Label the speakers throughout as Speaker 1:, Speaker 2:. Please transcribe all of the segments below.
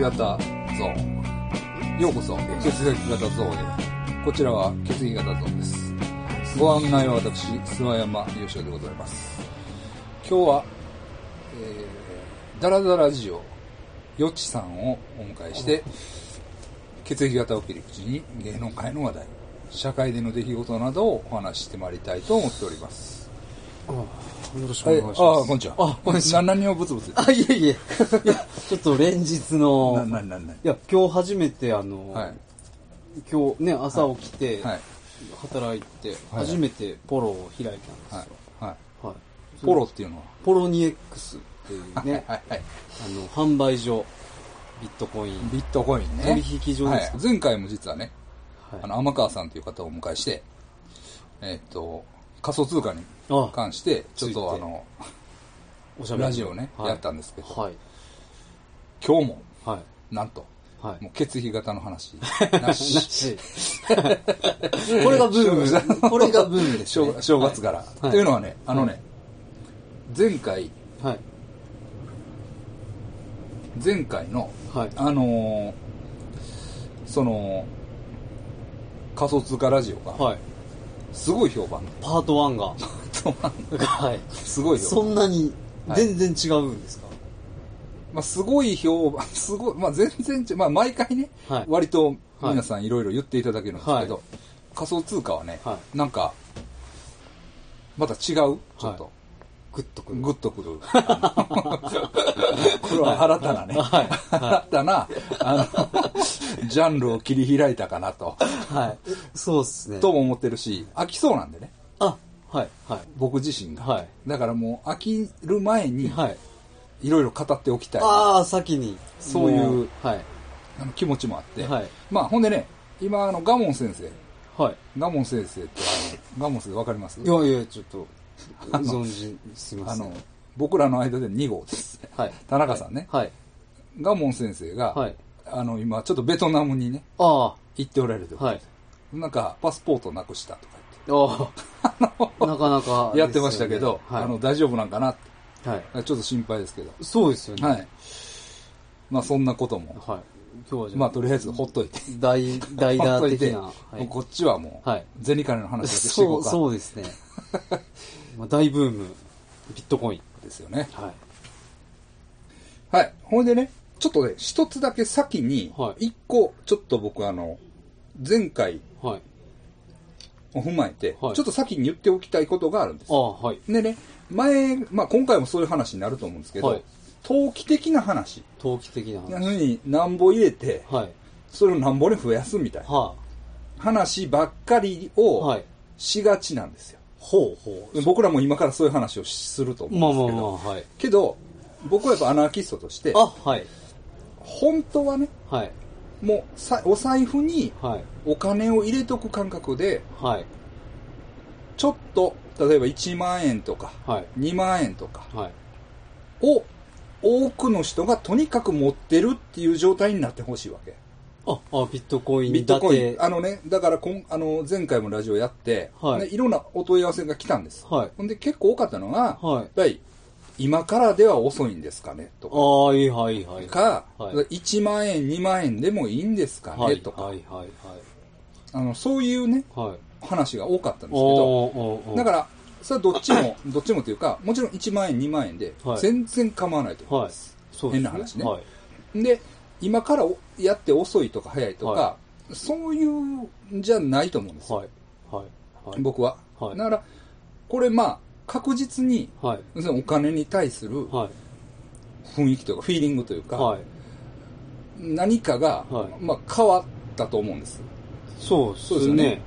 Speaker 1: 型ゾーン。ようこそ、血液型ゾーンへ。こちらは血液型ゾーンです。ご案内は私、諏訪山優勝でございます。今日は、えー、ダラダラジオ、よちさんをお迎えして、血液型を切り口に芸能界の話題、社会での出来事などをお話ししてまいりたいと思っております。
Speaker 2: よろしくお
Speaker 1: は
Speaker 2: 願
Speaker 1: い、
Speaker 2: い
Speaker 1: あ
Speaker 2: し
Speaker 1: あ
Speaker 2: ま、す。
Speaker 1: こんにちは。
Speaker 2: あこんにちは
Speaker 1: な何をブツブツ
Speaker 2: あ、い えいえ。いや、ちょっと連日
Speaker 1: な、
Speaker 2: の、
Speaker 1: な、な、な。
Speaker 2: いや、今日初めて、あの、
Speaker 1: はい。
Speaker 2: 今日ね、朝起きて、
Speaker 1: はい。
Speaker 2: 働いて、
Speaker 1: はい
Speaker 2: 初めてポロを開いたんですよ。
Speaker 1: は。
Speaker 2: はい
Speaker 1: はい
Speaker 2: い。
Speaker 1: ポロっていうのは。、
Speaker 2: ポロニエックスっていうね
Speaker 1: はいはい。
Speaker 2: あの、販売所、ビットコイン。
Speaker 1: ビットコインね。
Speaker 2: 取引所ですか
Speaker 1: はい。前回も実はね、
Speaker 2: はい
Speaker 1: あの、天川さんという方をお迎えして、えっと、仮想通貨に
Speaker 2: あ
Speaker 1: 関して、ちょっ
Speaker 2: つい
Speaker 1: と
Speaker 2: て
Speaker 1: あの、
Speaker 2: おしゃべり。
Speaker 1: ラジオをね、やったんですけど、
Speaker 2: はい。
Speaker 1: 今日も、
Speaker 2: はい。
Speaker 1: なんと、
Speaker 2: はい。
Speaker 1: もう血液型の話、 なし。
Speaker 2: なし。これが ブーム。これがブームです、
Speaker 1: 正
Speaker 2: ね。
Speaker 1: 正月から。
Speaker 2: はい
Speaker 1: というのはね、あのね、前回、
Speaker 2: はい。
Speaker 1: 前回の、
Speaker 2: はい。
Speaker 1: あのーその、仮想通貨ラジオが、
Speaker 2: はい。
Speaker 1: すごい評判。
Speaker 2: パート1が。はい。
Speaker 1: すごい評
Speaker 2: そ
Speaker 1: 判。
Speaker 2: んなに
Speaker 1: はい
Speaker 2: 全然違うんですか、
Speaker 1: まあ、すごい評判、 すごい、まあ、全然ち、まあ、毎回ね、
Speaker 2: はい
Speaker 1: 割と皆さんいろいろ言っていただけるんですけど、
Speaker 2: は
Speaker 1: 仮想通貨はね、
Speaker 2: は
Speaker 1: なんか、また違う、ちょっと、
Speaker 2: グッとくる。
Speaker 1: グッとく る。これは新たなね、
Speaker 2: はい
Speaker 1: 新たな、あの、ジャンルを切り開いたかなと、
Speaker 2: はい。そうっすね。
Speaker 1: とも思ってるし、飽きそうなんでね、
Speaker 2: あ、はい、はい。
Speaker 1: 僕自身が。
Speaker 2: はい
Speaker 1: だからもう飽きる前に、
Speaker 2: はい。
Speaker 1: いろいろ語っておきたい。
Speaker 2: ああ、先に。
Speaker 1: そういう
Speaker 2: もはい。
Speaker 1: あの気持ちもあって、
Speaker 2: はい
Speaker 1: まあほんでね今あのガモン先生
Speaker 2: はい。
Speaker 1: ガモン先生ってあのガモン先生わかります
Speaker 2: いやいや、ちょっと、
Speaker 1: あの
Speaker 2: 存じ、すみま
Speaker 1: あ
Speaker 2: せん
Speaker 1: の。僕らの間で2号です
Speaker 2: はい。
Speaker 1: 田中さんね、
Speaker 2: はい。
Speaker 1: ガモン先生が、
Speaker 2: はい
Speaker 1: あの今ちょっとベトナムにね
Speaker 2: あ
Speaker 1: 行っておられると、
Speaker 2: あ、はい。
Speaker 1: なんかパスポートなくしたとか
Speaker 2: ああ、なかなか、
Speaker 1: 言ってやってましたけど、
Speaker 2: はい。
Speaker 1: あの大丈夫なんかなって
Speaker 2: はい。
Speaker 1: ちょっと心配ですけど
Speaker 2: そうですよね。。
Speaker 1: はいいまあそんなことも
Speaker 2: はい。今日はじゃ
Speaker 1: まあとりあえずほっといて
Speaker 2: 大、大
Speaker 1: ほっ
Speaker 2: 々
Speaker 1: といて
Speaker 2: 的な。はい
Speaker 1: もう こっちはもう、
Speaker 2: はい
Speaker 1: 銭金の話だけしていこ
Speaker 2: そうう、
Speaker 1: か
Speaker 2: そうですね。まあ大ブーム、ビットコイン。
Speaker 1: ですよね
Speaker 2: はい。
Speaker 1: はい。ほんでね、ちょっとね、一つだけ先に
Speaker 2: は、い
Speaker 1: 一個、ちょっと僕あの、前回
Speaker 2: はい。
Speaker 1: を踏まえて、ちょ
Speaker 2: は
Speaker 1: っ
Speaker 2: い
Speaker 1: と先に言っておきたいことがあるんです
Speaker 2: あ。あ、はい。
Speaker 1: でね、前、まあ今回もそういう話になると思うんですけど、
Speaker 2: はい
Speaker 1: 投機的な話。
Speaker 2: 投機的な話。
Speaker 1: 要するに、なんぼ入れて、
Speaker 2: はい。
Speaker 1: それをなんぼで増やすみたいな
Speaker 2: は
Speaker 1: 話ばっかり
Speaker 2: あ。は
Speaker 1: を
Speaker 2: い。
Speaker 1: しがちなんですよ。
Speaker 2: ほうほ
Speaker 1: で僕らも今からそういう話をすると
Speaker 2: う。ま
Speaker 1: 思
Speaker 2: あ
Speaker 1: うんで
Speaker 2: ます
Speaker 1: けど、
Speaker 2: あまあ、はい。
Speaker 1: けど、僕はやっぱアナーキストとして
Speaker 2: あ、、はい。
Speaker 1: 本当はね、
Speaker 2: はい。
Speaker 1: もうさお財布に
Speaker 2: はい。
Speaker 1: お金を入れとく感覚で、
Speaker 2: はい。
Speaker 1: ちょっと、例えば1万円とか、
Speaker 2: はい。
Speaker 1: 2万円とか
Speaker 2: はい。
Speaker 1: を、多くの人がとにかく持ってるっていう状態になってほしいわけ。
Speaker 2: あ、あ、ビットコイン
Speaker 1: ビットコイ
Speaker 2: 建
Speaker 1: ン。
Speaker 2: て
Speaker 1: あのね、だからこん、あの、前回もラジオやって、
Speaker 2: はい
Speaker 1: ねいろんなお問い合わせが来たんです。
Speaker 2: はい。
Speaker 1: ほんで、結構多かったのが、
Speaker 2: はい
Speaker 1: 第今からでは遅いんですかねと
Speaker 2: あ
Speaker 1: か、
Speaker 2: あ、はいはいはい。
Speaker 1: か
Speaker 2: はい
Speaker 1: 1万円、2万円でもいいんですか
Speaker 2: は
Speaker 1: ね
Speaker 2: い。
Speaker 1: とか、
Speaker 2: はいはいはい。
Speaker 1: あの、そういうね、
Speaker 2: はい。
Speaker 1: 話が多かったんですけど、
Speaker 2: おーおーおー
Speaker 1: だから、それはどっち も、どっちもというか、もちろん1万円、2万円で
Speaker 2: は、い
Speaker 1: 全然構わないと思い
Speaker 2: は
Speaker 1: ま
Speaker 2: い
Speaker 1: す。。
Speaker 2: そうで
Speaker 1: 変
Speaker 2: すね。
Speaker 1: な話ね
Speaker 2: はい。
Speaker 1: で、今からおやって遅いとか早いとか、
Speaker 2: は
Speaker 1: そういうんじゃないと思うんですよ、
Speaker 2: はい。はい。はい。
Speaker 1: 僕は。
Speaker 2: はい
Speaker 1: だから、これまあ、確実に、
Speaker 2: はい。
Speaker 1: 要するにお金に対する
Speaker 2: はい。
Speaker 1: 雰囲気というか、フィーリングというか、
Speaker 2: はい。
Speaker 1: 何かが、
Speaker 2: はい
Speaker 1: まあ、変わったと思うんです。
Speaker 2: そうで
Speaker 1: そうです
Speaker 2: す
Speaker 1: よ
Speaker 2: ね
Speaker 1: ね。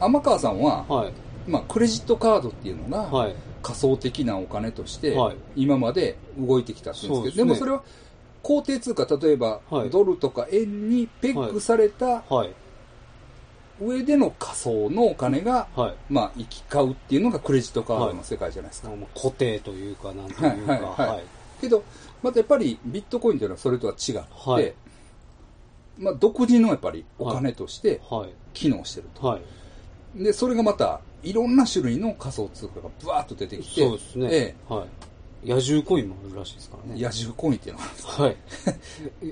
Speaker 1: 天川さんは、
Speaker 2: はい。
Speaker 1: まあ、クレジットカードっていうのが、
Speaker 2: はい。
Speaker 1: 仮想的なお金として
Speaker 2: はい、
Speaker 1: 今まで動いてきたっていうんですけど、で
Speaker 2: そうですね
Speaker 1: もそれは、法定通貨、例えば
Speaker 2: はい、
Speaker 1: ドルとか円にペックされた
Speaker 2: はい。
Speaker 1: 上での仮想のお金が、
Speaker 2: はい。
Speaker 1: まあ、行き交うっていうのがクレジットカードの世界じゃないですか。
Speaker 2: なんか固定というか、なんというか。
Speaker 1: はいはいはい
Speaker 2: はい。
Speaker 1: けど、またやっぱりビットコインというのはそれとは違って、
Speaker 2: はい
Speaker 1: まあ、独自のやっぱりお金として
Speaker 2: はい。
Speaker 1: 機能してると。
Speaker 2: はい。
Speaker 1: で、それがまた、いろんな種類の仮想通貨がブワーッと出てきて、
Speaker 2: そうですね。
Speaker 1: ええ
Speaker 2: はい。野獣コインもあるらしいですからね。
Speaker 1: 野獣コインっていうのは。
Speaker 2: はい。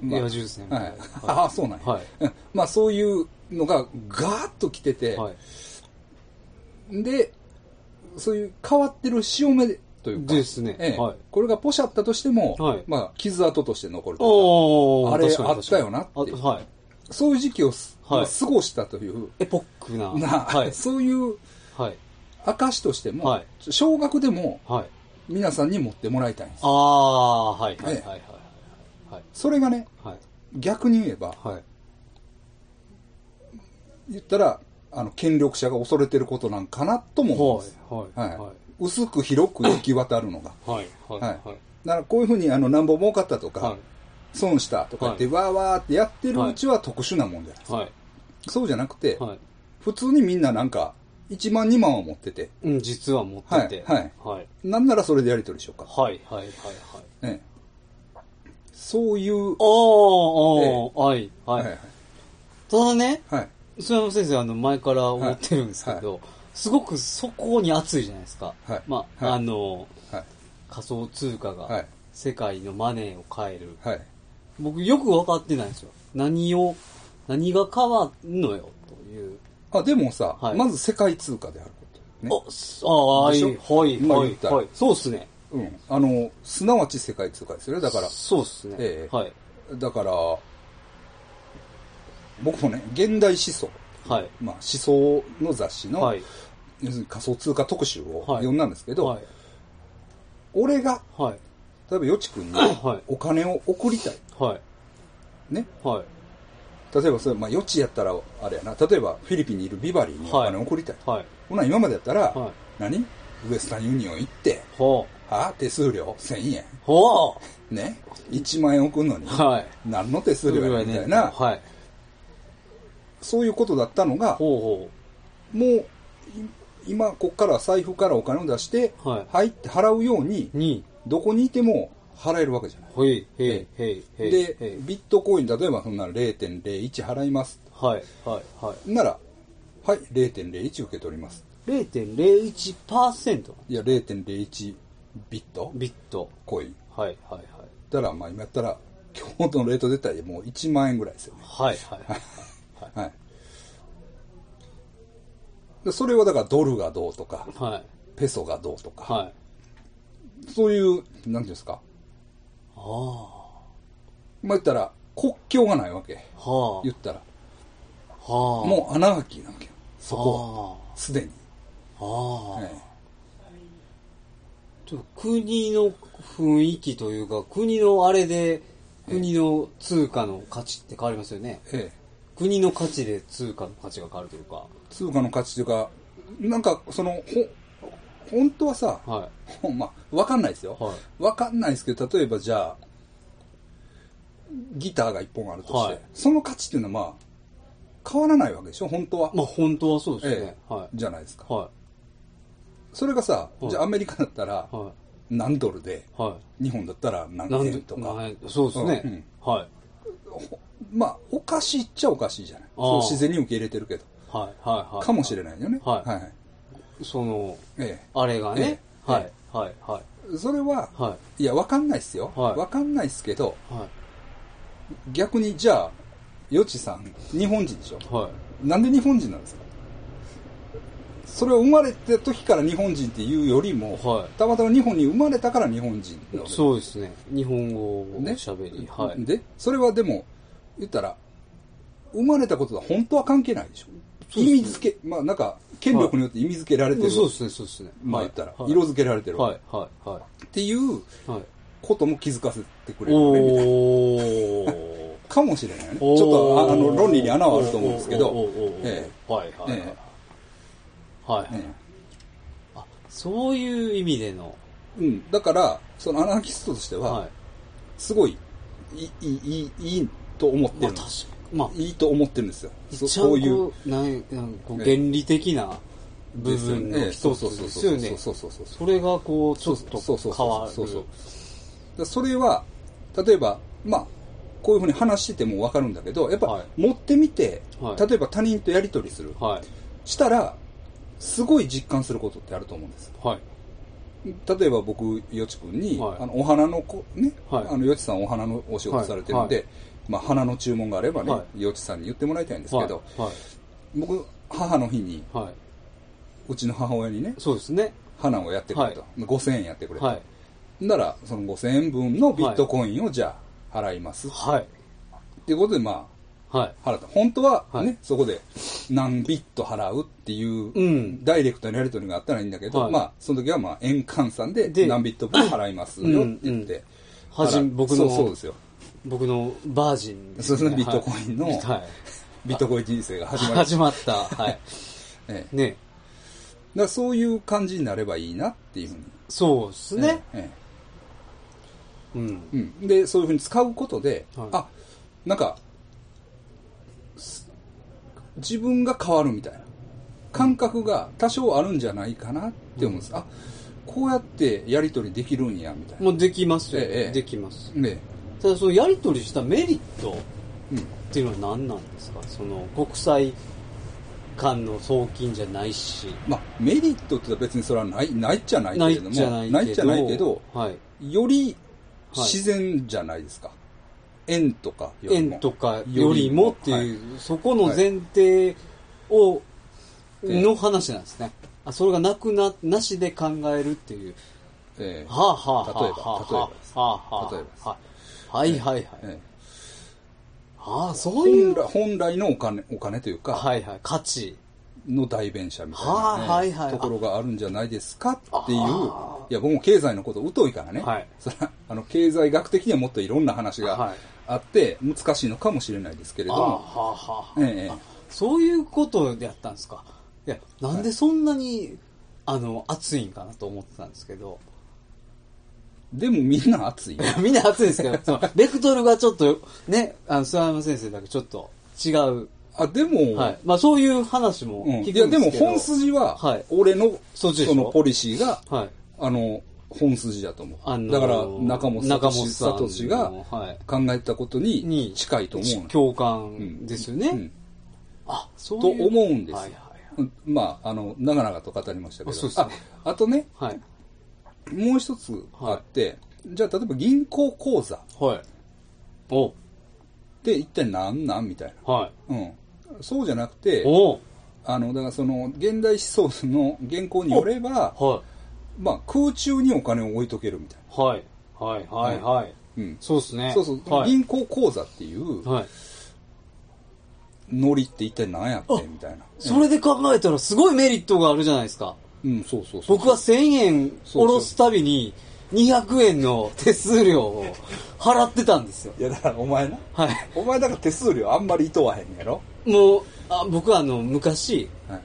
Speaker 1: まあ
Speaker 2: 野獣ですね。
Speaker 1: はい。ああ、そうなんや。
Speaker 2: はい
Speaker 1: うんまあそういうのがガーッと来てて、
Speaker 2: はい。
Speaker 1: で、そういう変わってる潮目というか。
Speaker 2: ですね
Speaker 1: ええ
Speaker 2: はい
Speaker 1: これがポシャったとしても、
Speaker 2: はい
Speaker 1: まあ傷跡として残るという
Speaker 2: おー
Speaker 1: あれ
Speaker 2: 確かに確かに
Speaker 1: あったよなって
Speaker 2: あはい。
Speaker 1: かそういう時期をす、
Speaker 2: はい
Speaker 1: 過ごしたという、
Speaker 2: エポックな。
Speaker 1: な、
Speaker 2: はい。
Speaker 1: そういう
Speaker 2: はい。
Speaker 1: 証としても、
Speaker 2: は
Speaker 1: 少額でも
Speaker 2: はい。
Speaker 1: 皆さんに持ってもらいたいんです
Speaker 2: あ。あ、はい。はい。
Speaker 1: え
Speaker 2: は
Speaker 1: え
Speaker 2: い。はい。
Speaker 1: それがね、
Speaker 2: はい。
Speaker 1: 逆に言えば、
Speaker 2: はい。
Speaker 1: 言ったら、あの、権力者が恐れてることなんかなとも思うんです。
Speaker 2: はい。
Speaker 1: は。
Speaker 2: はいい。はい。
Speaker 1: 薄く広く行き渡るのが。
Speaker 2: はい。はい。
Speaker 1: は
Speaker 2: はいい。はい。
Speaker 1: だからこういうふうに、あの、なんぼ儲かったとか、
Speaker 2: は
Speaker 1: 損したとか言って、わーわーってやってるうちは特殊なもんじゃない
Speaker 2: い。はい。
Speaker 1: そうじゃなくて、
Speaker 2: はい。
Speaker 1: 普通にみんななんか、1万2万は持ってて、
Speaker 2: うん、実は持ってて。
Speaker 1: はい
Speaker 2: はい。
Speaker 1: なんならそれでやり取りしようか。
Speaker 2: はい。はい。はい。はい。
Speaker 1: ええそういう、
Speaker 2: おー、おー、はい。は
Speaker 1: はい
Speaker 2: い。ただね、
Speaker 1: はい。
Speaker 2: 須山先生、あの、前から思ってるんですけど、すごくそこに熱いじゃないですか
Speaker 1: はい。
Speaker 2: ま
Speaker 1: はい
Speaker 2: あ、あの、
Speaker 1: はい。
Speaker 2: 仮想通貨
Speaker 1: は
Speaker 2: が
Speaker 1: い。
Speaker 2: 世界のマネーを変える。
Speaker 1: はい。
Speaker 2: 僕、よく分かってないんですよ。何を、何が変わんのよ、という。
Speaker 1: あ、でもさ、
Speaker 2: はい
Speaker 1: まず世界通貨であること。ね。
Speaker 2: あ、すあは
Speaker 1: で
Speaker 2: い、
Speaker 1: し
Speaker 2: は
Speaker 1: ょ
Speaker 2: い、はい
Speaker 1: 今言った
Speaker 2: はい。そうっすね。
Speaker 1: うん。あの、すなわち世界通貨ですよね。だから、
Speaker 2: そうっすね。
Speaker 1: ええ
Speaker 2: はい。
Speaker 1: だから、僕もね、現代思想、
Speaker 2: はい。
Speaker 1: まあ思想の雑誌の、
Speaker 2: はい。
Speaker 1: 要するに仮想通貨特集を
Speaker 2: はい
Speaker 1: 読んだんですけど、
Speaker 2: はい。
Speaker 1: 俺が、
Speaker 2: はい。
Speaker 1: 例えばよちく んに
Speaker 2: はい
Speaker 1: お金を送りたい。
Speaker 2: はい。
Speaker 1: ね。
Speaker 2: はい。
Speaker 1: 例えばそれ、まあよちやったらあれやな、例えばフィリピンにいるビバリーにお金を送りたい。
Speaker 2: はい。
Speaker 1: ほな今までやったら、
Speaker 2: はい
Speaker 1: 何ウエスタンユニオン行って、
Speaker 2: ほ
Speaker 1: あ手数料1000円。
Speaker 2: う。ほ
Speaker 1: ね。1万円送るのに
Speaker 2: う。、はい。
Speaker 1: 何の手数料やねんみたいな、
Speaker 2: はい。
Speaker 1: そういうことだったのが、
Speaker 2: ほうほ
Speaker 1: もう、い今、こっから財布からお金を出して、
Speaker 2: はい
Speaker 1: 入って払うように
Speaker 2: う。、に、
Speaker 1: どこにいても払えるわけじゃない。
Speaker 2: ほい、へい、へい、へい。へ
Speaker 1: で
Speaker 2: い、
Speaker 1: ビットコイン、例えばそんな0.01払います。
Speaker 2: はい、はい、はい。
Speaker 1: なら、はい、0.01受け取ります。
Speaker 2: 0.01%
Speaker 1: いや、0.01ビット
Speaker 2: ビット。
Speaker 1: コイン。
Speaker 2: はい、はい、はい。
Speaker 1: だから、まあ今やったら、今日のレート出たらもう1万円ぐらいですよね。
Speaker 2: はい、はい、はい。
Speaker 1: はい。でそれはだからドルがどうとか、
Speaker 2: はい。
Speaker 1: ペソがどうとか、
Speaker 2: はい。
Speaker 1: そういう、なんていうんですか。
Speaker 2: ああ。
Speaker 1: まあ、言ったら、国境がないわけ。
Speaker 2: は
Speaker 1: 言ったら。
Speaker 2: あ。はあ。
Speaker 1: もうアナーキーなわけよ。そこは。
Speaker 2: こ
Speaker 1: すでに。
Speaker 2: は。ああ。
Speaker 1: え
Speaker 2: ちょっと国の雰囲気というか、国のあれで、国の通貨の価値って変わりますよね。
Speaker 1: えええ
Speaker 2: 国の価値で通貨の価値が変わるというか。
Speaker 1: 通貨の価値というか、なんか、その、ほ、本当はさ、
Speaker 2: は
Speaker 1: ほんま、わかんないですよ。
Speaker 2: は
Speaker 1: わかんないですけど、例えばじゃあ、ギターが一本あるとして、
Speaker 2: はい
Speaker 1: その価値っていうのはまあ、変わらないわけでしょ、本当は。
Speaker 2: い。まあ本当はそうですよ
Speaker 1: え
Speaker 2: ね。
Speaker 1: え
Speaker 2: はい。
Speaker 1: じゃないですか。
Speaker 2: は
Speaker 1: それがさ、
Speaker 2: はい
Speaker 1: じゃあアメリカだったら
Speaker 2: い。、は
Speaker 1: 何ドルで、
Speaker 2: い。は
Speaker 1: 日本だったら
Speaker 2: い。な
Speaker 1: 何
Speaker 2: んで
Speaker 1: 円とか、
Speaker 2: なんそうですね。
Speaker 1: うん
Speaker 2: はい。
Speaker 1: ほまあ、おかしいっちゃおかしいじゃない。
Speaker 2: ああ
Speaker 1: そう自然に受け入れてるけど。
Speaker 2: はい。はい。はい。
Speaker 1: かもしれないよね。
Speaker 2: はい
Speaker 1: はい。
Speaker 2: その、
Speaker 1: え
Speaker 2: あれがね。
Speaker 1: ええ
Speaker 2: はい。はい。はい。
Speaker 1: え。それは、
Speaker 2: はい
Speaker 1: や、わかんないっすよ。
Speaker 2: はい
Speaker 1: わかんないっすけど、
Speaker 2: い。はい。
Speaker 1: 逆に、じゃあ、よちさん、日本人でしょ。
Speaker 2: はい。
Speaker 1: なんで日本人なんですかそれを生まれた時から日本人っていうよりも、
Speaker 2: はい
Speaker 1: たまたま日本に生まれたから日本人なわけ
Speaker 2: そうですね。日本語を
Speaker 1: ね
Speaker 2: 喋り。はい。
Speaker 1: で、それはでも、言ったら、生まれたことは本当は関係ないでしょ。
Speaker 2: そうです
Speaker 1: 意
Speaker 2: ね
Speaker 1: 味付け、まあなんか、権力によって意味付けられてる。
Speaker 2: そうですね、そうですね。
Speaker 1: まあ言ったら、
Speaker 2: はい
Speaker 1: 色付けられてるわ
Speaker 2: は
Speaker 1: け、
Speaker 2: い。はい。はい。
Speaker 1: っていう
Speaker 2: はい。
Speaker 1: ことも気づかせてくれるよねみたいな
Speaker 2: おー。
Speaker 1: かもしれ ないよね。ち
Speaker 2: お
Speaker 1: ょ
Speaker 2: ー
Speaker 1: っとああの論理に穴はあると思うんですけど
Speaker 2: おーおーお、ー
Speaker 1: え
Speaker 2: はいはいはい
Speaker 1: え
Speaker 2: はい、
Speaker 1: ええ
Speaker 2: そういう意味での、
Speaker 1: えうん、だから、そのアナーキストとして
Speaker 2: は
Speaker 1: は、
Speaker 2: い。
Speaker 1: すごい、いい、いい、いいいいと思って
Speaker 2: まあ
Speaker 1: る
Speaker 2: 確
Speaker 1: の
Speaker 2: か。まあ、
Speaker 1: いいと思ってるんですよ。そ
Speaker 2: 一
Speaker 1: そ
Speaker 2: 応
Speaker 1: ういう
Speaker 2: こう、なんなんかこう
Speaker 1: え
Speaker 2: 原
Speaker 1: え
Speaker 2: 理的な部
Speaker 1: ですよ
Speaker 2: 分
Speaker 1: ね。え
Speaker 2: の
Speaker 1: えそう
Speaker 2: 一
Speaker 1: そう
Speaker 2: つ
Speaker 1: そう
Speaker 2: で
Speaker 1: そ
Speaker 2: すよ
Speaker 1: う
Speaker 2: ね。
Speaker 1: そうそうそうそう。
Speaker 2: それがこう、ちょっと
Speaker 1: そうそう
Speaker 2: 変
Speaker 1: そ
Speaker 2: わ
Speaker 1: う
Speaker 2: る。
Speaker 1: そうそうだそれは例えばまあこういうふうに話してても分かるんだけどやっぱ、
Speaker 2: はい
Speaker 1: 持ってみて、
Speaker 2: はい
Speaker 1: 例えば他人とやり取りする、
Speaker 2: はい。
Speaker 1: したらすごい実感することってあると思うんです
Speaker 2: はい。
Speaker 1: 例えば僕、よちくんに、
Speaker 2: はい
Speaker 1: あのお花のこ、ね、
Speaker 2: はい
Speaker 1: あのよちさんお花のお仕事されてるんで、
Speaker 2: は
Speaker 1: まあ、花の注文があればね、
Speaker 2: は
Speaker 1: よちさんに言ってもらいたいんです
Speaker 2: は
Speaker 1: け
Speaker 2: い
Speaker 1: ど、
Speaker 2: はい
Speaker 1: 僕、母の日に、
Speaker 2: はいう
Speaker 1: ちの母親にね、
Speaker 2: そうですね
Speaker 1: 花をやってくれと、
Speaker 2: は
Speaker 1: 5000円やってくれと、
Speaker 2: はい
Speaker 1: なら、その5000円分のビットコインをじゃあ払います。
Speaker 2: はい
Speaker 1: っていうことで、ま
Speaker 2: はい
Speaker 1: あ、払った。本当はね、
Speaker 2: はい
Speaker 1: そこで何ビット払うっていう、
Speaker 2: うん
Speaker 1: ダイレクトなやり取りがあったらいいんだけど、
Speaker 2: はい
Speaker 1: まあ、その時はまあ、円換算で
Speaker 2: で
Speaker 1: 何ビット分払いますよって言って。
Speaker 2: はじ
Speaker 1: 払う
Speaker 2: 僕
Speaker 1: そ
Speaker 2: の
Speaker 1: うそうですよ。
Speaker 2: 僕のバージンで
Speaker 1: そうですねビットコインの
Speaker 2: はいはい
Speaker 1: ビットコイン人生が始まる。
Speaker 2: 始まったはい
Speaker 1: ええ、だか
Speaker 2: ね
Speaker 1: らそういう感じになればいいなっていうふうに。
Speaker 2: そうですね
Speaker 1: ええ
Speaker 2: うん
Speaker 1: うん、でそういうふうに使うことで、
Speaker 2: はい
Speaker 1: あなんかす自分が変わるみたいな感覚が多少あるんじゃないかなって思うんです、あこうやってやり取りできるんやみたいな、
Speaker 2: もうできますよ
Speaker 1: ええええ
Speaker 2: できます
Speaker 1: ね
Speaker 2: ただそのやり取りしたメリット
Speaker 1: うん
Speaker 2: っていうのは何なんですかその国際間の送金じゃないし
Speaker 1: まあ、メリットって別にそれはないないっちゃないけ
Speaker 2: な
Speaker 1: れ
Speaker 2: い
Speaker 1: ども
Speaker 2: じゃないけど
Speaker 1: じゃないけど
Speaker 2: はい
Speaker 1: より自然じゃないですか、円とかよりも
Speaker 2: 円とかよりもって
Speaker 1: はい
Speaker 2: いう、そこの前提を、
Speaker 1: ええ
Speaker 2: の話なんですね。あ、それがなくな、なしで考えるっていう。
Speaker 1: ええ
Speaker 2: はあ、はあはあ
Speaker 1: 例えば
Speaker 2: はあはあはあ
Speaker 1: 例えばです
Speaker 2: はあはいはいはい。
Speaker 1: ええ
Speaker 2: ああ、そうい
Speaker 1: 本
Speaker 2: う、
Speaker 1: 来
Speaker 2: は
Speaker 1: 本来のお金お金というか、
Speaker 2: いはい、価値。
Speaker 1: の代弁者みたいな、ね
Speaker 2: はいはいはい
Speaker 1: ところがあるんじゃないですかっていう
Speaker 2: あ
Speaker 1: いや僕も経済のこと疎いからね、
Speaker 2: はい
Speaker 1: それはあの経済学的にはもっといろんな話
Speaker 2: は
Speaker 1: が
Speaker 2: い
Speaker 1: あって難しいのかもしれないですけれ
Speaker 2: あ
Speaker 1: ど
Speaker 2: あ、は
Speaker 1: も、
Speaker 2: あはあ。
Speaker 1: ええ
Speaker 2: あそういうことでやったんですか。いや、なんでそんなに、あの、熱いんかなと思ってたんですけど。
Speaker 1: でもみんな熱いよ
Speaker 2: みんな熱いですけど、その、ベクトルがちょっと、ね、あの、諏訪山先生だけちょっと違う。
Speaker 1: あでも、
Speaker 2: はい。まあ、そういう話も
Speaker 1: うん、
Speaker 2: 聞くんです
Speaker 1: い
Speaker 2: けど、
Speaker 1: やでも本筋は
Speaker 2: はい
Speaker 1: 俺の
Speaker 2: そっちでしょ
Speaker 1: のポリシーが
Speaker 2: はい。
Speaker 1: あの本筋だと思う、
Speaker 2: あのー
Speaker 1: だから中本
Speaker 2: 中
Speaker 1: 聡
Speaker 2: 本さんの
Speaker 1: 聡が
Speaker 2: はい
Speaker 1: 考えたことに近いと思うの
Speaker 2: 共
Speaker 1: うん
Speaker 2: 感ですよね。
Speaker 1: うん
Speaker 2: あ、そう
Speaker 1: と
Speaker 2: いう。
Speaker 1: 思うんですよ、
Speaker 2: はいはいはい。
Speaker 1: うんまあ、あの、長々と語りましたけ
Speaker 2: あそう
Speaker 1: ど
Speaker 2: で、す
Speaker 1: あ
Speaker 2: ね
Speaker 1: あとね、
Speaker 2: はい。
Speaker 1: もう一つあって、じゃあ、例えば銀行口座っ
Speaker 2: はい。お、
Speaker 1: て一体何なんみたい
Speaker 2: はい。
Speaker 1: な。うん。そうじゃなくて、
Speaker 2: お、
Speaker 1: あの、だからその、現代思想の原稿によれば、
Speaker 2: は
Speaker 1: まあ、空中にお金を置いとけるみたい
Speaker 2: い。はい。はい。はい。はい。
Speaker 1: な。うん。
Speaker 2: そうですね。
Speaker 1: そうそう、
Speaker 2: はい。
Speaker 1: 銀行口座っていう
Speaker 2: はい。
Speaker 1: ノリって一体何やってみたいな。
Speaker 2: それで考えたらすごいメリットがあるじゃないですか。
Speaker 1: うん、そうそうそう。
Speaker 2: 僕は1000円下ろすたびに200円の手数料を払ってたんですよ。
Speaker 1: いや、だからお前な。
Speaker 2: は
Speaker 1: お前だから手数料あんまりいとわへんやろ。
Speaker 2: い。もう、あ僕はあの、昔、
Speaker 1: はい。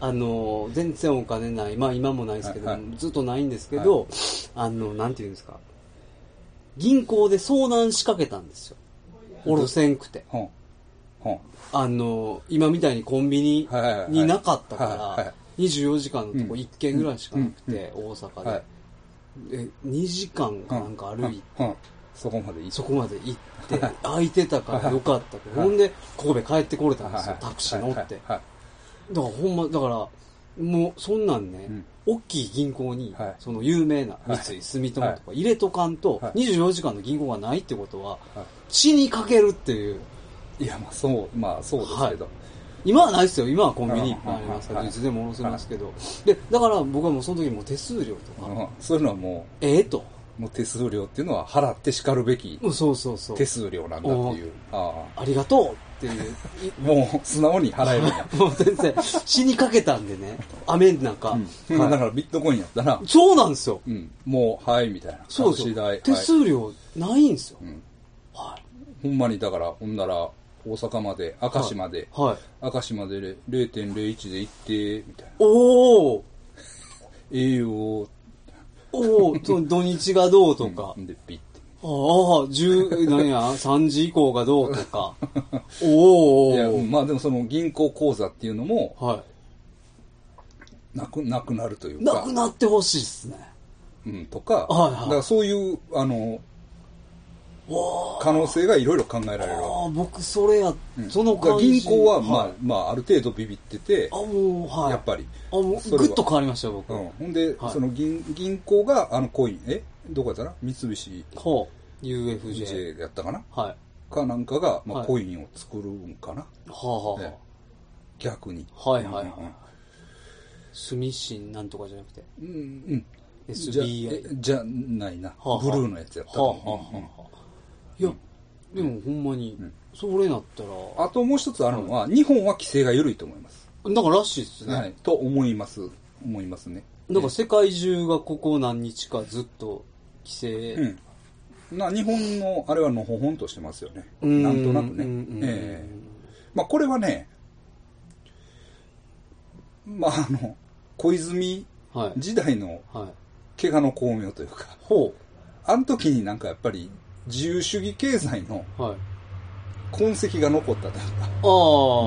Speaker 2: あの、全然お金ない。まあ今もないですけど、
Speaker 1: はいはい
Speaker 2: ずっとないんですけど、あの、なんていうんですか。銀行で遭難しかけたんですよ。おろせんくて。
Speaker 1: ほん。ほん。
Speaker 2: あの、今みたいにコンビニ
Speaker 1: はいはいはい
Speaker 2: になかった
Speaker 1: はい
Speaker 2: か
Speaker 1: は
Speaker 2: ら、24時間のとこ
Speaker 1: うん
Speaker 2: 1軒ぐらいしかなくて、大
Speaker 1: はい。
Speaker 2: 阪で。で、2時間かなんか歩いて、
Speaker 1: うんうんそこまでいい
Speaker 2: そこまで行って、空いてたからよかったけど、
Speaker 1: はい
Speaker 2: ほんで、神戸帰ってこれたんです
Speaker 1: は
Speaker 2: よ
Speaker 1: い、
Speaker 2: タクシー乗って。だか
Speaker 1: はい
Speaker 2: らほんま、だから、もうそんなんね
Speaker 1: うん、
Speaker 2: 大きい銀行に
Speaker 1: はい、
Speaker 2: その有名な三井住友とか入れとかんと、
Speaker 1: はい
Speaker 2: 24時間の銀行がないってことは
Speaker 1: は、
Speaker 2: 地にかけるっていう。
Speaker 1: いやまあそうまあそうですけど、
Speaker 2: 今はないですよ。今はコンビニいっぱいありますけ
Speaker 1: は
Speaker 2: ど、
Speaker 1: い
Speaker 2: いつでも下ろせますけど。で、だから僕はもうその時もう手数料とか、
Speaker 1: うんそういうのはも
Speaker 2: ええと。
Speaker 1: うもう手数料っていうのは払ってしかるべき
Speaker 2: もうそうそうそう
Speaker 1: 手。数料なんだっていうあ
Speaker 2: ありがとうっていう。 い
Speaker 1: あもう素直に払えるんや、
Speaker 2: もう全然、死にかけたんでね、雨の中。
Speaker 1: うん
Speaker 2: はい
Speaker 1: だからビットコインやったら、
Speaker 2: そうなんですよ。
Speaker 1: うん、もうはいみたいな
Speaker 2: そうです
Speaker 1: 貸し代は
Speaker 2: よ
Speaker 1: い。
Speaker 2: 手数料ないんですよ。
Speaker 1: ん
Speaker 2: は
Speaker 1: ほ
Speaker 2: い。
Speaker 1: んまにだからほんなら大阪まで明石まで、
Speaker 2: はい。
Speaker 1: 明石までれ0.01で行ってみたいな
Speaker 2: おお
Speaker 1: 栄養
Speaker 2: おおその土日がどうとか。
Speaker 1: でピッて
Speaker 2: ああ、十、何や、3時以降がどうと か。お
Speaker 1: いや
Speaker 2: ー
Speaker 1: まあでもその銀行口座っていうのも
Speaker 2: は
Speaker 1: なくなくなるという
Speaker 2: い。
Speaker 1: か
Speaker 2: なくなってほしいっすね。
Speaker 1: うん、とか、
Speaker 2: はいはい
Speaker 1: だからそういう、あの、可能性がいろいろ考えられるわ
Speaker 2: ああ、僕、それや、
Speaker 1: うん
Speaker 2: その
Speaker 1: だから
Speaker 2: 感じ
Speaker 1: 銀行は、まあ
Speaker 2: い
Speaker 1: まあ、ある程度ビビってて
Speaker 2: あ、もう、はい。
Speaker 1: やっぱり
Speaker 2: あ、も、
Speaker 1: そうれ
Speaker 2: ぐ
Speaker 1: は
Speaker 2: っと変わりましたよ、僕。
Speaker 1: う
Speaker 2: は
Speaker 1: ん、ほんで、
Speaker 2: はい
Speaker 1: その銀銀行があのコインえどこやったな三菱
Speaker 2: ほう。UFJ。
Speaker 1: UFJ やったかな
Speaker 2: はい。は
Speaker 1: かなんかが、まあ
Speaker 2: はい
Speaker 1: コインを作るんかな、
Speaker 2: あ、は
Speaker 1: ね逆に
Speaker 2: あ、はいはい
Speaker 1: うんうん
Speaker 2: はい。住信なんとかじゃなくて、
Speaker 1: うんうんじゃ
Speaker 2: SBI。
Speaker 1: えじゃないな、
Speaker 2: はあはあ
Speaker 1: ブルーのやつやったと
Speaker 2: はあ
Speaker 1: 思う
Speaker 2: はあはあ。いや、でもほんまに
Speaker 1: うん、
Speaker 2: それなったら、
Speaker 1: あともう一つあるのは、日本は規制が緩いと思います、
Speaker 2: なんからしいです
Speaker 1: は
Speaker 2: ね。
Speaker 1: い、と思います思いますね
Speaker 2: なんか世界中がここ何日かずっと規制。
Speaker 1: うん、な日本のあれはのほほんとしてますよね、
Speaker 2: うん
Speaker 1: なんとなくね、
Speaker 2: うんうんうん
Speaker 1: ええまあ、これはね、まあ、あの小泉
Speaker 2: はい。
Speaker 1: 時代の
Speaker 2: はい。
Speaker 1: 怪我の巧妙というか、
Speaker 2: ほ
Speaker 1: あの時になんかやっぱり自由主義経済の
Speaker 2: う。はい。
Speaker 1: 痕跡が残ったというか、
Speaker 2: ああ。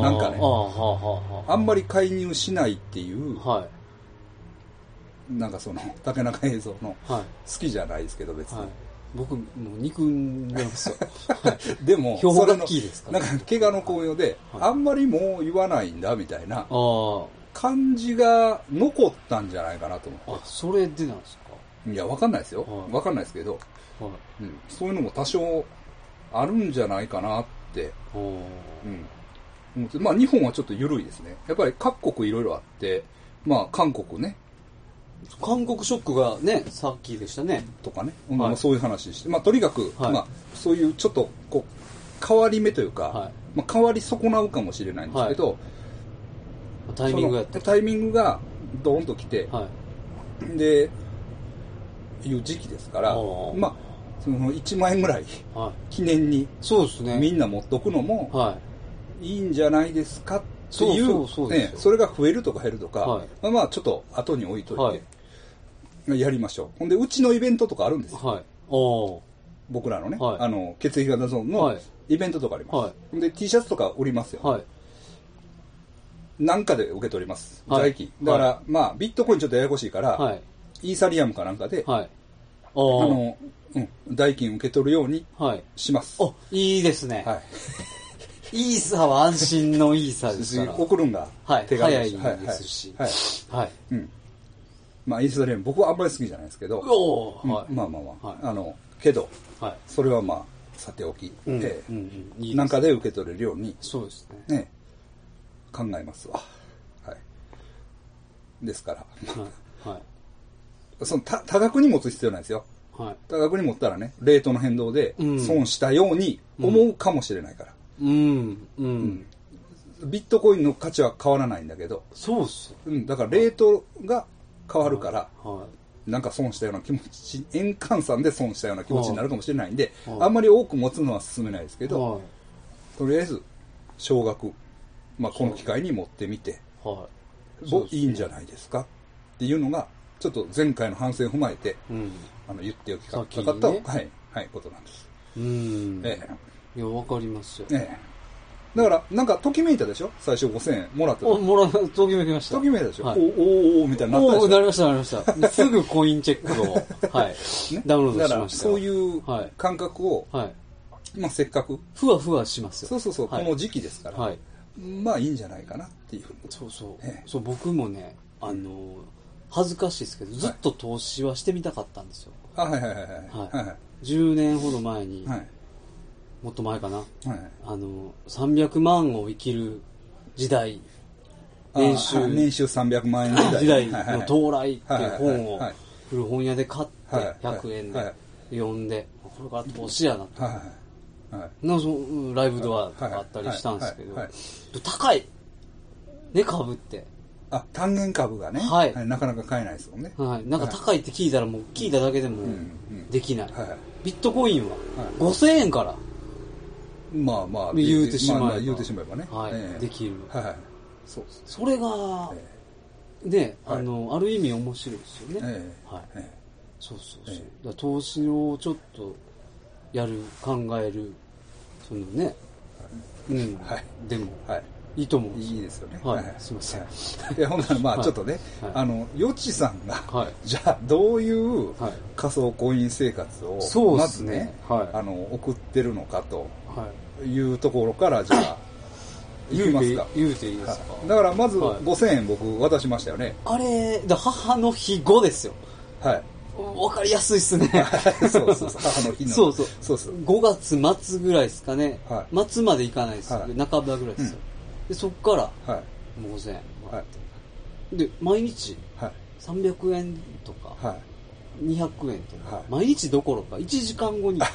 Speaker 1: なんかね
Speaker 2: ああ、はあ、は
Speaker 1: あんまり介入しないっていう
Speaker 2: あ、、はあ。はい。
Speaker 1: なんかその竹中映像の
Speaker 2: はい。
Speaker 1: 好きじゃないですけど、別に。
Speaker 2: はい。僕、もう憎んでま すよ。はい
Speaker 1: でも、
Speaker 2: 票
Speaker 1: そ
Speaker 2: が
Speaker 1: れ
Speaker 2: 大
Speaker 1: の
Speaker 2: きいですか
Speaker 1: な
Speaker 2: ら。
Speaker 1: んか怪我の巧妙で、
Speaker 2: はい
Speaker 1: あんまりもう言わないんだみたいな。
Speaker 2: あ
Speaker 1: 感じが残ったんじゃないかなと思
Speaker 2: あ。あ、それでなんですか
Speaker 1: う。いや、わかんないですよ
Speaker 2: は。い
Speaker 1: わかんないですけど、
Speaker 2: は
Speaker 1: う
Speaker 2: い。
Speaker 1: ん、そういうのも多少あるんじゃないかなって、
Speaker 2: お
Speaker 1: うん、思ってまあ日本はちょっと緩いですね。やっぱり各国いろいろあって、まあ韓国ね、
Speaker 2: 韓国ショックがね、さっきでしたね。
Speaker 1: とかね、うん
Speaker 2: はい
Speaker 1: まあそういう話して、まあとにかく、
Speaker 2: はい
Speaker 1: まあそういうちょっとこう、変わり目というか、
Speaker 2: はい
Speaker 1: まあ変わり損なうかもしれないんですけど、
Speaker 2: タイミングやっ
Speaker 1: そ
Speaker 2: た
Speaker 1: の。タイミングがドーンと来て、
Speaker 2: はい。
Speaker 1: で、いう時期ですから、
Speaker 2: おー
Speaker 1: まあ、その1万円ぐらい
Speaker 2: はい。
Speaker 1: 記念に
Speaker 2: そうですね。
Speaker 1: みんな持っとくのも
Speaker 2: はい
Speaker 1: いんじゃないですかってい
Speaker 2: そうそうそう
Speaker 1: う、
Speaker 2: ですよ
Speaker 1: ね、それが増えるとか減るとか、
Speaker 2: はい
Speaker 1: まあまあちょっと後に置いといて、
Speaker 2: は
Speaker 1: やりましょう。ほんで、うちのイベントとかあるんです
Speaker 2: い。
Speaker 1: よ。
Speaker 2: はい。おー
Speaker 1: 僕らのね、
Speaker 2: はい
Speaker 1: あの、血液型ゾーン
Speaker 2: は
Speaker 1: の
Speaker 2: い
Speaker 1: イベントとかあります。
Speaker 2: はい
Speaker 1: ほんで、T シャツとか売りますよ。
Speaker 2: はい。
Speaker 1: なんかで受け取ります。
Speaker 2: はい
Speaker 1: 在金。だから、
Speaker 2: は
Speaker 1: まあ、ビットコインちょっとややこしいから、
Speaker 2: はい。
Speaker 1: イーサリアムかなんかで、
Speaker 2: はい。
Speaker 1: あ
Speaker 2: おー
Speaker 1: の、うん、代金受け取るように
Speaker 2: はい。
Speaker 1: します。
Speaker 2: お、いいですね。
Speaker 1: はい。
Speaker 2: イーサは安心のイーサですから。
Speaker 1: 送るんが
Speaker 2: はい
Speaker 1: 手軽だし
Speaker 2: 早いですし
Speaker 1: はいはい
Speaker 2: はい。
Speaker 1: はいうんまあイースラエル僕はあんまり好きじゃないですけど、
Speaker 2: お
Speaker 1: うん
Speaker 2: ーはい。
Speaker 1: まあまあまあ、
Speaker 2: はい
Speaker 1: あのけど
Speaker 2: はい。
Speaker 1: それはまあさておき、
Speaker 2: うん
Speaker 1: ええ
Speaker 2: うんうんいいです
Speaker 1: なんかで受け取れるように
Speaker 2: そうですね。
Speaker 1: ね考えますわはいですから
Speaker 2: はい。はい。
Speaker 1: そのた多額に持つ必要ないですよ
Speaker 2: はい。
Speaker 1: 多額に持ったらねレートの変動で
Speaker 2: うん
Speaker 1: 損したように思うかもしれないから、
Speaker 2: うん、うん。
Speaker 1: ビットコインの価値は変わらないんだけど、
Speaker 2: そうっす
Speaker 1: うん、だからレートが変わるから、
Speaker 2: よ。はい。
Speaker 1: なんか損したような気持ち、円換算で損したような気持ちになるかもしれないんで、
Speaker 2: はい
Speaker 1: あんまり多く持つのは勧めないですけど、
Speaker 2: は
Speaker 1: とりあえず、少額、まあ、この機会に持ってみて、
Speaker 2: い。はそう
Speaker 1: ぼ
Speaker 2: ですね
Speaker 1: いいんじゃないですかっていうのが、ちょっと前回の反省を踏まえて、
Speaker 2: い。うん。
Speaker 1: あの言っておきた
Speaker 2: 先
Speaker 1: か
Speaker 2: に
Speaker 1: か
Speaker 2: ね
Speaker 1: った、はい、はい、ことなんです。
Speaker 2: うん。
Speaker 1: え
Speaker 2: いや、わかりますよ
Speaker 1: え。ええだから、なんか、ときめいたでしょ最初5000円もらった
Speaker 2: お、
Speaker 1: 時
Speaker 2: もらう、東京行きました。
Speaker 1: ときめいたでしょ、
Speaker 2: はい
Speaker 1: おおおおみたいになったでし
Speaker 2: お
Speaker 1: ょ
Speaker 2: なりました、なり ました。すぐコインチェックを、はい。ダウンロード
Speaker 1: だ
Speaker 2: し
Speaker 1: から、
Speaker 2: ました
Speaker 1: そう
Speaker 2: よ。
Speaker 1: いう
Speaker 2: はい
Speaker 1: 感覚を、
Speaker 2: はい。
Speaker 1: まあ、せっかく、
Speaker 2: ふわふわします
Speaker 1: そ
Speaker 2: よ。
Speaker 1: うそうそう、
Speaker 2: はい
Speaker 1: この時期ですから、
Speaker 2: はい。
Speaker 1: まあいいんじゃないかなっていう。
Speaker 2: そうそ
Speaker 1: ええ
Speaker 2: う。そう、僕もね、あの、恥ずかしいですけど、ずっと投資はしてみたかったんですよ。
Speaker 1: あ、はいはいはいはい。
Speaker 2: は10年ほど前に、
Speaker 1: はい。
Speaker 2: もっと前かな。
Speaker 1: はい。はい
Speaker 2: あの、300万を生きる時代、
Speaker 1: あ
Speaker 2: 年収
Speaker 1: はい年収300万 円時
Speaker 2: 時
Speaker 1: 代はいは
Speaker 2: 代
Speaker 1: いは
Speaker 2: の
Speaker 1: い
Speaker 2: 到来っていう本を
Speaker 1: はいはいはいはい
Speaker 2: 古本屋で買って
Speaker 1: はいはい
Speaker 2: 100円
Speaker 1: は
Speaker 2: で
Speaker 1: い
Speaker 2: 読んでこれから投資やなと
Speaker 1: はいはい。
Speaker 2: なそのライブドアとかあったりしたんですけ
Speaker 1: はいはいはい
Speaker 2: ど高いね株って
Speaker 1: あ、単元株がね、
Speaker 2: はい
Speaker 1: なかなか買えないですもんね。
Speaker 2: はいなんか
Speaker 1: はい
Speaker 2: 高いって聞いたらもう聞いただけでも
Speaker 1: ん
Speaker 2: できない
Speaker 1: はいはい
Speaker 2: ビットコインは
Speaker 1: はい
Speaker 2: 5000円から
Speaker 1: まあまあ、
Speaker 2: 言うてしまえば
Speaker 1: あ言うてしまえばね。
Speaker 2: はい
Speaker 1: ええ
Speaker 2: できる
Speaker 1: はいはい。そうです。
Speaker 2: それが
Speaker 1: え
Speaker 2: ね
Speaker 1: はい
Speaker 2: あのある意味面白いですよね
Speaker 1: ええ
Speaker 2: はい
Speaker 1: ええ
Speaker 2: そうそうそう。
Speaker 1: ええ
Speaker 2: だから投資をちょっとやる、考える、そのね、うん、
Speaker 1: はい
Speaker 2: でも、
Speaker 1: はい。
Speaker 2: いいと思うんです
Speaker 1: い
Speaker 2: よ
Speaker 1: いですよね。
Speaker 2: はいすいません
Speaker 1: はいいや、ほんならまあ、
Speaker 2: はい
Speaker 1: ちょっとね
Speaker 2: はい、
Speaker 1: あの、よちさんが
Speaker 2: はい、
Speaker 1: じゃあ、どういう
Speaker 2: はい
Speaker 1: 仮想婚姻生活
Speaker 2: そ
Speaker 1: を、
Speaker 2: うっ
Speaker 1: ますず
Speaker 2: ね
Speaker 1: ね、
Speaker 2: はい
Speaker 1: あの、送ってるのかと
Speaker 2: はい。
Speaker 1: いうところから、じゃあ、行き
Speaker 2: 言う
Speaker 1: ます
Speaker 2: て
Speaker 1: か、。
Speaker 2: 言うていいですか。
Speaker 1: だから、まず
Speaker 2: はい
Speaker 1: 5000円僕渡しましたよね。
Speaker 2: あれ、だ母の日後ですよ。
Speaker 1: はい。
Speaker 2: わかりやすいっすね。
Speaker 1: そうそうそう母の日の
Speaker 2: そうそう。
Speaker 1: そうそう
Speaker 2: 5月末ぐらいですかね。
Speaker 1: は
Speaker 2: 末まで行かないですよ。
Speaker 1: はい
Speaker 2: 半ばぐらいですよ。で、そっから、
Speaker 1: はい。
Speaker 2: もう5000円もら
Speaker 1: は
Speaker 2: っ
Speaker 1: い
Speaker 2: て。。で、毎日
Speaker 1: はい。
Speaker 2: 300円とか、
Speaker 1: はい。
Speaker 2: 200円とか、
Speaker 1: はい
Speaker 2: 毎日どころか、1時間 後に、
Speaker 1: あ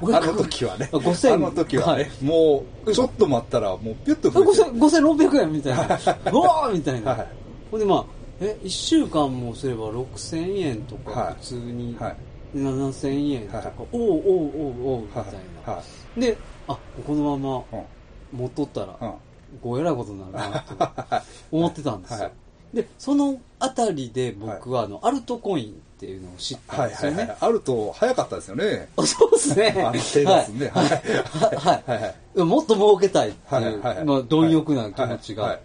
Speaker 1: の時はね、
Speaker 2: あ5000
Speaker 1: あの時はね、
Speaker 2: はい
Speaker 1: もう、ちょっと待ったら、もうピュッと増えてる。
Speaker 2: 5600円みたいな。うわーみたいな
Speaker 1: はい。
Speaker 2: ほんでまあ、え、1週間もすれば6000円と
Speaker 1: はい
Speaker 2: か、普通に
Speaker 1: はい。
Speaker 2: 7000円と
Speaker 1: は
Speaker 2: か
Speaker 1: い、
Speaker 2: おうおうおうおうみたいな。
Speaker 1: は
Speaker 2: で、あ、このま
Speaker 1: い。
Speaker 2: ま持っとった
Speaker 1: うん。
Speaker 2: ら、
Speaker 1: うん。
Speaker 2: ごえらいことになるなと思ってたんです
Speaker 1: は
Speaker 2: よ
Speaker 1: い。
Speaker 2: で、そのあたりで僕は、あの、アルトコインっていうのを知った
Speaker 1: は
Speaker 2: ん
Speaker 1: い
Speaker 2: です
Speaker 1: は
Speaker 2: よ
Speaker 1: いは
Speaker 2: ね
Speaker 1: い。。あると早かったですよね。
Speaker 2: あそうです ね。
Speaker 1: あの手出すね
Speaker 2: はい
Speaker 1: はい
Speaker 2: はい
Speaker 1: はいはい
Speaker 2: はい。もっと儲けたいって
Speaker 1: はい
Speaker 2: い、
Speaker 1: はいうはいはい。
Speaker 2: まあ、貪欲な気持ち
Speaker 1: はいは
Speaker 2: が
Speaker 1: い、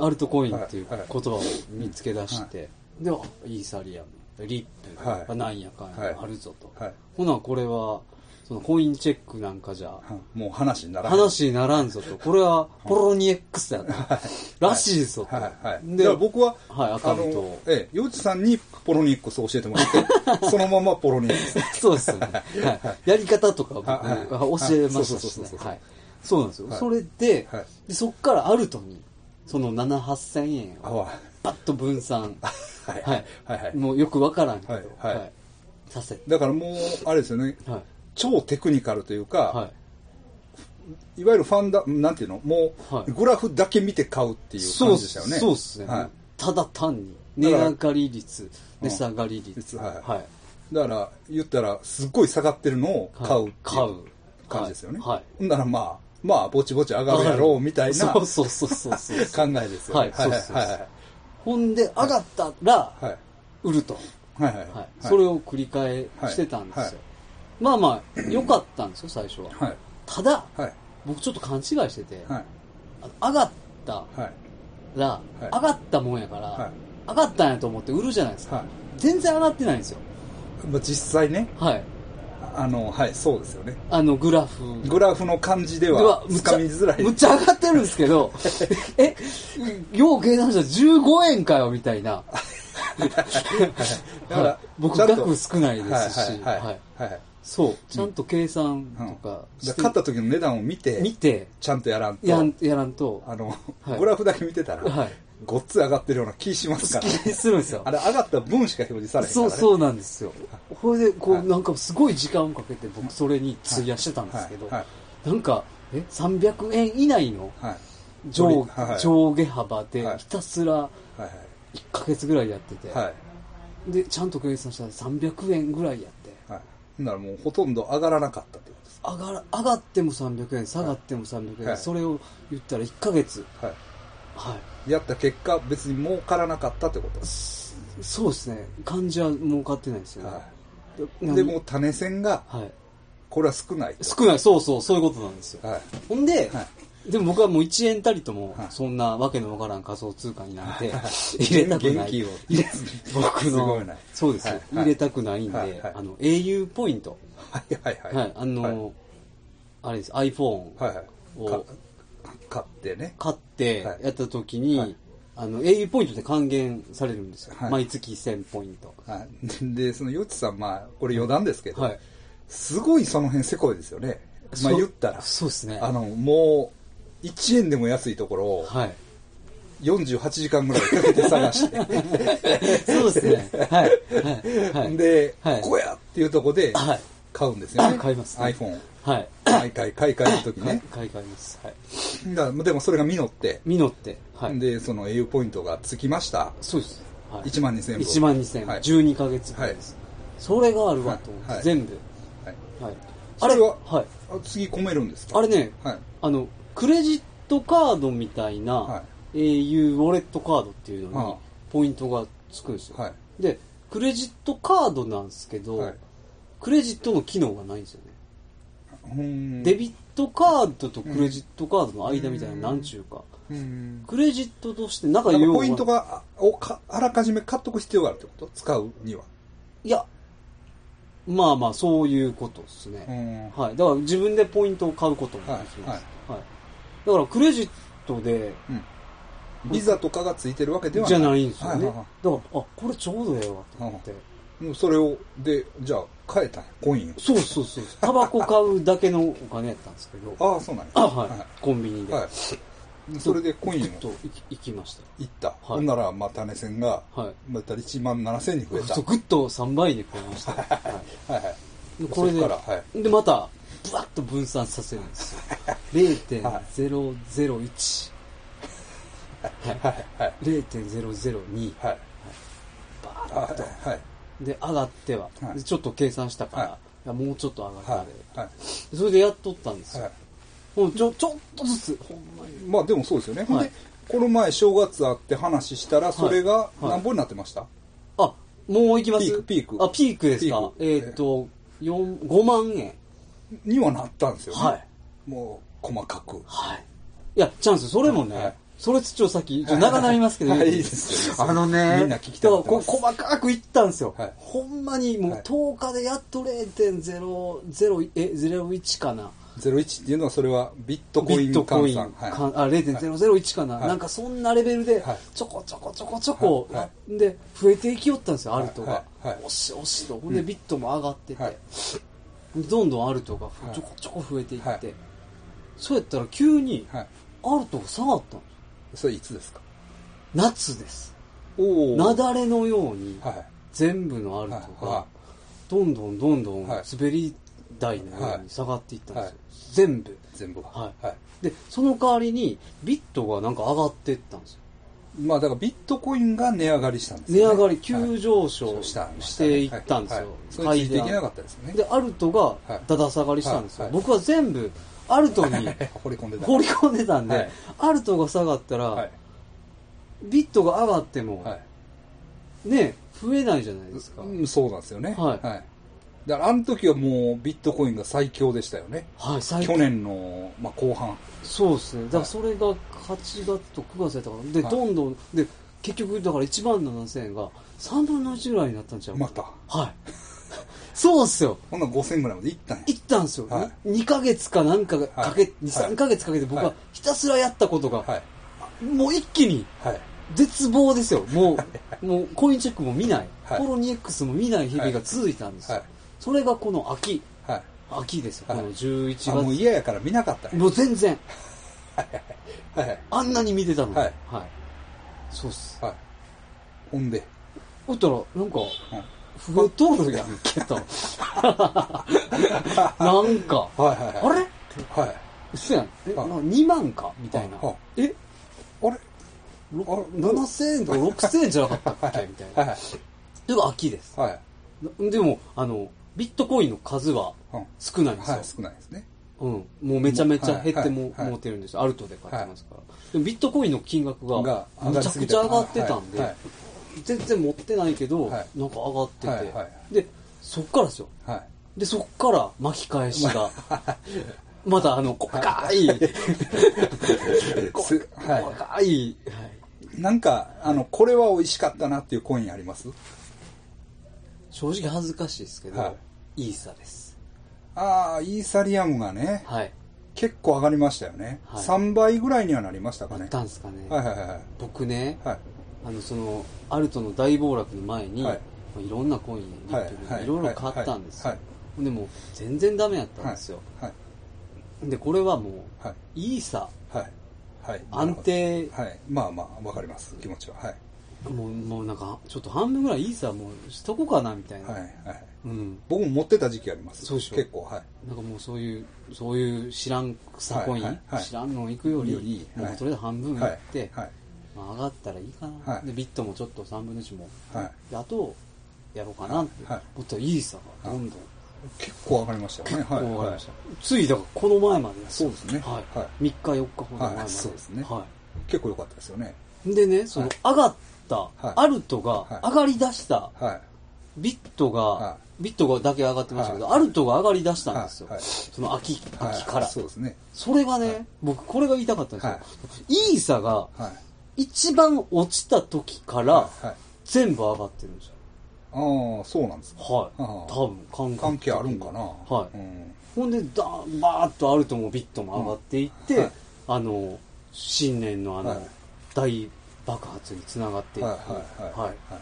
Speaker 2: アルトコインっていう言葉を見つけ出して、で、あイーサリアム、リップ
Speaker 1: はい
Speaker 2: がなんやかん
Speaker 1: はい
Speaker 2: やあるぞと。
Speaker 1: はい
Speaker 2: ほな、これは、そのコインチェックなんかじゃ、
Speaker 1: はいもう話にならない。
Speaker 2: 話にならんぞと。これは、ポロニエックスだと。らしいぞと。
Speaker 1: はいはい。だ
Speaker 2: で
Speaker 1: から、僕は、
Speaker 2: はいアカウントを
Speaker 1: あのええ、洋一さんにポロニックスを教えてもらって、そのままポロニックス。
Speaker 2: そうですよね。はい。やり方とか僕
Speaker 1: はいはい
Speaker 2: が教えましたし
Speaker 1: はいそうそうそう
Speaker 2: ね
Speaker 1: そう。
Speaker 2: はい。そうなんですよ。
Speaker 1: はい
Speaker 2: それで
Speaker 1: はい、
Speaker 2: でそっからアルトに、その7、8000円
Speaker 1: あ
Speaker 2: を
Speaker 1: わ
Speaker 2: バッと分散。
Speaker 1: はいはいはい
Speaker 2: もうよくわからんけど、
Speaker 1: はいはい
Speaker 2: させて。
Speaker 1: だからもう、あれですよね、
Speaker 2: はい。
Speaker 1: 超テクニカルという
Speaker 2: は
Speaker 1: か、
Speaker 2: い。
Speaker 1: いわゆるファンダ、なんていうのも
Speaker 2: は
Speaker 1: う、
Speaker 2: い
Speaker 1: グラフだけ見て買うっていう感じでしたよね。
Speaker 2: そうっすね。
Speaker 1: は
Speaker 2: ただ単
Speaker 1: だ
Speaker 2: に、値
Speaker 1: から
Speaker 2: 上がり率、
Speaker 1: うん
Speaker 2: 値下がり率。
Speaker 1: 率はい
Speaker 2: はい。
Speaker 1: い。だから、言ったら、すっごい下がってるのを買うってい
Speaker 2: 買う
Speaker 1: う感じですよね。
Speaker 2: はいはい
Speaker 1: ほんならまあ、まあ、ぼちぼち上がるやろうみたいな
Speaker 2: そ
Speaker 1: 考
Speaker 2: うそうそうそう そう。
Speaker 1: えですよね。
Speaker 2: はいそうです
Speaker 1: はいはい
Speaker 2: ほんで、上がったら、
Speaker 1: はい。
Speaker 2: 売ると。
Speaker 1: はいはい。
Speaker 2: はい、それを繰り返してたんです
Speaker 1: は
Speaker 2: よ。
Speaker 1: いはい
Speaker 2: まあまあ、良かったんですよ、最初は。
Speaker 1: はい。
Speaker 2: ただ、
Speaker 1: はい。
Speaker 2: 僕ちょっと勘違いしてて、
Speaker 1: はい。
Speaker 2: あの上がった
Speaker 1: はい。
Speaker 2: ら、
Speaker 1: い
Speaker 2: 上がったもんやから、
Speaker 1: はい
Speaker 2: 上がったんやと思って売るじゃないですか。
Speaker 1: はい。
Speaker 2: 全然上がってないんですよ。
Speaker 1: まあ、実際ね、
Speaker 2: はい。
Speaker 1: あの、はい、そうですよね。
Speaker 2: あの、グラフ。
Speaker 1: グラフの感じで
Speaker 2: で
Speaker 1: は、
Speaker 2: むっ
Speaker 1: つ
Speaker 2: ちゃ
Speaker 1: かみづらい。
Speaker 2: むっちゃ上がってるんですけど、 え、よう計算したら15円かよ、みたいな。
Speaker 1: だから
Speaker 2: 僕
Speaker 1: ちゃんと
Speaker 2: 額少ないですし
Speaker 1: はいはいはいはい
Speaker 2: そう。ちゃんと計算とか
Speaker 1: だ
Speaker 2: し
Speaker 1: か
Speaker 2: て、
Speaker 1: ら買った時の値段を見て、
Speaker 2: 見て、
Speaker 1: ちゃんとやらんと、
Speaker 2: やんやらんと、
Speaker 1: あの、
Speaker 2: はい
Speaker 1: グラフだけ見てたら、
Speaker 2: はい
Speaker 1: ごっつい上がってるような気しますから、
Speaker 2: 気にするんですよ。
Speaker 1: あれ上がった分しか表示されへんから、
Speaker 2: そう
Speaker 1: ね。
Speaker 2: そうなんですよ。これで、こ
Speaker 1: は
Speaker 2: う、
Speaker 1: い
Speaker 2: なんかすごい時間をかけて僕それに費やしてたんですけど、
Speaker 1: はいは
Speaker 2: なんか、え、300円以内の
Speaker 1: はい。
Speaker 2: 上,、
Speaker 1: はいはい
Speaker 2: 上下幅で
Speaker 1: はい
Speaker 2: ひたすら
Speaker 1: はい
Speaker 2: 1ヶ月ぐらいやってて、
Speaker 1: はい。はい。
Speaker 2: で、ちゃんと計算したら300円ぐらいやって、
Speaker 1: はい。ほんならもうほとんど上がらなかったってことです
Speaker 2: 上がら上がっても300円、下がっても300円、
Speaker 1: はい
Speaker 2: それを言ったら1ヶ月、
Speaker 1: か。は
Speaker 2: はい。
Speaker 1: い。やった結果、別に儲からなかったってことです。
Speaker 2: そうですね、感じは儲かってないですよね。
Speaker 1: は。
Speaker 2: ないん
Speaker 1: でも、種銭が、
Speaker 2: はい。
Speaker 1: これは少ないと。
Speaker 2: 少ない、そうそう、そういうことなんですよ。
Speaker 1: はい。
Speaker 2: ほんで、
Speaker 1: は
Speaker 2: でも僕はもう1円たりとも
Speaker 1: はい、
Speaker 2: そんなわけのわからん仮想通貨になんて、
Speaker 1: い
Speaker 2: 入れたくない。
Speaker 1: 現金を
Speaker 2: 入れ僕
Speaker 1: すごい
Speaker 2: の
Speaker 1: ね、
Speaker 2: そうです、
Speaker 1: はいはい
Speaker 2: 入れたくないんで、
Speaker 1: はいはい
Speaker 2: あの、au ポイント。
Speaker 1: はいはいはい。
Speaker 2: はい、あの、あれです、iPhone
Speaker 1: はいはい
Speaker 2: を
Speaker 1: か買ってね。
Speaker 2: 買って
Speaker 1: はい
Speaker 2: やった時に、
Speaker 1: はい
Speaker 2: あの、au ポイントで還元されるんですよ。
Speaker 1: はい
Speaker 2: 毎月1000ポイント。
Speaker 1: はい。で、その、よちさん、まあ、これ余談ですけど、
Speaker 2: はい。
Speaker 1: すごいその辺せこいですよね。まあ
Speaker 2: そう
Speaker 1: 言ったら、
Speaker 2: そうですね。
Speaker 1: あの、もう、1円でも安いところを、
Speaker 2: はい。
Speaker 1: 48時間ぐらいかけて探して、
Speaker 2: そうですね。はい。 はい。はい。
Speaker 1: で、
Speaker 2: はい
Speaker 1: ここやっていうとこで
Speaker 2: はい、
Speaker 1: 買うんですよね。
Speaker 2: 買いますね
Speaker 1: iPhone。
Speaker 2: はい。
Speaker 1: 毎回、買い替えるとき
Speaker 2: はい
Speaker 1: ね。
Speaker 2: 買い替えます。はい。
Speaker 1: だでもそれが実って、
Speaker 2: 実って。はい。
Speaker 1: で、その au ポイントがつきました。
Speaker 2: そうです。はい。
Speaker 1: 1万2000円分。
Speaker 2: 1万2000円。
Speaker 1: はい。
Speaker 2: 12ヶ月分です。それがあるわと思って、
Speaker 1: はい
Speaker 2: 全部。
Speaker 1: はい
Speaker 2: はい。
Speaker 1: そ
Speaker 2: あ
Speaker 1: れ
Speaker 2: れ
Speaker 1: は
Speaker 2: は、はい。
Speaker 1: あ次込めるんですか
Speaker 2: あれね、
Speaker 1: はい。
Speaker 2: あの、クレジットカードみたい
Speaker 1: は
Speaker 2: な、au ウォレットカードっていうの
Speaker 1: あ
Speaker 2: に
Speaker 1: あ、
Speaker 2: ポイントがつくんですよ。
Speaker 1: はい。
Speaker 2: で、クレジットカードなんですけど、
Speaker 1: はい
Speaker 2: クレジットの機能がないんですよね。
Speaker 1: うん
Speaker 2: デビットカードとクレジットカードの間みたいな、なんちゅうか。
Speaker 1: うん
Speaker 2: クレジットとして、なんか
Speaker 1: なん
Speaker 2: 用
Speaker 1: か
Speaker 2: 語
Speaker 1: ポイントがあをかあらかじめ買っとく必要があるってこと使うには。
Speaker 2: いや、まあまあ、そういうことですね。
Speaker 1: うん
Speaker 2: はい。だから自分でポイントを買うこともできます。
Speaker 1: は
Speaker 2: はいい。だからクレジットで、
Speaker 1: ビザとかがついてるわけでは
Speaker 2: じゃないんですよね。
Speaker 1: ははは
Speaker 2: だから、あ、これちょうどええわと思って。
Speaker 1: もうそれを、で、じゃあ、変えたんやコイン
Speaker 2: そうそうそう。タバコ買うだけのお金やったんですけど。
Speaker 1: を。ああ、そうなんや。
Speaker 2: あ、はい。コンビニで。
Speaker 1: は。
Speaker 2: はい
Speaker 1: それでコイン
Speaker 2: い。
Speaker 1: を
Speaker 2: と行き行きまし
Speaker 1: いった。
Speaker 2: い
Speaker 1: ほんなら、まあ、種銭が、
Speaker 2: た。はい。
Speaker 1: また1万7千に増えた。
Speaker 2: そうぐっと3倍に増え ました。は
Speaker 1: はいはい。
Speaker 2: いでこれで、
Speaker 1: そっから、はい。
Speaker 2: で、また、ブワッと分散させるんです よ。0.001。
Speaker 1: はい。はい。
Speaker 2: 0.002。
Speaker 1: はい。
Speaker 2: バーッ
Speaker 1: はい。はい。
Speaker 2: と。で、上がっては。
Speaker 1: はい
Speaker 2: でちょっと計算したから、
Speaker 1: はい
Speaker 2: いやもうちょっと上がった
Speaker 1: は
Speaker 2: で。
Speaker 1: い。は
Speaker 2: それでやっとったんです
Speaker 1: い。
Speaker 2: よ。
Speaker 1: はい
Speaker 2: もうちょ、ちょっとずつ、ほんまに。
Speaker 1: まあ、でもそうですよね。ほん
Speaker 2: は
Speaker 1: で
Speaker 2: い、
Speaker 1: この前、正月あって話したら、それが
Speaker 2: いはい
Speaker 1: 何本になってました
Speaker 2: あ、もう行きます
Speaker 1: ピークピーク
Speaker 2: あ、ピークですか。
Speaker 1: ピ
Speaker 2: え
Speaker 1: ーク
Speaker 2: ーっと、四5万円。
Speaker 1: にはなったんですよね。
Speaker 2: はい。
Speaker 1: もう、細かく。
Speaker 2: はい。いや、チャンス、それもね、
Speaker 1: はい
Speaker 2: それ土をさっき、ちょっと長なりますけど、
Speaker 1: はい
Speaker 2: 言う
Speaker 1: いいですよいいですよ
Speaker 2: あのね、
Speaker 1: みんな聞きたが
Speaker 2: だ
Speaker 1: って
Speaker 2: から
Speaker 1: ま
Speaker 2: こ
Speaker 1: す
Speaker 2: 細かくいったんですよ。
Speaker 1: はい
Speaker 2: ほんまにもう
Speaker 1: はい
Speaker 2: 10日でやっと0.001、え、01かな。
Speaker 1: 01っていうのは、それはビットコイ
Speaker 2: ビ
Speaker 1: ン
Speaker 2: ットコ
Speaker 1: 換
Speaker 2: イン、
Speaker 1: 算。
Speaker 2: か
Speaker 1: は
Speaker 2: あ0.001かな、
Speaker 1: はい
Speaker 2: なんかそんなレベルで
Speaker 1: はい
Speaker 2: ちょこちょこちょこちょこ、
Speaker 1: は
Speaker 2: で増えていきよったんですよアルトが、
Speaker 1: はいはいはい
Speaker 2: おしおしとほんでビットも上がってて、
Speaker 1: はい
Speaker 2: どんどんアルトが
Speaker 1: はい
Speaker 2: ちょこちょこ増えていって、
Speaker 1: はい
Speaker 2: そうやったら急に
Speaker 1: い。はい。
Speaker 2: アルトが下がったんです
Speaker 1: それいつですか
Speaker 2: 夏です
Speaker 1: お
Speaker 2: 雪
Speaker 1: ー
Speaker 2: 崩のように
Speaker 1: はい。
Speaker 2: 全部のアルト
Speaker 1: は
Speaker 2: がどんどんどんどん
Speaker 1: はい
Speaker 2: 滑り台のように下がっていったんですよ、
Speaker 1: はい
Speaker 2: 全部
Speaker 1: 全部は。
Speaker 2: は
Speaker 1: はい。
Speaker 2: でその代わりにビットがなんか上がっていったんですよ
Speaker 1: まあだからビットコインが値上がりしたんです
Speaker 2: 値
Speaker 1: よね
Speaker 2: 上がり急上昇
Speaker 1: はいした
Speaker 2: していったんです
Speaker 1: はい
Speaker 2: よ
Speaker 1: はい、それ
Speaker 2: 買
Speaker 1: つい
Speaker 2: い
Speaker 1: ていけな
Speaker 2: で
Speaker 1: かったですよね。
Speaker 2: でアルトがだだ下がりしたんですよ、
Speaker 1: はいはい
Speaker 2: 僕は全部ア ルトに
Speaker 1: 掘り込んでた。
Speaker 2: 放り込んでたんで、
Speaker 1: はい
Speaker 2: アルトが下がったら、
Speaker 1: はい。
Speaker 2: ビットが上がっても、
Speaker 1: はい。
Speaker 2: ね増えないじゃないですか、
Speaker 1: うん、そうなんですよね。
Speaker 2: はい
Speaker 1: い。だからあの時はもうビットコインが最強でしたよね。
Speaker 2: はい最
Speaker 1: 去
Speaker 2: 近
Speaker 1: 年の、まあ、後半。
Speaker 2: そうですねだからそれが8月と9月やったからで、
Speaker 1: はい
Speaker 2: どんどんで結局だから1万7000円が3分の1ぐらいになったんちゃうか
Speaker 1: ま
Speaker 2: な
Speaker 1: た。
Speaker 2: はい そうっすよ
Speaker 1: ほんなら5000ぐらいまでいったんや。
Speaker 2: 行ったんですよ、
Speaker 1: はい
Speaker 2: に2ヶ月かなんかが
Speaker 1: はい
Speaker 2: かけ、
Speaker 1: はい
Speaker 2: 二三23ヶ月かけて僕
Speaker 1: は
Speaker 2: はいひたすらやったことが、
Speaker 1: はい。
Speaker 2: もう一気に
Speaker 1: はい。
Speaker 2: 絶望ですよもうもうコインチェックも見ない、
Speaker 1: はい
Speaker 2: ポロニ X も見ない日々が続いたんですよ、
Speaker 1: はい。
Speaker 2: それがこの秋
Speaker 1: はい。
Speaker 2: 秋ですよ、
Speaker 1: はい
Speaker 2: この11月
Speaker 1: あ、もう嫌やから見なかったんや
Speaker 2: もう全然
Speaker 1: はい。はい。
Speaker 2: あんなに見てたのに
Speaker 1: はい
Speaker 2: そうっす
Speaker 1: はい。ほんで。
Speaker 2: おったらなんか
Speaker 1: うん
Speaker 2: 増えとるやんけとなんか
Speaker 1: はいはい
Speaker 2: あ
Speaker 1: はい。
Speaker 2: れ
Speaker 1: はい。
Speaker 2: 嘘やんえ
Speaker 1: はい
Speaker 2: な2万かみたいな
Speaker 1: はいはい
Speaker 2: え
Speaker 1: あれ
Speaker 2: ろ
Speaker 1: あれ
Speaker 2: 7000円とか6000円じゃなかったっけみたい
Speaker 1: はい
Speaker 2: な。というか秋です。
Speaker 1: はい。はい。
Speaker 2: でも、あの、ビットコインの数は
Speaker 1: うん
Speaker 2: 少ないんですよ。
Speaker 1: はい。少ないですね。
Speaker 2: うん。もうめちゃめちゃ減って
Speaker 1: もう
Speaker 2: も、
Speaker 1: はいはい
Speaker 2: 持てるんですよ。アルトで買ってますから。でもビットコインの金額が
Speaker 1: が、
Speaker 2: むちゃくちゃ上がってたん
Speaker 1: はい
Speaker 2: で、全然持ってないけど、
Speaker 1: は
Speaker 2: なん
Speaker 1: い
Speaker 2: か上がって
Speaker 1: はいは
Speaker 2: て。で、そっからですよ。
Speaker 1: はい。はい
Speaker 2: で、そっから巻き返し が、またあの、細かい、
Speaker 1: すはい
Speaker 2: 細かい、はい
Speaker 1: なんか、あの、これは美味しかったなっていうコインあります
Speaker 2: 正直恥ずかしいですけど、
Speaker 1: は
Speaker 2: イーサです。
Speaker 1: ああ、イーサリアムがね、
Speaker 2: はい。
Speaker 1: 結構上がりましたよね。
Speaker 2: はい
Speaker 1: 3倍ぐらいにはなりました
Speaker 2: あ
Speaker 1: か
Speaker 2: っ
Speaker 1: ね。
Speaker 2: たんすかね。
Speaker 1: はいはいはいはい。
Speaker 2: 僕ね、
Speaker 1: はい。
Speaker 2: あの、その、アルトの大暴落の前に、
Speaker 1: はい
Speaker 2: いろんなコイン、リップル
Speaker 1: はいはい
Speaker 2: いろいろ買ったんですよ
Speaker 1: はいは。
Speaker 2: でも、全然ダメやったんですよ。
Speaker 1: はい。
Speaker 2: で、これはもう、
Speaker 1: はい。
Speaker 2: イーサ
Speaker 1: はい。はい。
Speaker 2: 安定、
Speaker 1: はい。まあまあ、わかります。気持ちは。はい。
Speaker 2: もう、もうなんか、ちょっと半分ぐらいイーサもうしとこうかな、みたいな。
Speaker 1: はい。はい。
Speaker 2: うん。
Speaker 1: 僕も持ってた時期あります。
Speaker 2: そうでしょ
Speaker 1: 結構、はい。
Speaker 2: なんかもうそういう、そういう知らん草コイン、
Speaker 1: はいはいはい
Speaker 2: 知らんの行くより、
Speaker 1: よりはい
Speaker 2: もうとりあえず半分
Speaker 1: は
Speaker 2: や
Speaker 1: い
Speaker 2: って、。
Speaker 1: はい。
Speaker 2: まあ、上がったらいいかな、
Speaker 1: はい
Speaker 2: でビットもちょっと3分の1も、
Speaker 1: はい
Speaker 2: であとやろうかなって、
Speaker 1: はい
Speaker 2: もっといいさがどんどん
Speaker 1: 結構上がりましたよね。はい。
Speaker 2: こう上がりました、
Speaker 1: はい
Speaker 2: ついだからこの前までです
Speaker 1: そうですね。
Speaker 2: はい
Speaker 1: はい。
Speaker 2: 3日4日ほど前ま
Speaker 1: はい
Speaker 2: で
Speaker 1: そうですね
Speaker 2: は
Speaker 1: 結構良かったですよね。
Speaker 2: い、でねその
Speaker 1: はい
Speaker 2: 上がった、
Speaker 1: い
Speaker 2: アルトが
Speaker 1: はい
Speaker 2: 上がり出した、
Speaker 1: はい。
Speaker 2: ビットが、
Speaker 1: は
Speaker 2: ビットがだけ上がってましたけど、
Speaker 1: はい
Speaker 2: アルトが上がり出したんですよ、
Speaker 1: はいはい
Speaker 2: その秋
Speaker 1: はい
Speaker 2: 秋から、
Speaker 1: そうですね。
Speaker 2: それがね、僕これが言いたかったんですよ、、
Speaker 1: はい
Speaker 2: いさが
Speaker 1: はい。
Speaker 2: 一番落ちた時から、
Speaker 1: はいはい。
Speaker 2: 全部上がってるんですよ
Speaker 1: ああ、そうなんですか。
Speaker 2: はい。
Speaker 1: ああ
Speaker 2: 多分、感覚
Speaker 1: 関係あるんかな。
Speaker 2: は
Speaker 1: う
Speaker 2: い。
Speaker 1: ん。
Speaker 2: ほんで、だバーッとアルトもビットも上がっていって、
Speaker 1: うんはい
Speaker 2: あの、新年のあの、
Speaker 1: はい
Speaker 2: 大爆発につながっていく、
Speaker 1: はいはいはい
Speaker 2: はい
Speaker 1: は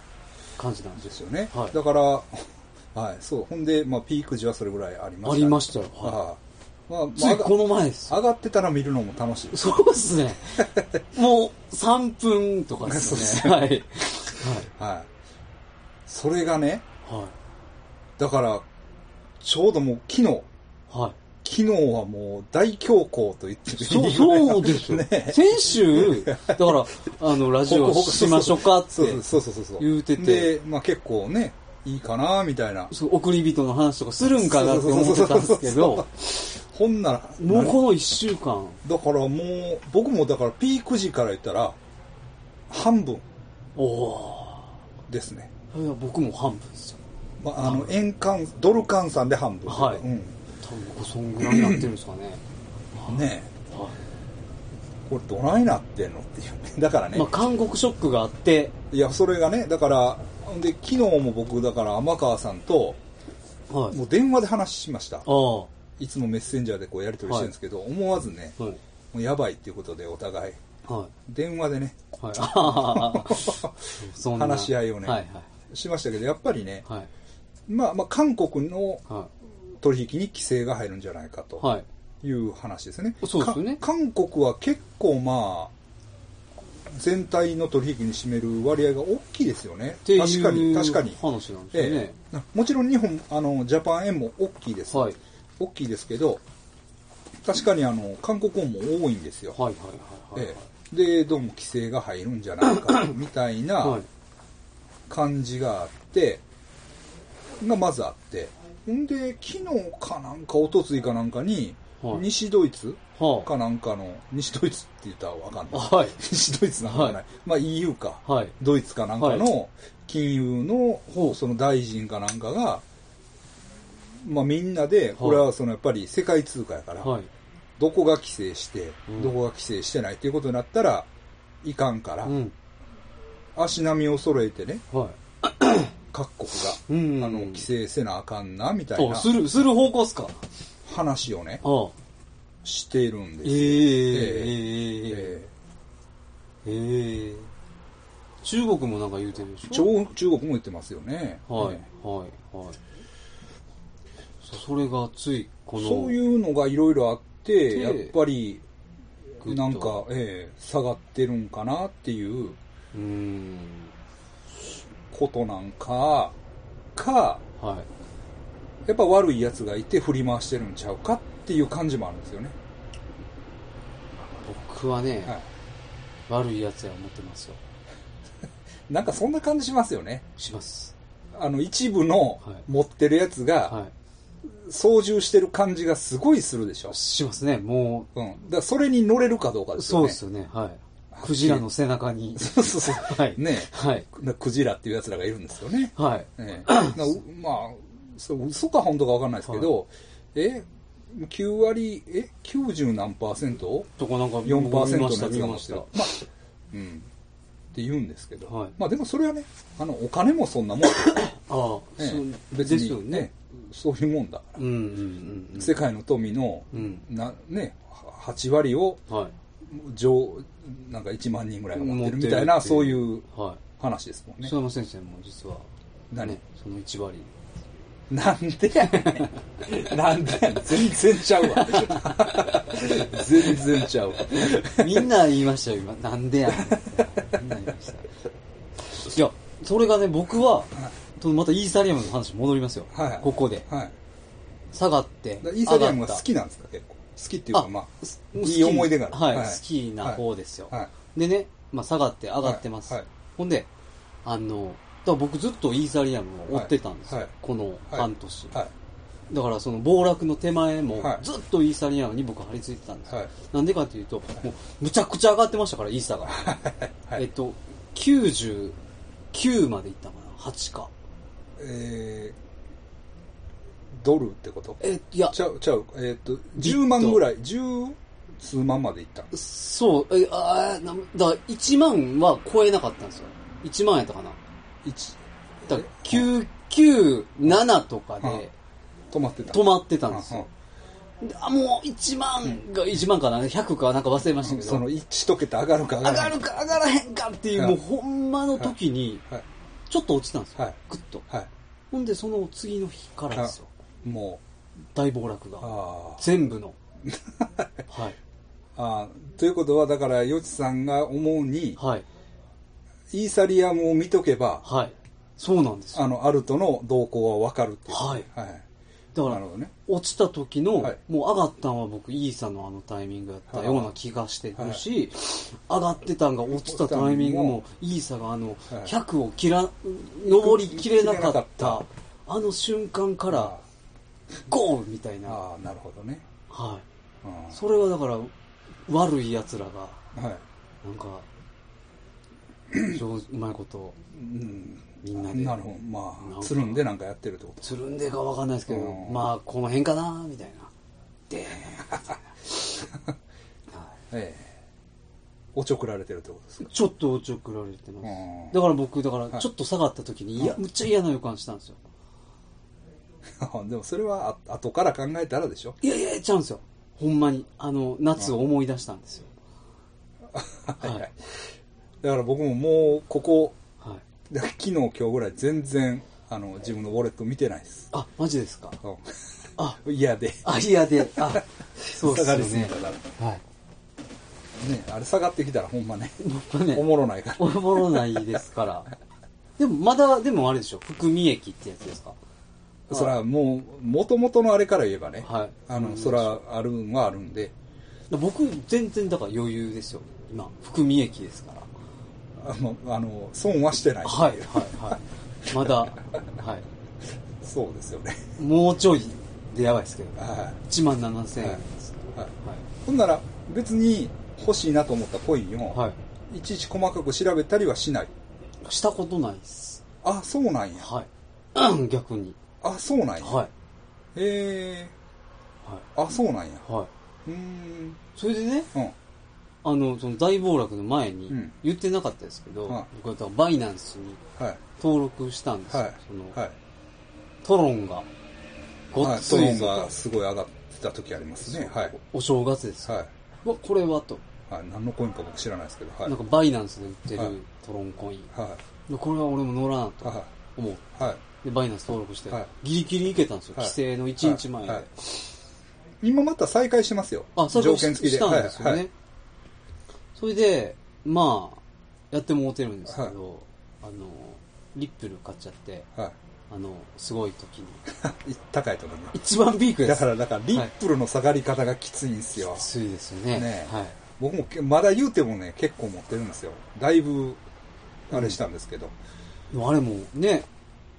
Speaker 2: 感じなん
Speaker 1: い。
Speaker 2: で
Speaker 1: ですすよね。
Speaker 2: はい
Speaker 1: だから、 はい、そう。ほんで、まあ、ピーク時はそれぐらいありました、
Speaker 2: ありましたよはい
Speaker 1: はい。まあ、
Speaker 2: ついこ
Speaker 1: ま
Speaker 2: の前です
Speaker 1: あ、。上がってたら見るのも楽しい。
Speaker 2: そうっす ね。もう3分とかで
Speaker 1: そうっ
Speaker 2: す
Speaker 1: す
Speaker 2: ね。
Speaker 1: ね
Speaker 2: はい。はい。
Speaker 1: はい。それがね、
Speaker 2: は
Speaker 1: だから、ちょうどもう昨日、
Speaker 2: い。はい。
Speaker 1: 昨日はもう大恐慌と言ってる
Speaker 2: そう、そうです よ。
Speaker 1: ね。
Speaker 2: 先週、だから、あの、ラジオしましょうかって
Speaker 1: そう、そうそうそうそう。
Speaker 2: 言うてて
Speaker 1: で、まあ結構ね、いいかなみたいな。
Speaker 2: そう送り人の話とかするんかなって思ってたんですけど、
Speaker 1: ほんなら、
Speaker 2: もうこの1週間、
Speaker 1: だからもう、僕もだからピーク時から言ったら、半分
Speaker 2: おお
Speaker 1: ですね。
Speaker 2: ーいや僕も半分ですよ。
Speaker 1: まあ、あの、円換、ドル換算で半分。
Speaker 2: はい
Speaker 1: うん。
Speaker 2: 多分、こそんぐらいになってるんですかね。
Speaker 1: ね
Speaker 2: は
Speaker 1: えこれどないなってんのっていう。 だから
Speaker 2: い
Speaker 1: ね
Speaker 2: まあ、、韓国ショックがあって、
Speaker 1: いや、それがね、だから、ほんで、昨日も僕、だから天川さんと、
Speaker 2: はい。
Speaker 1: もう電話で話しました。
Speaker 2: あ
Speaker 1: いつもメッセンジャーでこうやり取りしてるんですけど、思わずね、
Speaker 2: あ、はい。
Speaker 1: もうやばいっていうことでお互い、
Speaker 2: はい。
Speaker 1: 電話でね、
Speaker 2: はいあはは。そん な
Speaker 1: 話し合いをね
Speaker 2: はいはい。
Speaker 1: しましたけど、やっぱりね、
Speaker 2: はい。
Speaker 1: まあ、まあ、韓国の
Speaker 2: は
Speaker 1: 取引に規制が入るんじゃないか
Speaker 2: い。
Speaker 1: と
Speaker 2: はい。
Speaker 1: いう話ですね。
Speaker 2: そうですよね
Speaker 1: か韓国は結構まあ、全体の取引に占める割合が大きいですよね。
Speaker 2: ってい
Speaker 1: 確
Speaker 2: う
Speaker 1: かに、確かに。
Speaker 2: 話なんですよね
Speaker 1: え。え、もちろん日本、あの、ジャパン円も大きいです。
Speaker 2: はい。
Speaker 1: 大きいですけど、確かにあの、韓国音も多いんですよ。
Speaker 2: はいはいはいは
Speaker 1: え
Speaker 2: い。
Speaker 1: え、で、どうも規制が入るんじゃないか、みたい
Speaker 2: は。
Speaker 1: ない感じがあって、がまずあって、んで、昨日かなんか、一昨日かなんかに、
Speaker 2: はい
Speaker 1: 西ドイツ
Speaker 2: は
Speaker 1: かなんかの、西ドイツって言ったらわかんな
Speaker 2: あ。
Speaker 1: い。
Speaker 2: はい。
Speaker 1: 西ドイツなんかない。
Speaker 2: はい
Speaker 1: まあ EU か。
Speaker 2: はい。
Speaker 1: ドイツかなんかの金融の
Speaker 2: ほう
Speaker 1: その大臣かなんかが、まあ、みんなで、これはそのやっぱり世界通貨やから、
Speaker 2: はい。
Speaker 1: どこが規制して
Speaker 2: うん、
Speaker 1: どこが規制してないっていうことになったらいかんから
Speaker 2: う、ん。
Speaker 1: 足並みを揃えてね、
Speaker 2: は
Speaker 1: 各国
Speaker 2: い。うん。
Speaker 1: があの規制せなあかんなみたい
Speaker 2: あ、
Speaker 1: な
Speaker 2: する、する方向っすか
Speaker 1: 話をね、
Speaker 2: ああ。
Speaker 1: しているん
Speaker 2: え
Speaker 1: ですよ。
Speaker 2: ええ
Speaker 1: え
Speaker 2: えええ中国もなんか言うてるでし
Speaker 1: ー
Speaker 2: ょ
Speaker 1: 中中国も言ってますよね。
Speaker 2: はい
Speaker 1: ね。
Speaker 2: はい。はい。そそれがつい、この。
Speaker 1: そういうのがいろいろあって、
Speaker 2: で
Speaker 1: やっぱり、
Speaker 2: グッと
Speaker 1: なんか、ええ下がってるんかなっていう
Speaker 2: うーん。
Speaker 1: ことなんか、か、
Speaker 2: はい。
Speaker 1: やっぱ悪い奴がいて振り回してるんちゃうかっていう感じもあるんですよね。
Speaker 2: 僕はね、
Speaker 1: は
Speaker 2: 悪いやつや思ってますよ。
Speaker 1: い。なんかそんな感じしますよね。
Speaker 2: します。
Speaker 1: あの、一部の
Speaker 2: はい
Speaker 1: 持ってる奴が
Speaker 2: は
Speaker 1: 操縦してる感じがすごいするでしょ
Speaker 2: い。。しますね。も
Speaker 1: うん。だからそれに乗れるかどうか
Speaker 2: う、
Speaker 1: ですよ
Speaker 2: そう
Speaker 1: ね。
Speaker 2: ですよね。はい。クジラの背 中に。
Speaker 1: そうそうそう。
Speaker 2: はい。
Speaker 1: ね
Speaker 2: はい。
Speaker 1: えクジラっていう奴らがいるんですよね。
Speaker 2: はい。
Speaker 1: ええなうまあ、そう嘘か本当かわかんないですけど、え、9割、え、90何パーセント
Speaker 2: とかなんか、
Speaker 1: ?4% の
Speaker 2: 見
Speaker 1: や
Speaker 2: まし
Speaker 1: つ
Speaker 2: た、
Speaker 1: が
Speaker 2: 見
Speaker 1: 持
Speaker 2: ま
Speaker 1: っ
Speaker 2: してた
Speaker 1: る。。まあ、うん。って言うんですけど、
Speaker 2: はい
Speaker 1: まあでもそれはね、あの、お金もそんなもん。
Speaker 2: ああ、
Speaker 1: ええ
Speaker 2: そう
Speaker 1: 別
Speaker 2: ですよ
Speaker 1: に
Speaker 2: ね。
Speaker 1: そういうもんだ。
Speaker 2: うんうんうん。
Speaker 1: 世界の富の、
Speaker 2: うん。
Speaker 1: な、ね、8割を、
Speaker 2: は
Speaker 1: 上、なんか1万人ぐらいが持ってる
Speaker 2: 持ってる
Speaker 1: みたいな、
Speaker 2: っていう
Speaker 1: そういう
Speaker 2: い。は
Speaker 1: 話ですもん
Speaker 2: い。
Speaker 1: ね
Speaker 2: 曽。山先生も実は、
Speaker 1: 何
Speaker 2: ねその1割。
Speaker 1: なんでやね ん。なんでやねん。全然ちゃうわ。全然ちゃうわ。
Speaker 2: みんな言いましたよ、今。なんでやねん。みんな言いました。いや、それがね、僕は、とまたイーサリアムの話戻りますよ。
Speaker 1: はい
Speaker 2: ここで。
Speaker 1: はい。
Speaker 2: 下がって。
Speaker 1: だからイーサリアムが好
Speaker 2: 上
Speaker 1: きなんですか、結構。好きっていう
Speaker 2: あ
Speaker 1: か、ま
Speaker 2: がった
Speaker 1: いい思い出がある
Speaker 2: はい、
Speaker 1: はい
Speaker 2: 好きな方ですよ。
Speaker 1: あ。はい。
Speaker 2: でね、まあ、下がって上がってます。
Speaker 1: はいはい
Speaker 2: ほんで、あの、だから僕ずっとイーサリアムを追ってたんですよ。
Speaker 1: はいはい
Speaker 2: この半年、
Speaker 1: はい。
Speaker 2: だからその暴落の手前も
Speaker 1: はい
Speaker 2: ずっとイーサリアムに僕張り付いてたんですよ。
Speaker 1: はい
Speaker 2: なんでかっていうと、もうむちゃくちゃ上がってましたから、イーサが。
Speaker 1: はい
Speaker 2: えっと、99までいったかな ?8 か。
Speaker 1: えー、ドルってこと
Speaker 2: え、いや、
Speaker 1: ちゃう、ちゃう。えーっと、
Speaker 2: ビット
Speaker 1: 10万ぐらい、10数万までいったんです。
Speaker 2: そう、え、あーなんだから1万は超えなかったんですよ。1万やったかな
Speaker 1: 一
Speaker 2: ったら997とか
Speaker 1: うん
Speaker 2: で
Speaker 1: 止まってた。
Speaker 2: 止
Speaker 1: っ
Speaker 2: まってたんですよ。であ、もう1万が、1万かな ?100 かなんか忘れましたけ
Speaker 1: その
Speaker 2: ど、
Speaker 1: 1桁上がるか上が
Speaker 2: 上
Speaker 1: らな
Speaker 2: が
Speaker 1: い
Speaker 2: るか上がらへんかっていう、
Speaker 1: はい
Speaker 2: もうほんまの時に、
Speaker 1: はい。
Speaker 2: ちょっと落ちたんです
Speaker 1: は
Speaker 2: よ
Speaker 1: い。
Speaker 2: ぐっと。
Speaker 1: は
Speaker 2: ほんで、その次の日からですよ。
Speaker 1: い。も
Speaker 2: 大暴落
Speaker 1: う、
Speaker 2: が。
Speaker 1: あ
Speaker 2: 全 部の。はい。
Speaker 1: ああー。ということは、だから、ヨチさんが思うに、
Speaker 2: はい。
Speaker 1: イーサリアムを見とけば、
Speaker 2: はい。そうなんですよ。
Speaker 1: あの、アルトの動向はわかるっていう。
Speaker 2: はい
Speaker 1: はい。
Speaker 2: だか
Speaker 1: な
Speaker 2: ら
Speaker 1: る、ほどね。
Speaker 2: 落ちた時の、
Speaker 1: はい
Speaker 2: もう上がったんは僕、イーサのあのタイミングやったような気がしてるし、上がってたんが落ちたタイミングも、イーサがあの、
Speaker 1: はい
Speaker 2: 100を切ら、登りきれなか
Speaker 1: 切れなか
Speaker 2: っ
Speaker 1: ったた、
Speaker 2: あの瞬間か
Speaker 1: あ
Speaker 2: ら、ゴーみたいな。は
Speaker 1: あー、なるほどね。うん
Speaker 2: い。それはだから、悪い奴らが、
Speaker 1: はい。
Speaker 2: なんか、上手うまいこと、
Speaker 1: うん。
Speaker 2: みんなで
Speaker 1: なるほど。ま
Speaker 2: なん
Speaker 1: あ、
Speaker 2: か
Speaker 1: つるんでなんかやってるってこと。
Speaker 2: つるんでかわかんないですけど、
Speaker 1: うん
Speaker 2: まあ、この辺かな、みたいな。でーんみたいなはい
Speaker 1: ええ。おちょくられてるってことですか。
Speaker 2: ちょっとおちょくられてます
Speaker 1: うん。
Speaker 2: だから僕、だから
Speaker 1: い
Speaker 2: ちょっと下がった時に、いや、むっちゃ嫌な予感したんですよ。
Speaker 1: でもそれはあ後から考えたらでしょ
Speaker 2: いやいや、ちゃうんですよ。ほんまに。あの、夏を思い出したんですよ。はい
Speaker 1: はいはいだから僕ももうここ
Speaker 2: はい。
Speaker 1: だから昨日今日ぐらい全然あの自分のウォレット見てないです
Speaker 2: あ、マジですか。あ、
Speaker 1: うん 嫌で
Speaker 2: あ、嫌で、 あ、そう
Speaker 1: 下
Speaker 2: です
Speaker 1: が
Speaker 2: よ
Speaker 1: りすぎ
Speaker 2: ね
Speaker 1: た。からね
Speaker 2: はい。
Speaker 1: あれ下がってきたらほんまね
Speaker 2: ほんまね
Speaker 1: おもろないから
Speaker 2: おもろないですから。でも、まだ、でもあれでしょ。含み益ってやつですか。
Speaker 1: そらもう元々のあれから言えばね、
Speaker 2: はい
Speaker 1: あのそらあるんはあるんで
Speaker 2: 僕、全然だから余裕ですよ。今、含み益ですから。
Speaker 1: あのあの損はしてない
Speaker 2: はい、はい、はい。まだ、はい。
Speaker 1: そうですよね
Speaker 2: もうちょいでやばいですけど、
Speaker 1: は
Speaker 2: 1万7000円です。
Speaker 1: い、はい、
Speaker 2: は
Speaker 1: ほんなら別に欲しいなと思ったコインを、、
Speaker 2: い。はい
Speaker 1: ちいち細かく調べたりはしない
Speaker 2: い。したことないです。
Speaker 1: あそうなんや
Speaker 2: はい。 逆に。
Speaker 1: あそうなんや
Speaker 2: は
Speaker 1: へえ
Speaker 2: い。は
Speaker 1: あそうなんや
Speaker 2: い。はい。
Speaker 1: うーん
Speaker 2: それでね、
Speaker 1: うん
Speaker 2: あの、その大暴落の前
Speaker 1: う
Speaker 2: に
Speaker 1: ん、
Speaker 2: 言ってなかったですけど、
Speaker 1: はい
Speaker 2: 僕はだからバイナンスに
Speaker 1: はい
Speaker 2: 登録したんですよ。
Speaker 1: はい
Speaker 2: その、
Speaker 1: はい
Speaker 2: トロンが、ご
Speaker 1: は
Speaker 2: っ
Speaker 1: い
Speaker 2: つ
Speaker 1: ト
Speaker 2: い
Speaker 1: ーン
Speaker 2: ぞと
Speaker 1: がすごい上がってた時ありますねはい
Speaker 2: お正月ですよ。
Speaker 1: は
Speaker 2: うわこれはと、
Speaker 1: い、はい、何のコインか僕知らないですけどはい
Speaker 2: なんかバイナンスで売って
Speaker 1: はい
Speaker 2: るトロンコイン。
Speaker 1: は
Speaker 2: うわこれは俺も乗らなと
Speaker 1: いは
Speaker 2: 思う。
Speaker 1: いはい
Speaker 2: で、バイナンス登録して
Speaker 1: はい、
Speaker 2: ギリギリ行けたんですよ。
Speaker 1: はい
Speaker 2: 規制の1日前で
Speaker 1: はい。はい今また再開してますよ
Speaker 2: あ、それ
Speaker 1: 条件付きで
Speaker 2: したんですよね。
Speaker 1: はいはい
Speaker 2: それで、まあ、やってもうてるんですけど、あの、リップル買っちゃって、
Speaker 1: はい
Speaker 2: あの、すごい時に。
Speaker 1: 高いと思いま
Speaker 2: 一番ピー
Speaker 1: す
Speaker 2: クで
Speaker 1: だ
Speaker 2: す。
Speaker 1: からだからリップルの下がり方がきついんですよ、
Speaker 2: ついですよね。
Speaker 1: ねえ
Speaker 2: はい。
Speaker 1: 僕もけまだ言うてもね結構持ってるんですよだいぶあれしたんですけど、
Speaker 2: でもあれもね、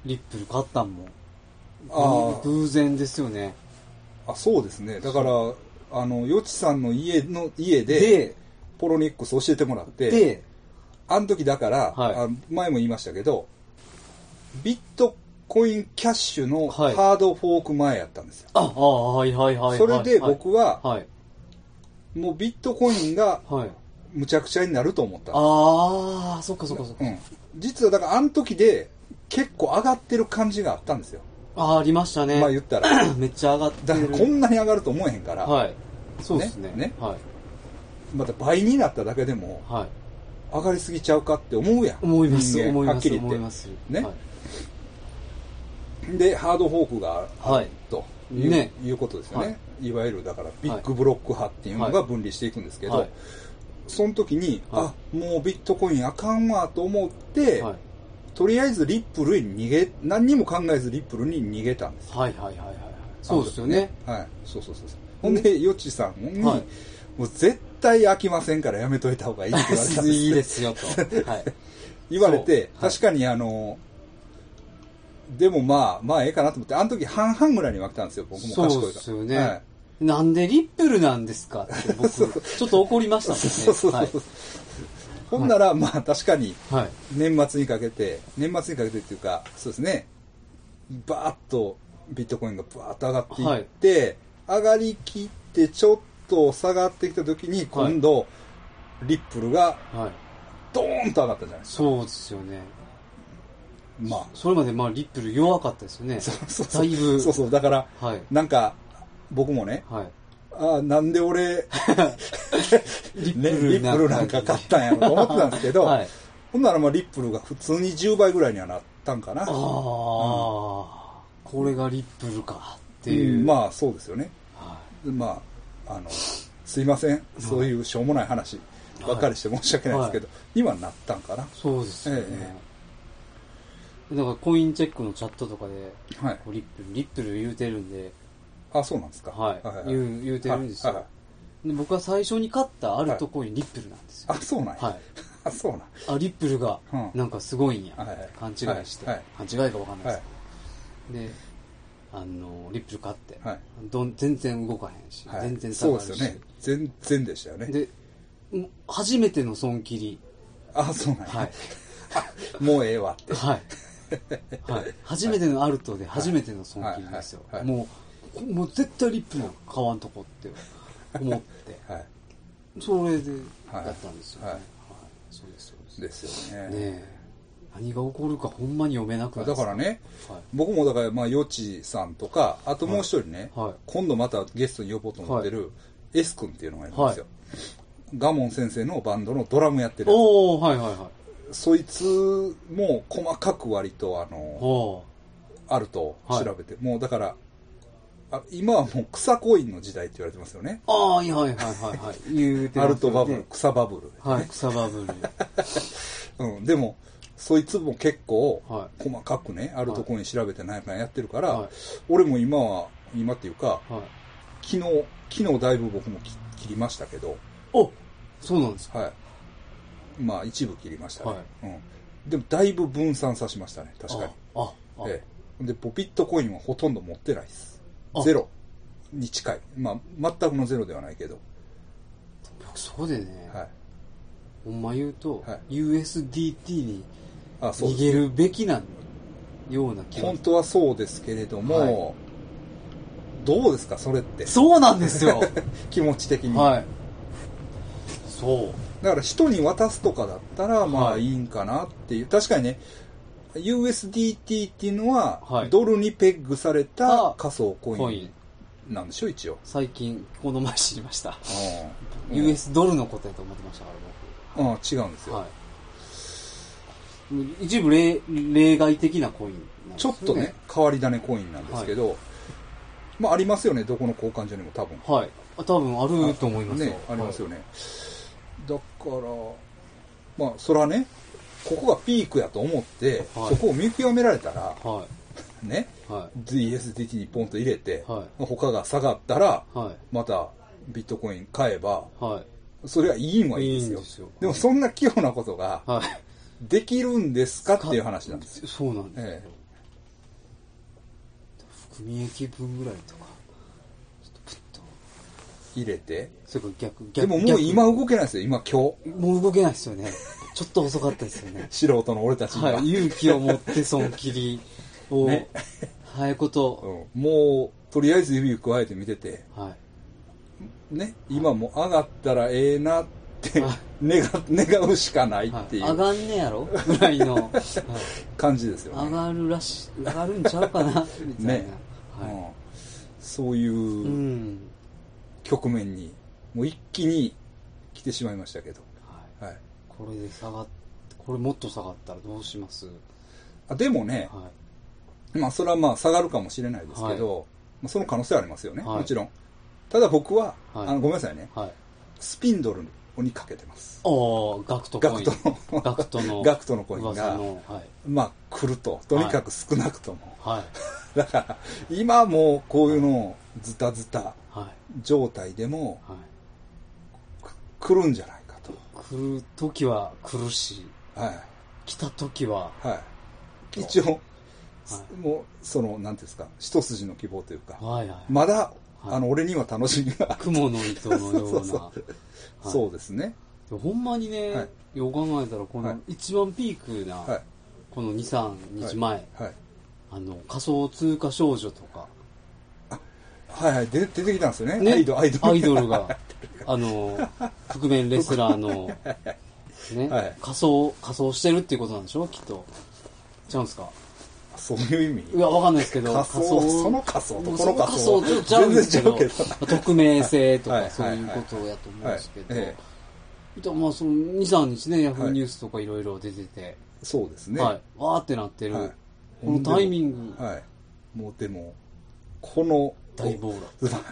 Speaker 2: リップル買ったんも、
Speaker 1: ああ
Speaker 2: 偶然ですよね。
Speaker 1: あそうですねだからあのよちさんの家の家で
Speaker 2: で、
Speaker 1: ポロニックス教えてもらって
Speaker 2: で、
Speaker 1: あの時だから、
Speaker 2: はい
Speaker 1: あの前も言いましたけどビットコインキャッシュの
Speaker 2: はい
Speaker 1: ハードフォーク前やったんですよ、
Speaker 2: あ、あはいはいはいはい。
Speaker 1: それで僕は、
Speaker 2: はい。
Speaker 1: もうビットコインが
Speaker 2: はい。
Speaker 1: むちゃくちゃになると思ったんで
Speaker 2: ああ、そっかそっかそっ
Speaker 1: す
Speaker 2: か。
Speaker 1: うん、実はだからあの時で結構上がってる感じがあったんですよ、
Speaker 2: ああ、ありましたね。
Speaker 1: まあ言ったら
Speaker 2: めっちゃ上がって
Speaker 1: だから
Speaker 2: る。
Speaker 1: こんなに上がると思えへんから、
Speaker 2: はい。そうですね。
Speaker 1: ねね
Speaker 2: はい。
Speaker 1: また倍になっただけでも
Speaker 2: はい。
Speaker 1: 上がりすぎちゃうかって思うやん
Speaker 2: 思います、
Speaker 1: 人間
Speaker 2: 思い
Speaker 1: はっ
Speaker 2: ま
Speaker 1: き
Speaker 2: す、
Speaker 1: り言っ
Speaker 2: 思
Speaker 1: て
Speaker 2: います。
Speaker 1: ね
Speaker 2: はい
Speaker 1: でハードフォークがあ
Speaker 2: はい
Speaker 1: るという,、
Speaker 2: ね
Speaker 1: いうことですよね、、
Speaker 2: はい
Speaker 1: わゆるだからビッグブロック派っていうのが分離していくんですけど、
Speaker 2: はい
Speaker 1: その時に、
Speaker 2: は
Speaker 1: あもうビットコインあかんわと思って、
Speaker 2: はい。
Speaker 1: とりあえずリップルに逃げ何にも考えずリップルに逃げたんです
Speaker 2: はいはいはいはい。そうですよね。
Speaker 1: はいそうそうそうそうほんでよちさんに、
Speaker 2: はい
Speaker 1: もう絶対飽きませんからやめといた方がいいって言われたんです
Speaker 2: いいですよと。はい。
Speaker 1: 言われて、
Speaker 2: そうはい
Speaker 1: 確かにあの、でもまあ、まあええかなと思って、あの時半々ぐらいに分けたんですよ、僕も賢いから。
Speaker 2: そうですよね、
Speaker 1: はい
Speaker 2: なんでリップルなんですかって僕、ちょっと怒りましたもんね。
Speaker 1: そうそうそうそう。ほんなら、まあ確かに、
Speaker 2: はい。はい。
Speaker 1: 年末にかけて、年末にかけてっていうか、そうですね、バーッとビットコインがバーッと上がっていって、上がりきってちょっと下がってきた時に、今度、リップルが
Speaker 2: はい。
Speaker 1: ドーンと上がったじゃないですか。
Speaker 2: そうですよね。
Speaker 1: まあ、
Speaker 2: それまでまあリップル弱かったですよね。
Speaker 1: そうそうそう。
Speaker 2: だいぶ
Speaker 1: そうそう。だから、
Speaker 2: はい。
Speaker 1: なんか、僕もね、
Speaker 2: はい。
Speaker 1: ああ、なんで俺、
Speaker 2: リ
Speaker 1: ね、リップルなんか買ったんやろと思ってたんですけど、
Speaker 2: はい。
Speaker 1: ほんならまあリップルが普通に10倍ぐらいにはなったんかな。
Speaker 2: ああ、これがリップルかっていう。
Speaker 1: うんまあそうですよね。
Speaker 2: は
Speaker 1: まあ、あの、すいません。そういうしょうもない話ばっかりして申し訳ないですけど、今なったんかな。
Speaker 2: い、そうですよね。
Speaker 1: え
Speaker 2: なんかコインチェックのチャットとかで、
Speaker 1: はい。
Speaker 2: こうリップル、リップル言うてるんで、
Speaker 1: あ、そうなんですか。
Speaker 2: はい。
Speaker 1: はい
Speaker 2: 言う、言うてるんですよ、
Speaker 1: はいは
Speaker 2: で僕は最初に買ったあるとコイン、リップルなんですよ。
Speaker 1: あ、そうなんや。
Speaker 2: はい。
Speaker 1: あ、そうなん。
Speaker 2: あ、リップルが
Speaker 1: うん、
Speaker 2: なんかすごいんや。
Speaker 1: はいはい
Speaker 2: 勘違いして、
Speaker 1: はい
Speaker 2: 勘違いかわかんないです、
Speaker 1: は
Speaker 2: で、あの、リップル買って、
Speaker 1: はい
Speaker 2: どん全然動かへんし、
Speaker 1: はい。
Speaker 2: 全然下
Speaker 1: そう
Speaker 2: が
Speaker 1: で
Speaker 2: る
Speaker 1: すよ
Speaker 2: し。
Speaker 1: ね。全然でしたよね。
Speaker 2: で、もう初めての損切り。
Speaker 1: あ、そうなんや。
Speaker 2: はい。
Speaker 1: もうええわって。
Speaker 2: はい。はい。初めてのアルトで初めての損切りですよ
Speaker 1: はい。はいはい
Speaker 2: もう、こもう絶対リップの買わんとこって思って、
Speaker 1: はい。
Speaker 2: それでやったんですよね。
Speaker 1: はい
Speaker 2: はい。そうです、そうです。
Speaker 1: で
Speaker 2: ね
Speaker 1: すよね。
Speaker 2: え。何が起こるかほんまに読めなくな
Speaker 1: だ
Speaker 2: る
Speaker 1: から。ね、
Speaker 2: はい。
Speaker 1: 僕もだから、まあ、よちさんとか、あともう一人ね、
Speaker 2: はいはい
Speaker 1: 今度またゲストに呼ぼうと思ってる、S 君っていうのがいるんですよ。ガモン先生のバンドのドラムやってる。
Speaker 2: おー、はいはいはい。
Speaker 1: そいつも細かく割と、あの、
Speaker 2: おー。
Speaker 1: あると調べて、もうだから、あ今はもう草コインの時代って言われてますよね。
Speaker 2: ああ、はいはいはいはいはい。言うて
Speaker 1: アル
Speaker 2: ますよね
Speaker 1: トバブル、草バブル。
Speaker 2: はい、草バブル。
Speaker 1: うん、でも、そいつも結構、
Speaker 2: は
Speaker 1: 細かくね、あるところに調べて何やかんやってるから、
Speaker 2: はい
Speaker 1: 俺も今は、今っていうか、
Speaker 2: い。はい。
Speaker 1: 昨日、昨日だいぶ僕も切切りましたけど、
Speaker 2: おそうなんですか
Speaker 1: はい。まあ、一部切りましたね。
Speaker 2: は
Speaker 1: うん。でも、だいぶ分散さしましたね、確かに。
Speaker 2: あ、あ、あ、
Speaker 1: ええ、で、ポピットコインはほとんど持ってないです
Speaker 2: あ。
Speaker 1: ゼロに近い。まあ、全くのゼロではないけど。
Speaker 2: 僕そこでね、
Speaker 1: はい。
Speaker 2: ほんま言うと、
Speaker 1: はい
Speaker 2: USDT に
Speaker 1: あ、そう
Speaker 2: 逃
Speaker 1: です。
Speaker 2: げるべきなような気が
Speaker 1: 本当はそうですけれども、
Speaker 2: は
Speaker 1: どうですか、それって。
Speaker 2: そうなんで すよ
Speaker 1: 気持ち的に。
Speaker 2: はいそう
Speaker 1: だから人に渡すとかだったら、まあ
Speaker 2: はい
Speaker 1: いいんかなっていう。確かにね、USDT っていうのは
Speaker 2: は、い
Speaker 1: ドルにペッグされた
Speaker 2: あ
Speaker 1: 仮想コ
Speaker 2: コイ
Speaker 1: イ
Speaker 2: ン
Speaker 1: ンなんでしょ、一応。
Speaker 2: 最近この前知りました、
Speaker 1: うん
Speaker 2: US ドルのことやと思ってましたから
Speaker 1: うん、違うんです
Speaker 2: 僕
Speaker 1: よ。
Speaker 2: はい一部例例外的なコインなんです
Speaker 1: ちょ
Speaker 2: よ
Speaker 1: っとね、変わり種コインなんですけど、まあありますよね、どこの交換所にも多分。
Speaker 2: はいあ多分あると思いますよ、
Speaker 1: ね、ありますよ
Speaker 2: ね、
Speaker 1: ね。だから、まあそれはね、ここがピークやと思って、
Speaker 2: はい
Speaker 1: そこを見極められたら、
Speaker 2: は
Speaker 1: ね、
Speaker 2: いはい
Speaker 1: DSDT にポンと入れて、
Speaker 2: は
Speaker 1: 他が下がったら、
Speaker 2: はい
Speaker 1: またビットコイン買えば、
Speaker 2: はい
Speaker 1: それはいいんはいいんですよ。
Speaker 2: いいんですよ
Speaker 1: もそんな器用なことが
Speaker 2: はい
Speaker 1: できるんですかっていう話なんですよ。
Speaker 2: そうなんですよ、
Speaker 1: ええ
Speaker 2: 含み益分ぐらいとかちょっとプッと
Speaker 1: 入れて。
Speaker 2: それから逆逆
Speaker 1: でももう今動けないですよ、今今日。
Speaker 2: 逆もう動けないですよねちょっと遅かったですよね
Speaker 1: 素人の俺たちに
Speaker 2: は
Speaker 1: は。
Speaker 2: い勇気を持って損切りを、
Speaker 1: ね
Speaker 2: 早いこと、
Speaker 1: うんもう、とりあえず指を加えて見てて、
Speaker 2: はい
Speaker 1: ね、今もう上がったらええなって
Speaker 2: はい
Speaker 1: 願願うしかない
Speaker 2: は
Speaker 1: って
Speaker 2: い、
Speaker 1: い
Speaker 2: 上
Speaker 1: う
Speaker 2: がんねやろぐらいの、はい
Speaker 1: 感じですよ
Speaker 2: 上
Speaker 1: ね。
Speaker 2: がるらしい上がるんちゃうかなみたいな、
Speaker 1: ね
Speaker 2: は
Speaker 1: うんそうい
Speaker 2: い、
Speaker 1: う
Speaker 2: うん、
Speaker 1: 局面に、もう一気に来てしまいましたけど。
Speaker 2: はい、
Speaker 1: はい。
Speaker 2: これで下がっこれもっと下がったらどうします
Speaker 1: あでもね、
Speaker 2: は
Speaker 1: まあそれはまあ下がるかもしれないですけど、まあその可能性はありますよね、
Speaker 2: はい
Speaker 1: もちろん。ただ僕は、
Speaker 2: はい
Speaker 1: あのごめんなさいね、
Speaker 2: いはい
Speaker 1: スピンドルにかけてます。
Speaker 2: おーガクトコ
Speaker 1: ガク
Speaker 2: イン
Speaker 1: トの、
Speaker 2: ガクトの
Speaker 1: ガクトのコイン
Speaker 2: 噂
Speaker 1: が、
Speaker 2: のはい
Speaker 1: まあ来ると。とにかく少なくとも。
Speaker 2: はい
Speaker 1: だから、今もうこういうのズタズタ
Speaker 2: はい
Speaker 1: 状態でも
Speaker 2: はい
Speaker 1: く来るんじゃないかと。
Speaker 2: 来る時は来るし
Speaker 1: はい。
Speaker 2: 来た時は
Speaker 1: はい。一応、
Speaker 2: は
Speaker 1: もう、その、なんていうんですか、一筋の希望というか、
Speaker 2: はいはい、
Speaker 1: まだ、
Speaker 2: はい
Speaker 1: あの、俺には楽しみが、
Speaker 2: 雲の糸のよ
Speaker 1: そ
Speaker 2: うな
Speaker 1: うそう
Speaker 2: はい
Speaker 1: そうですね。
Speaker 2: でもほんまにね、
Speaker 1: はい
Speaker 2: よく考えたらこ
Speaker 1: はい
Speaker 2: の一番ピークな、
Speaker 1: はい。
Speaker 2: この23日前、
Speaker 1: はい。
Speaker 2: あの仮想通貨少女とか
Speaker 1: はいはい、で出てきたんですよね。
Speaker 2: ね
Speaker 1: アイドル、アイドル。
Speaker 2: があの覆面レスラーの、ね
Speaker 1: はい
Speaker 2: 仮装仮装してるっていうことなんでしょきっとちゃうんですか
Speaker 1: そういう意味
Speaker 2: いや、わかんないですけど、
Speaker 1: 仮想その仮想とこの仮想
Speaker 2: そのちょっとちゃうんですけど
Speaker 1: 全然ちゃうけ、
Speaker 2: 匿名性と
Speaker 1: はいはい
Speaker 2: かそういうことやと思うんですけど、
Speaker 1: はいえ
Speaker 2: でもまあその2、3日ね、ヤフ
Speaker 1: は
Speaker 2: ー
Speaker 1: い
Speaker 2: ニュースとかいろいろ出てて、
Speaker 1: そうですね、
Speaker 2: はい、わーってなってる、
Speaker 1: はい
Speaker 2: このタイミング、
Speaker 1: はい、もうでもこの
Speaker 2: 大暴落。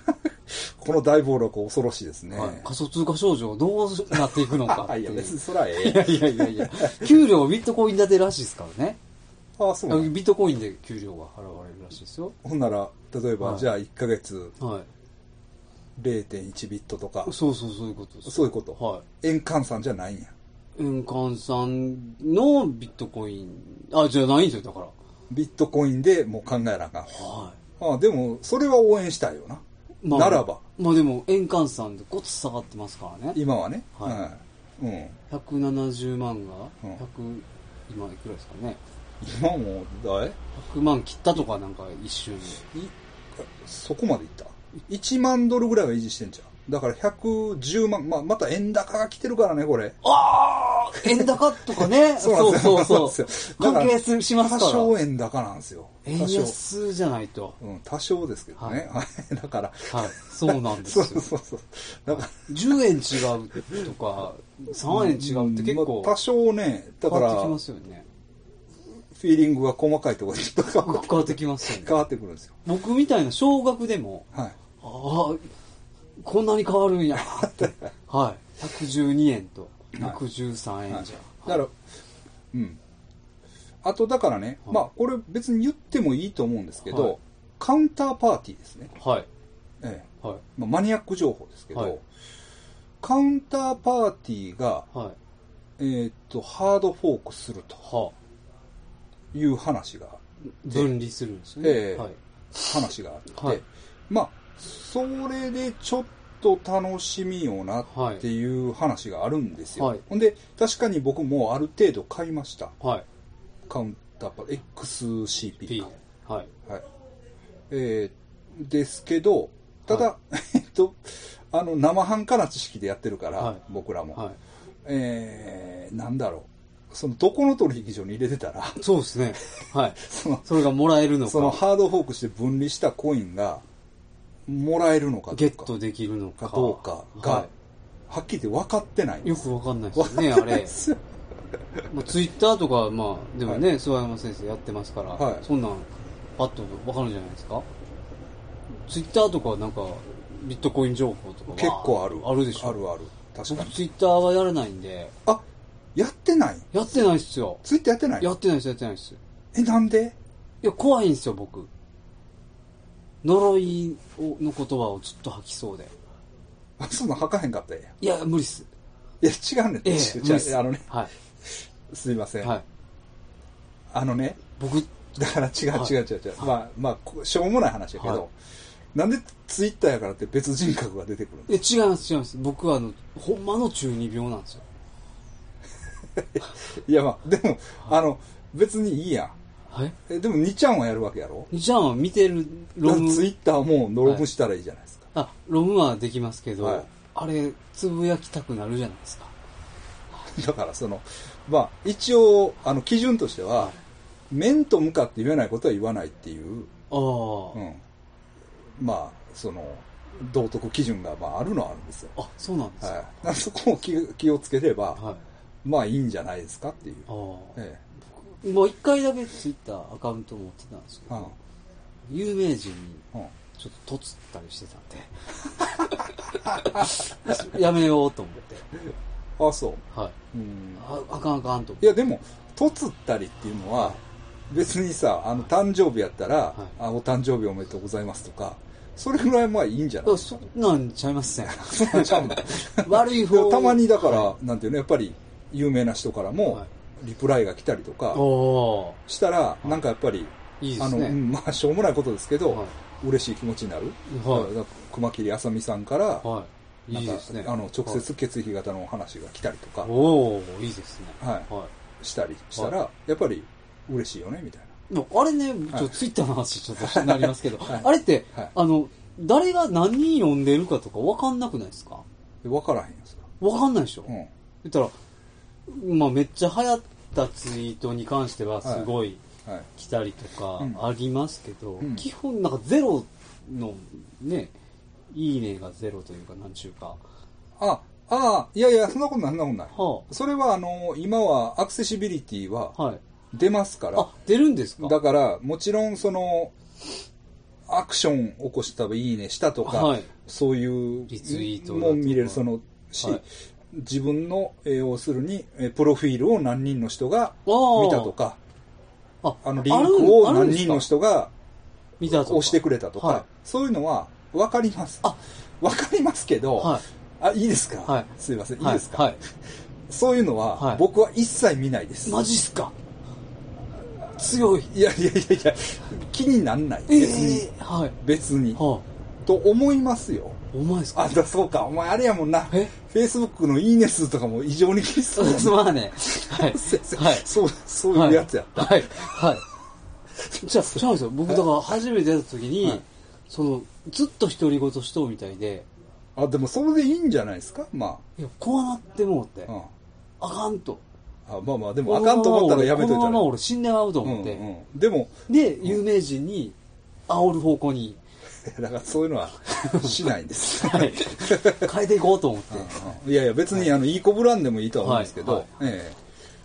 Speaker 1: この大暴落恐ろしいですね、
Speaker 2: はい、仮想通貨症状どうなっていくのかって
Speaker 1: あ
Speaker 2: い。
Speaker 1: いうや別にそらえ
Speaker 2: い
Speaker 1: え
Speaker 2: やいやいやいや、給料ビットコイン建てらしいですからね。
Speaker 1: あそうなん
Speaker 2: ビットコインで給料が払われるらしいですよ。
Speaker 1: ほんなら例えば、
Speaker 2: はい
Speaker 1: じゃあ1ヶ月
Speaker 2: はい。
Speaker 1: 0.1ビットとか
Speaker 2: そうそうそういうことです。
Speaker 1: そういうこと、
Speaker 2: はい。
Speaker 1: 円換算じゃないんや
Speaker 2: 円換算のビットコイン、あ、じゃないんですよ、だから。
Speaker 1: ビットコインでもう考えなあかん
Speaker 2: は。
Speaker 1: あでもそれは応援したいよないならば。
Speaker 2: まあでも、円換算でごつ下がってますからね。
Speaker 1: 今はね、
Speaker 2: は
Speaker 1: うんうん、
Speaker 2: 170万が、
Speaker 1: うん
Speaker 2: 100、今いくらですかね。
Speaker 1: 今もだい
Speaker 2: 100万切ったとかなんか一瞬で。
Speaker 1: いそこまでいった1万ドルぐらいは維持してんじゃんだから110万、まあ、また円高が来てるからねこれ
Speaker 2: ああ円高とかね。
Speaker 1: そう
Speaker 2: そう
Speaker 1: なん
Speaker 2: そ
Speaker 1: で
Speaker 2: う
Speaker 1: すよ
Speaker 2: そう。
Speaker 1: そうなん
Speaker 2: 関
Speaker 1: ですよ
Speaker 2: 係するします
Speaker 1: 多
Speaker 2: から。
Speaker 1: 少円高なんですよ多
Speaker 2: 円
Speaker 1: 少
Speaker 2: 安じゃないと。
Speaker 1: うん、多少ですけどね、はい だから
Speaker 2: はい。そうなんです
Speaker 1: そ
Speaker 2: よ
Speaker 1: う。そうそうだから
Speaker 2: 10円違うとか、3円違うって結構
Speaker 1: まあ多少ねだ
Speaker 2: 変
Speaker 1: から
Speaker 2: わってき
Speaker 1: フ
Speaker 2: ま
Speaker 1: ィ
Speaker 2: すよね。
Speaker 1: ーリングが細かいところにちょっと変わって
Speaker 2: 変わってきますよね。
Speaker 1: 変わってくるんですよ
Speaker 2: 僕みたいな少額でも、
Speaker 1: はい
Speaker 2: ああ、こんなに変わるんやって。はい。112円と113円じゃ。
Speaker 1: だから、うん。あと、だからね、
Speaker 2: はい
Speaker 1: まあ、これ別に言ってもいいと思うんですけど、
Speaker 2: はい
Speaker 1: カウンターパーティーですね。
Speaker 2: はい。
Speaker 1: ええ
Speaker 2: は
Speaker 1: まあ、マニアック情報ですけど、
Speaker 2: はい
Speaker 1: カウンターパーティーが、
Speaker 2: い。はい。
Speaker 1: えーっと、ハードフォークすると
Speaker 2: は
Speaker 1: いう話が、
Speaker 2: 分離するんですね。
Speaker 1: ええ
Speaker 2: はい。
Speaker 1: 話があって、
Speaker 2: はい
Speaker 1: まあ、それでちょっと楽しみよなっていう話があるんですよ。
Speaker 2: はい
Speaker 1: ほんで、確かに僕もある程度買いました。
Speaker 2: はい。
Speaker 1: カウンターパーティー、XCP
Speaker 2: P
Speaker 1: か。。
Speaker 2: はい。
Speaker 1: はい。えーですけど、ただ、
Speaker 2: は
Speaker 1: えっと、あの、生半可な知識でやってるから、
Speaker 2: はい
Speaker 1: 僕らも。
Speaker 2: は
Speaker 1: えーなんだろう。その、どこの取引所に入れてたら、
Speaker 2: い。そうですね。はい。
Speaker 1: その、
Speaker 2: それがもらえるの
Speaker 1: その
Speaker 2: か、
Speaker 1: ハードフォークして分離したコインが、もらえるのかどうか。
Speaker 2: ゲットできるのか。
Speaker 1: かどうかが、
Speaker 2: は
Speaker 1: はっきり言って分かってないん
Speaker 2: い。
Speaker 1: で
Speaker 2: よ
Speaker 1: す。
Speaker 2: くわかんないですよね、あ れ。
Speaker 1: す
Speaker 2: まあ、ツイッターとか、まあ、でもね、諏訪山先生やってますから、
Speaker 1: はい
Speaker 2: そんなん、パッとわかるんじゃないですか。ツイッターとか、なんか、ビットコイン情報とかは
Speaker 1: 結構ある。
Speaker 2: あるでしょ。
Speaker 1: あるある。確か
Speaker 2: 僕、
Speaker 1: に。
Speaker 2: ツイッターはやらないんで、
Speaker 1: あ、やってない
Speaker 2: やってないっすよ。
Speaker 1: ツイッターやってない
Speaker 2: やってないっす、やってないっす。い
Speaker 1: え、なんで
Speaker 2: や、怖いんですよ、僕。呪いをの言葉をずっと吐きそうで。
Speaker 1: あ、そんなん吐かへんかったらええやん
Speaker 2: いや、無理っす。
Speaker 1: いや、違うね。
Speaker 2: ええ
Speaker 1: 違う
Speaker 2: 無理っ
Speaker 1: 違う
Speaker 2: す。
Speaker 1: あのね、
Speaker 2: は
Speaker 1: すいませ
Speaker 2: い。
Speaker 1: ん。
Speaker 2: はい。
Speaker 1: あのね、
Speaker 2: 僕、
Speaker 1: だから違う
Speaker 2: はい
Speaker 1: 違う違う違う。
Speaker 2: はい
Speaker 1: まあ、まあこ、しょうもない話やけど、
Speaker 2: はい
Speaker 1: なんでツイッターやからって別人格が出てくるの
Speaker 2: いや、違います、違います。僕は、あの、ほんまの中二病なんですよ。
Speaker 1: いや、まあ、でも、あの、別にいいやん。
Speaker 2: はい
Speaker 1: えでも、2ちゃんはやるわけやろ
Speaker 2: じゃあ、見てる
Speaker 1: だ
Speaker 2: ロ
Speaker 1: から
Speaker 2: ム
Speaker 1: ツイッターもノロムしたらいいじゃないですか。
Speaker 2: あ、ロムはできますけど、
Speaker 1: はい
Speaker 2: あれ、つぶやきたくなるじゃないですか。
Speaker 1: だから、その、まあ、一応、あの、基準としては、
Speaker 2: はい
Speaker 1: 面と向かって言えないことは言わないっていう、
Speaker 2: ああ、
Speaker 1: うん。まあ、その、道徳基準が、まあ、あるのはあるんですよ。
Speaker 2: あ、そうなんですか。はい。
Speaker 1: はい、そこを気気をつければ、
Speaker 2: あ
Speaker 1: まあいいんじゃないですかっていう、
Speaker 2: あ、
Speaker 1: え
Speaker 2: もう一回だけツイッターアカウント持ってたんですけ
Speaker 1: え
Speaker 2: ど、有名人に
Speaker 1: うんうん、
Speaker 2: ちょっととつったりしてたんで、 やめようと思って。
Speaker 1: あそう、
Speaker 2: はい。
Speaker 1: うん、
Speaker 2: ああかんあかんと思っ
Speaker 1: い
Speaker 2: て。
Speaker 1: やでもとつったりっていうのは別にさあの誕生日やったら、
Speaker 2: い
Speaker 1: あお誕生日おめでとうございますとかそれぐらいまあいいんじゃ
Speaker 2: だ
Speaker 1: な
Speaker 2: か
Speaker 1: い
Speaker 2: らそんなんちゃいますね。
Speaker 1: そうちゃうの
Speaker 2: 悪い
Speaker 1: でも
Speaker 2: 方
Speaker 1: たまにだから、なんていうのやっぱり有名な人からも
Speaker 2: はい
Speaker 1: リプライが来たりとか
Speaker 2: おー
Speaker 1: したら、なんかやっぱり、
Speaker 2: いいで
Speaker 1: あ
Speaker 2: す
Speaker 1: の、う
Speaker 2: ね。
Speaker 1: んまあしょうもないことですけど、
Speaker 2: は
Speaker 1: 嬉しい気持ちになる、
Speaker 2: い。は
Speaker 1: だから熊切あさみさんから、
Speaker 2: い。はい。いいですね。
Speaker 1: なんかあの直接血液型の話が来たりとか、
Speaker 2: はい。おおいいですね。
Speaker 1: は
Speaker 2: はい。
Speaker 1: い、したりしたら、やっぱり嬉しいよねみたい
Speaker 2: でもあれね、
Speaker 1: は
Speaker 2: ちょ
Speaker 1: い
Speaker 2: ツイッターの話ちょっとなりますけど、
Speaker 1: はい
Speaker 2: あれって、
Speaker 1: はい
Speaker 2: あの、誰が何人読んでるかとか分かんなくないですか
Speaker 1: なで分からへんやつか、
Speaker 2: 分かんないでしょ、
Speaker 1: うん
Speaker 2: 言ったら、まあめっちゃ流行ったツイートに関してはすごい
Speaker 1: はい。
Speaker 2: 来たりとか
Speaker 1: うん
Speaker 2: ありますけど、
Speaker 1: うん
Speaker 2: 基本なんかゼロのね、いいねがゼロというか、なんちゅうか。
Speaker 1: あ、ああ、いやいや、そんなことない、そんなことない。
Speaker 2: は
Speaker 1: それは、あの、今はアクセシビリティは
Speaker 2: あ、はい。
Speaker 1: 出ますから、
Speaker 2: あ、出るんですか
Speaker 1: だから、もちろん、その、アクション起こしたらいいねしたとか、
Speaker 2: はい
Speaker 1: そういう、
Speaker 2: リツイートだとか
Speaker 1: も見れる、その、し、
Speaker 2: はい
Speaker 1: 自分の、えー要するに、えープロフィールを何人の人が
Speaker 2: あー
Speaker 1: 見たとか、
Speaker 2: あ
Speaker 1: あの、リンクを何人の人が
Speaker 2: 見たとか
Speaker 1: 押してくれたとか、
Speaker 2: はい
Speaker 1: そういうのは分かります。
Speaker 2: あ
Speaker 1: 分かりますけど、
Speaker 2: はい
Speaker 1: あ、いいですか、
Speaker 2: はい
Speaker 1: すいません、いい
Speaker 2: はい
Speaker 1: ですか、
Speaker 2: はい。
Speaker 1: そういうのは、
Speaker 2: はい
Speaker 1: 僕は一切見ないです。
Speaker 2: マジっすか強い。
Speaker 1: いやいやいやいや、気になんない。別
Speaker 2: え
Speaker 1: に。
Speaker 2: えはい。
Speaker 1: 別に。
Speaker 2: は
Speaker 1: と思いますよ。
Speaker 2: あ、お前っすか
Speaker 1: あ、だそうか。お前あれやもんな。
Speaker 2: え
Speaker 1: Facebook のいいね数とかも異常に気にす
Speaker 2: そう
Speaker 1: るも
Speaker 2: で
Speaker 1: ん
Speaker 2: す、
Speaker 1: な。
Speaker 2: まあね。はい。はい。
Speaker 1: そう、そういうやつや。
Speaker 2: はい。はい。じゃあ、違うんですよ。僕、だから、初めてやった時に、
Speaker 1: はい
Speaker 2: その、ずっと独り言しとうみたいで、
Speaker 1: あ、でもそれでいいんじゃないですかま
Speaker 2: いや、こうなってもうって、
Speaker 1: あ。うん。
Speaker 2: あかんと。
Speaker 1: あまあまあ、でもあかんと思ったらやめとい
Speaker 2: こ
Speaker 1: た
Speaker 2: のま
Speaker 1: ら
Speaker 2: ま。俺死んでまうと思って。
Speaker 1: うんうん、でも、
Speaker 2: で、有名人に、煽る方向に、
Speaker 1: だからそういうのはしないんです。
Speaker 2: はい。変えていこうと思って、
Speaker 1: うんいやいや、別に、あの、いいこぶらんでもいいとは思うんですけど、
Speaker 2: はい
Speaker 1: え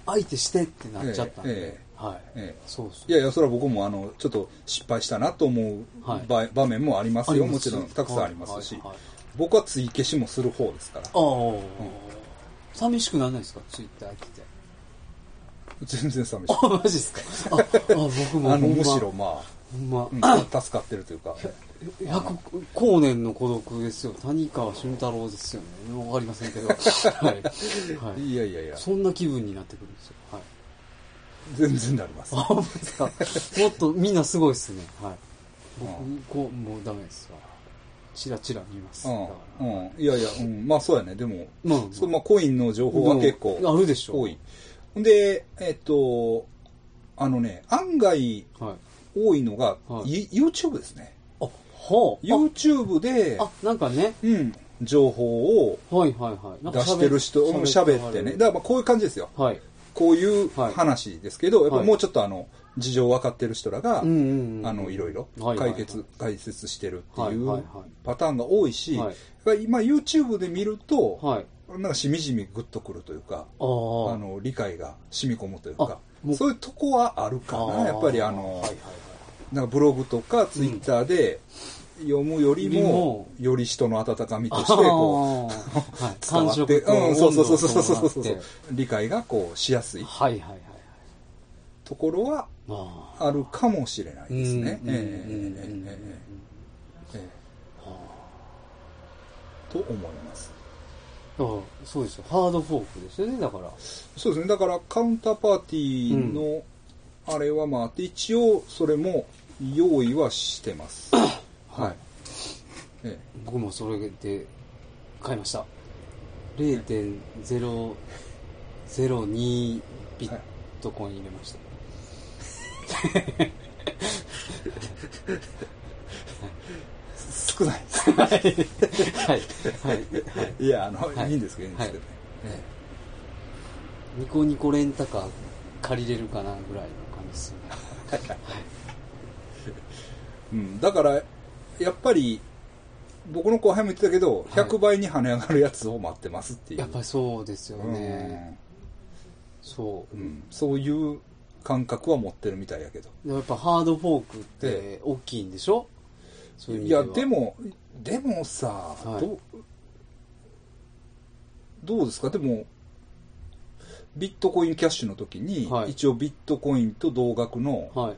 Speaker 2: 相手してってなっちゃったんで、
Speaker 1: え
Speaker 2: はい。
Speaker 1: えええ
Speaker 2: そうそう。
Speaker 1: いやいや、それは僕もあのちょっと失敗したなと思う
Speaker 2: はい
Speaker 1: 場,、場面もありますよ、
Speaker 2: あり
Speaker 1: も
Speaker 2: ます
Speaker 1: ちろんたくさんありますし、
Speaker 2: はいはいはい
Speaker 1: 僕は追消しもする方ですから、
Speaker 2: ああ、寂しくならないですかツイッター来て。
Speaker 1: 全然寂しい。
Speaker 2: あ、マジっすかあ、あ僕も
Speaker 1: あの
Speaker 2: ほんま
Speaker 1: むしろ、ま
Speaker 2: ほんま。
Speaker 1: あ、うん助かってるというか、
Speaker 2: 百光年の孤独ですよ。谷川俊太郎ですよね。わかりませ んけど。はい。はい。
Speaker 1: いやいやいや、
Speaker 2: そんな気分になってくるんですよ。はい。
Speaker 1: 全然なります
Speaker 2: あ、。ほんまですか。もっとみんなすごいっすね。はい。僕
Speaker 1: う、
Speaker 2: こう、もうダメですわ。チラチラ見ます。
Speaker 1: う
Speaker 2: だから
Speaker 1: ん、うん、いやいや、うん、まあそうやね、でも、
Speaker 2: まあ
Speaker 1: そうまあ、コインの情報は結構
Speaker 2: うんあるでしょ
Speaker 1: 多い。で、えっと、あのね、案外
Speaker 2: はい。
Speaker 1: 多いのが、
Speaker 2: はい
Speaker 1: い YouTube ですね。
Speaker 2: あ、はあ。
Speaker 1: YouTube で、
Speaker 2: あ、なんかね。
Speaker 1: うん、情報を
Speaker 2: はいはいはい。なんか
Speaker 1: 出
Speaker 2: 喋
Speaker 1: してる人、うん喋ってね。だ。からまあこういう感じですよ。
Speaker 2: はい。
Speaker 1: こういう
Speaker 2: はい
Speaker 1: 話ですけど、やっぱ
Speaker 2: はい
Speaker 1: もうちょっとあの、事情分かってる人らが、
Speaker 2: うんうんうん
Speaker 1: あの、いろいろ
Speaker 2: はいはいは
Speaker 1: 解
Speaker 2: い
Speaker 1: 決、解説してるってい
Speaker 2: はいはいうはい
Speaker 1: パターンが多いし、
Speaker 2: はい
Speaker 1: 今 YouTube で見ると、
Speaker 2: はい。
Speaker 1: なんかしみじみグッとくるというか、あ
Speaker 2: ああ。
Speaker 1: の、理解が染み込むというか
Speaker 2: あも、う
Speaker 1: そういうとこはあるか
Speaker 2: あ
Speaker 1: な。
Speaker 2: ー
Speaker 1: やっぱりあの、
Speaker 2: はいはい
Speaker 1: なんかブログとかツイッターで読むよりも
Speaker 2: よ、
Speaker 1: より人の温かみと
Speaker 2: はい
Speaker 1: して、こう、
Speaker 2: あーはい
Speaker 1: 伝
Speaker 2: 感
Speaker 1: わっ
Speaker 2: 触
Speaker 1: て、
Speaker 2: と温度
Speaker 1: うん、そうそうそうそうそうそうそう
Speaker 2: となって
Speaker 1: 理解がこうしやすい
Speaker 2: はいはいはいはい。
Speaker 1: ところは
Speaker 2: ああ。
Speaker 1: あるかもしれないですね。
Speaker 2: うん
Speaker 1: ええ
Speaker 2: うんうんうん
Speaker 1: ええええええと思います。
Speaker 2: だからそうですよ。ハードフォークですよね、だから。
Speaker 1: そうですね。だからカウンターパーティーのあれはまああって、一応それも用意はしてます。 はい。ええ
Speaker 2: 僕もそれで買いました。0.002ビットコイン入れました。
Speaker 1: 少ないです。
Speaker 2: はい。はい。はい。
Speaker 1: いや、あの、
Speaker 2: はい
Speaker 1: い、いんですけど、いいんですけどね。え
Speaker 2: ニコニコレンタカー借りれるかなぐらいの感じですよね。
Speaker 1: えうん、だから、やっぱり、僕の後輩も言ってたけど、100倍に跳ね上がるやつを待ってますっていう。
Speaker 2: やっぱりそうですよね。そうう。
Speaker 1: んうんそういう感覚は持ってるみたいやけど。
Speaker 2: でもやっぱハードフォークっ
Speaker 1: え
Speaker 2: て大きいんでしょそういう
Speaker 1: い
Speaker 2: 意味では
Speaker 1: や、でも、でもさ、
Speaker 2: い
Speaker 1: どう、どうですかでも、ビットコインキャッシュの時に、
Speaker 2: はい
Speaker 1: 一応ビットコインと同額の、
Speaker 2: はい。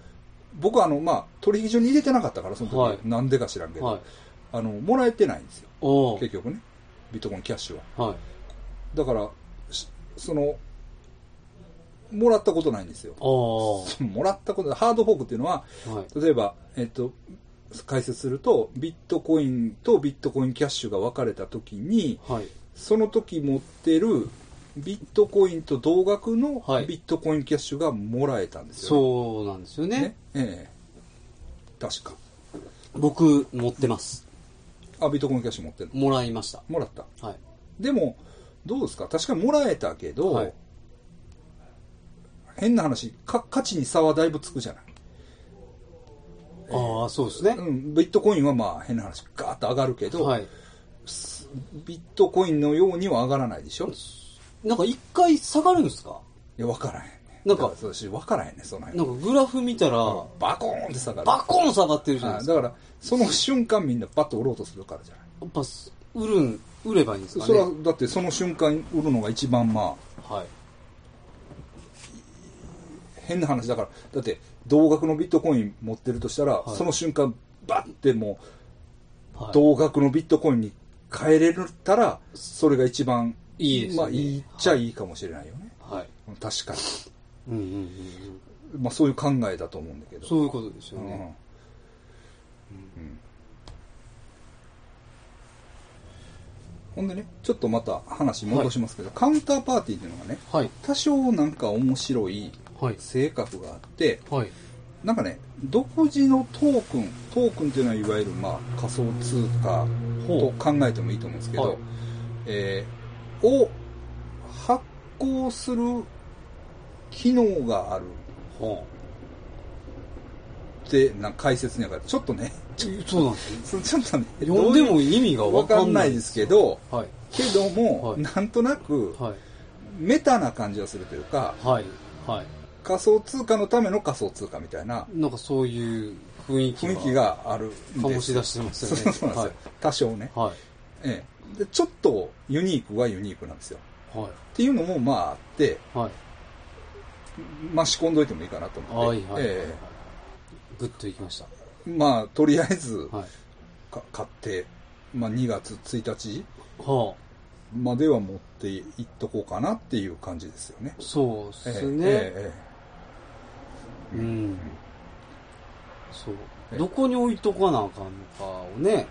Speaker 1: 僕はあの、まあ、取引所に入れてなかったから、その時、
Speaker 2: はい
Speaker 1: なんでか知らんけど、
Speaker 2: はい。
Speaker 1: あの、もらえてないんですよ。
Speaker 2: おお
Speaker 1: 結。局ね。ビットコインキャッシュは。
Speaker 2: はい。
Speaker 1: だから、しその、もらったことないんですよ。
Speaker 2: おお。
Speaker 1: もらったことないハードフォークっていうのは、
Speaker 2: はい。
Speaker 1: 例えば、えっと、解説すると、ビットコインとビットコインキャッシュが分かれた時に、
Speaker 2: はい。
Speaker 1: その時持ってるビットコインと同額の
Speaker 2: はい
Speaker 1: ビットコインキャッシュがもらえたんですよ、
Speaker 2: そうなんですよね。
Speaker 1: ね。ええ確か。
Speaker 2: 僕、持ってます。
Speaker 1: あ、ビットコインキャッシュ持ってるの
Speaker 2: もらいました。
Speaker 1: もらった。
Speaker 2: はい。
Speaker 1: でも、どうですか確かにもらえたけど、
Speaker 2: はい
Speaker 1: 変な話か価値に差はだいぶつくじゃない、
Speaker 2: ああ、そうですね
Speaker 1: う。ん、ビットコインはまあ変な話ガーッと上がるけど、
Speaker 2: はい。
Speaker 1: ビットコインのようには上がらないでしょい
Speaker 2: なんか一回下がるんですか
Speaker 1: や分からへんね
Speaker 2: なんか
Speaker 1: だらそうし分からへんねその辺
Speaker 2: なんかグラフ見たら、
Speaker 1: バコーンって下がる
Speaker 2: バコーン下がってるじゃない
Speaker 1: は
Speaker 2: で
Speaker 1: い
Speaker 2: すか。
Speaker 1: だからその瞬間みんなバッと売ろうとするからじゃない
Speaker 2: やっぱ、売るん、売ればいいんですか
Speaker 1: それは
Speaker 2: ね。
Speaker 1: だってその瞬間売るのが一番まあ
Speaker 2: はい。
Speaker 1: 変な話だからだって同額のビットコイン持ってるとしたら、
Speaker 2: い
Speaker 1: その瞬間バッても
Speaker 2: は
Speaker 1: う
Speaker 2: い
Speaker 1: 同額のビットコインに変えれたらそれが一番
Speaker 2: いいですよね
Speaker 1: まあいいっちゃいいかもしれないよね、
Speaker 2: はい。
Speaker 1: 確か
Speaker 2: うんうんうんうん。
Speaker 1: に、まあ、そういう考えだと思うんだけど
Speaker 2: そういうことですよ
Speaker 1: うん
Speaker 2: ね。
Speaker 1: うんほんでねちょっとまた話戻しますけど、カウンターパーティーっていうのがね
Speaker 2: はい。
Speaker 1: 多少なんか面白い
Speaker 2: はい。
Speaker 1: 性格があって
Speaker 2: はい。
Speaker 1: なんかね独自のトークントークンっていうのはいわゆるまあ仮想通貨と
Speaker 2: ほ
Speaker 1: 考えてもいいと思うんですけど、
Speaker 2: はい
Speaker 1: えーを発行する機能がある
Speaker 2: ほ
Speaker 1: ってなんか解説には書いてあるちょっとね
Speaker 2: う。そうなんです
Speaker 1: そ
Speaker 2: よ。
Speaker 1: ちょっとね
Speaker 2: 読んでも意味が
Speaker 1: わ
Speaker 2: わ
Speaker 1: か
Speaker 2: か
Speaker 1: ん
Speaker 2: ん
Speaker 1: な
Speaker 2: ないい
Speaker 1: で
Speaker 2: ですす。
Speaker 1: けど
Speaker 2: はい。
Speaker 1: けども、
Speaker 2: はい
Speaker 1: なんとなく
Speaker 2: はい。
Speaker 1: メタな感じがするというか
Speaker 2: はい。はい。
Speaker 1: 仮想通貨のための仮想通貨みたいな
Speaker 2: なんかそういう雰囲気
Speaker 1: 雰
Speaker 2: が
Speaker 1: 囲気があるんです
Speaker 2: 醸し出してますよ
Speaker 1: そう
Speaker 2: ね。
Speaker 1: そうなんですよ、
Speaker 2: はい。
Speaker 1: 多少ね、
Speaker 2: は
Speaker 1: ええでちょっとユニークはユニークなんですよ
Speaker 2: い。はい。
Speaker 1: っていうのもまああって
Speaker 2: はい。
Speaker 1: まあ仕込んどいてもいいかなと思って、
Speaker 2: はいはい。
Speaker 1: え
Speaker 2: グッといきまし
Speaker 1: えまあとりあえず
Speaker 2: た。はい。
Speaker 1: か買って、まあ、2月1日
Speaker 2: は
Speaker 1: までは持っていっとこうかなっていう感じですよね
Speaker 2: あ、そう
Speaker 1: え
Speaker 2: で
Speaker 1: え
Speaker 2: す
Speaker 1: え
Speaker 2: ね。
Speaker 1: えええ
Speaker 2: うん。そう
Speaker 1: え。え
Speaker 2: どこに置いとかなあかんのかをね。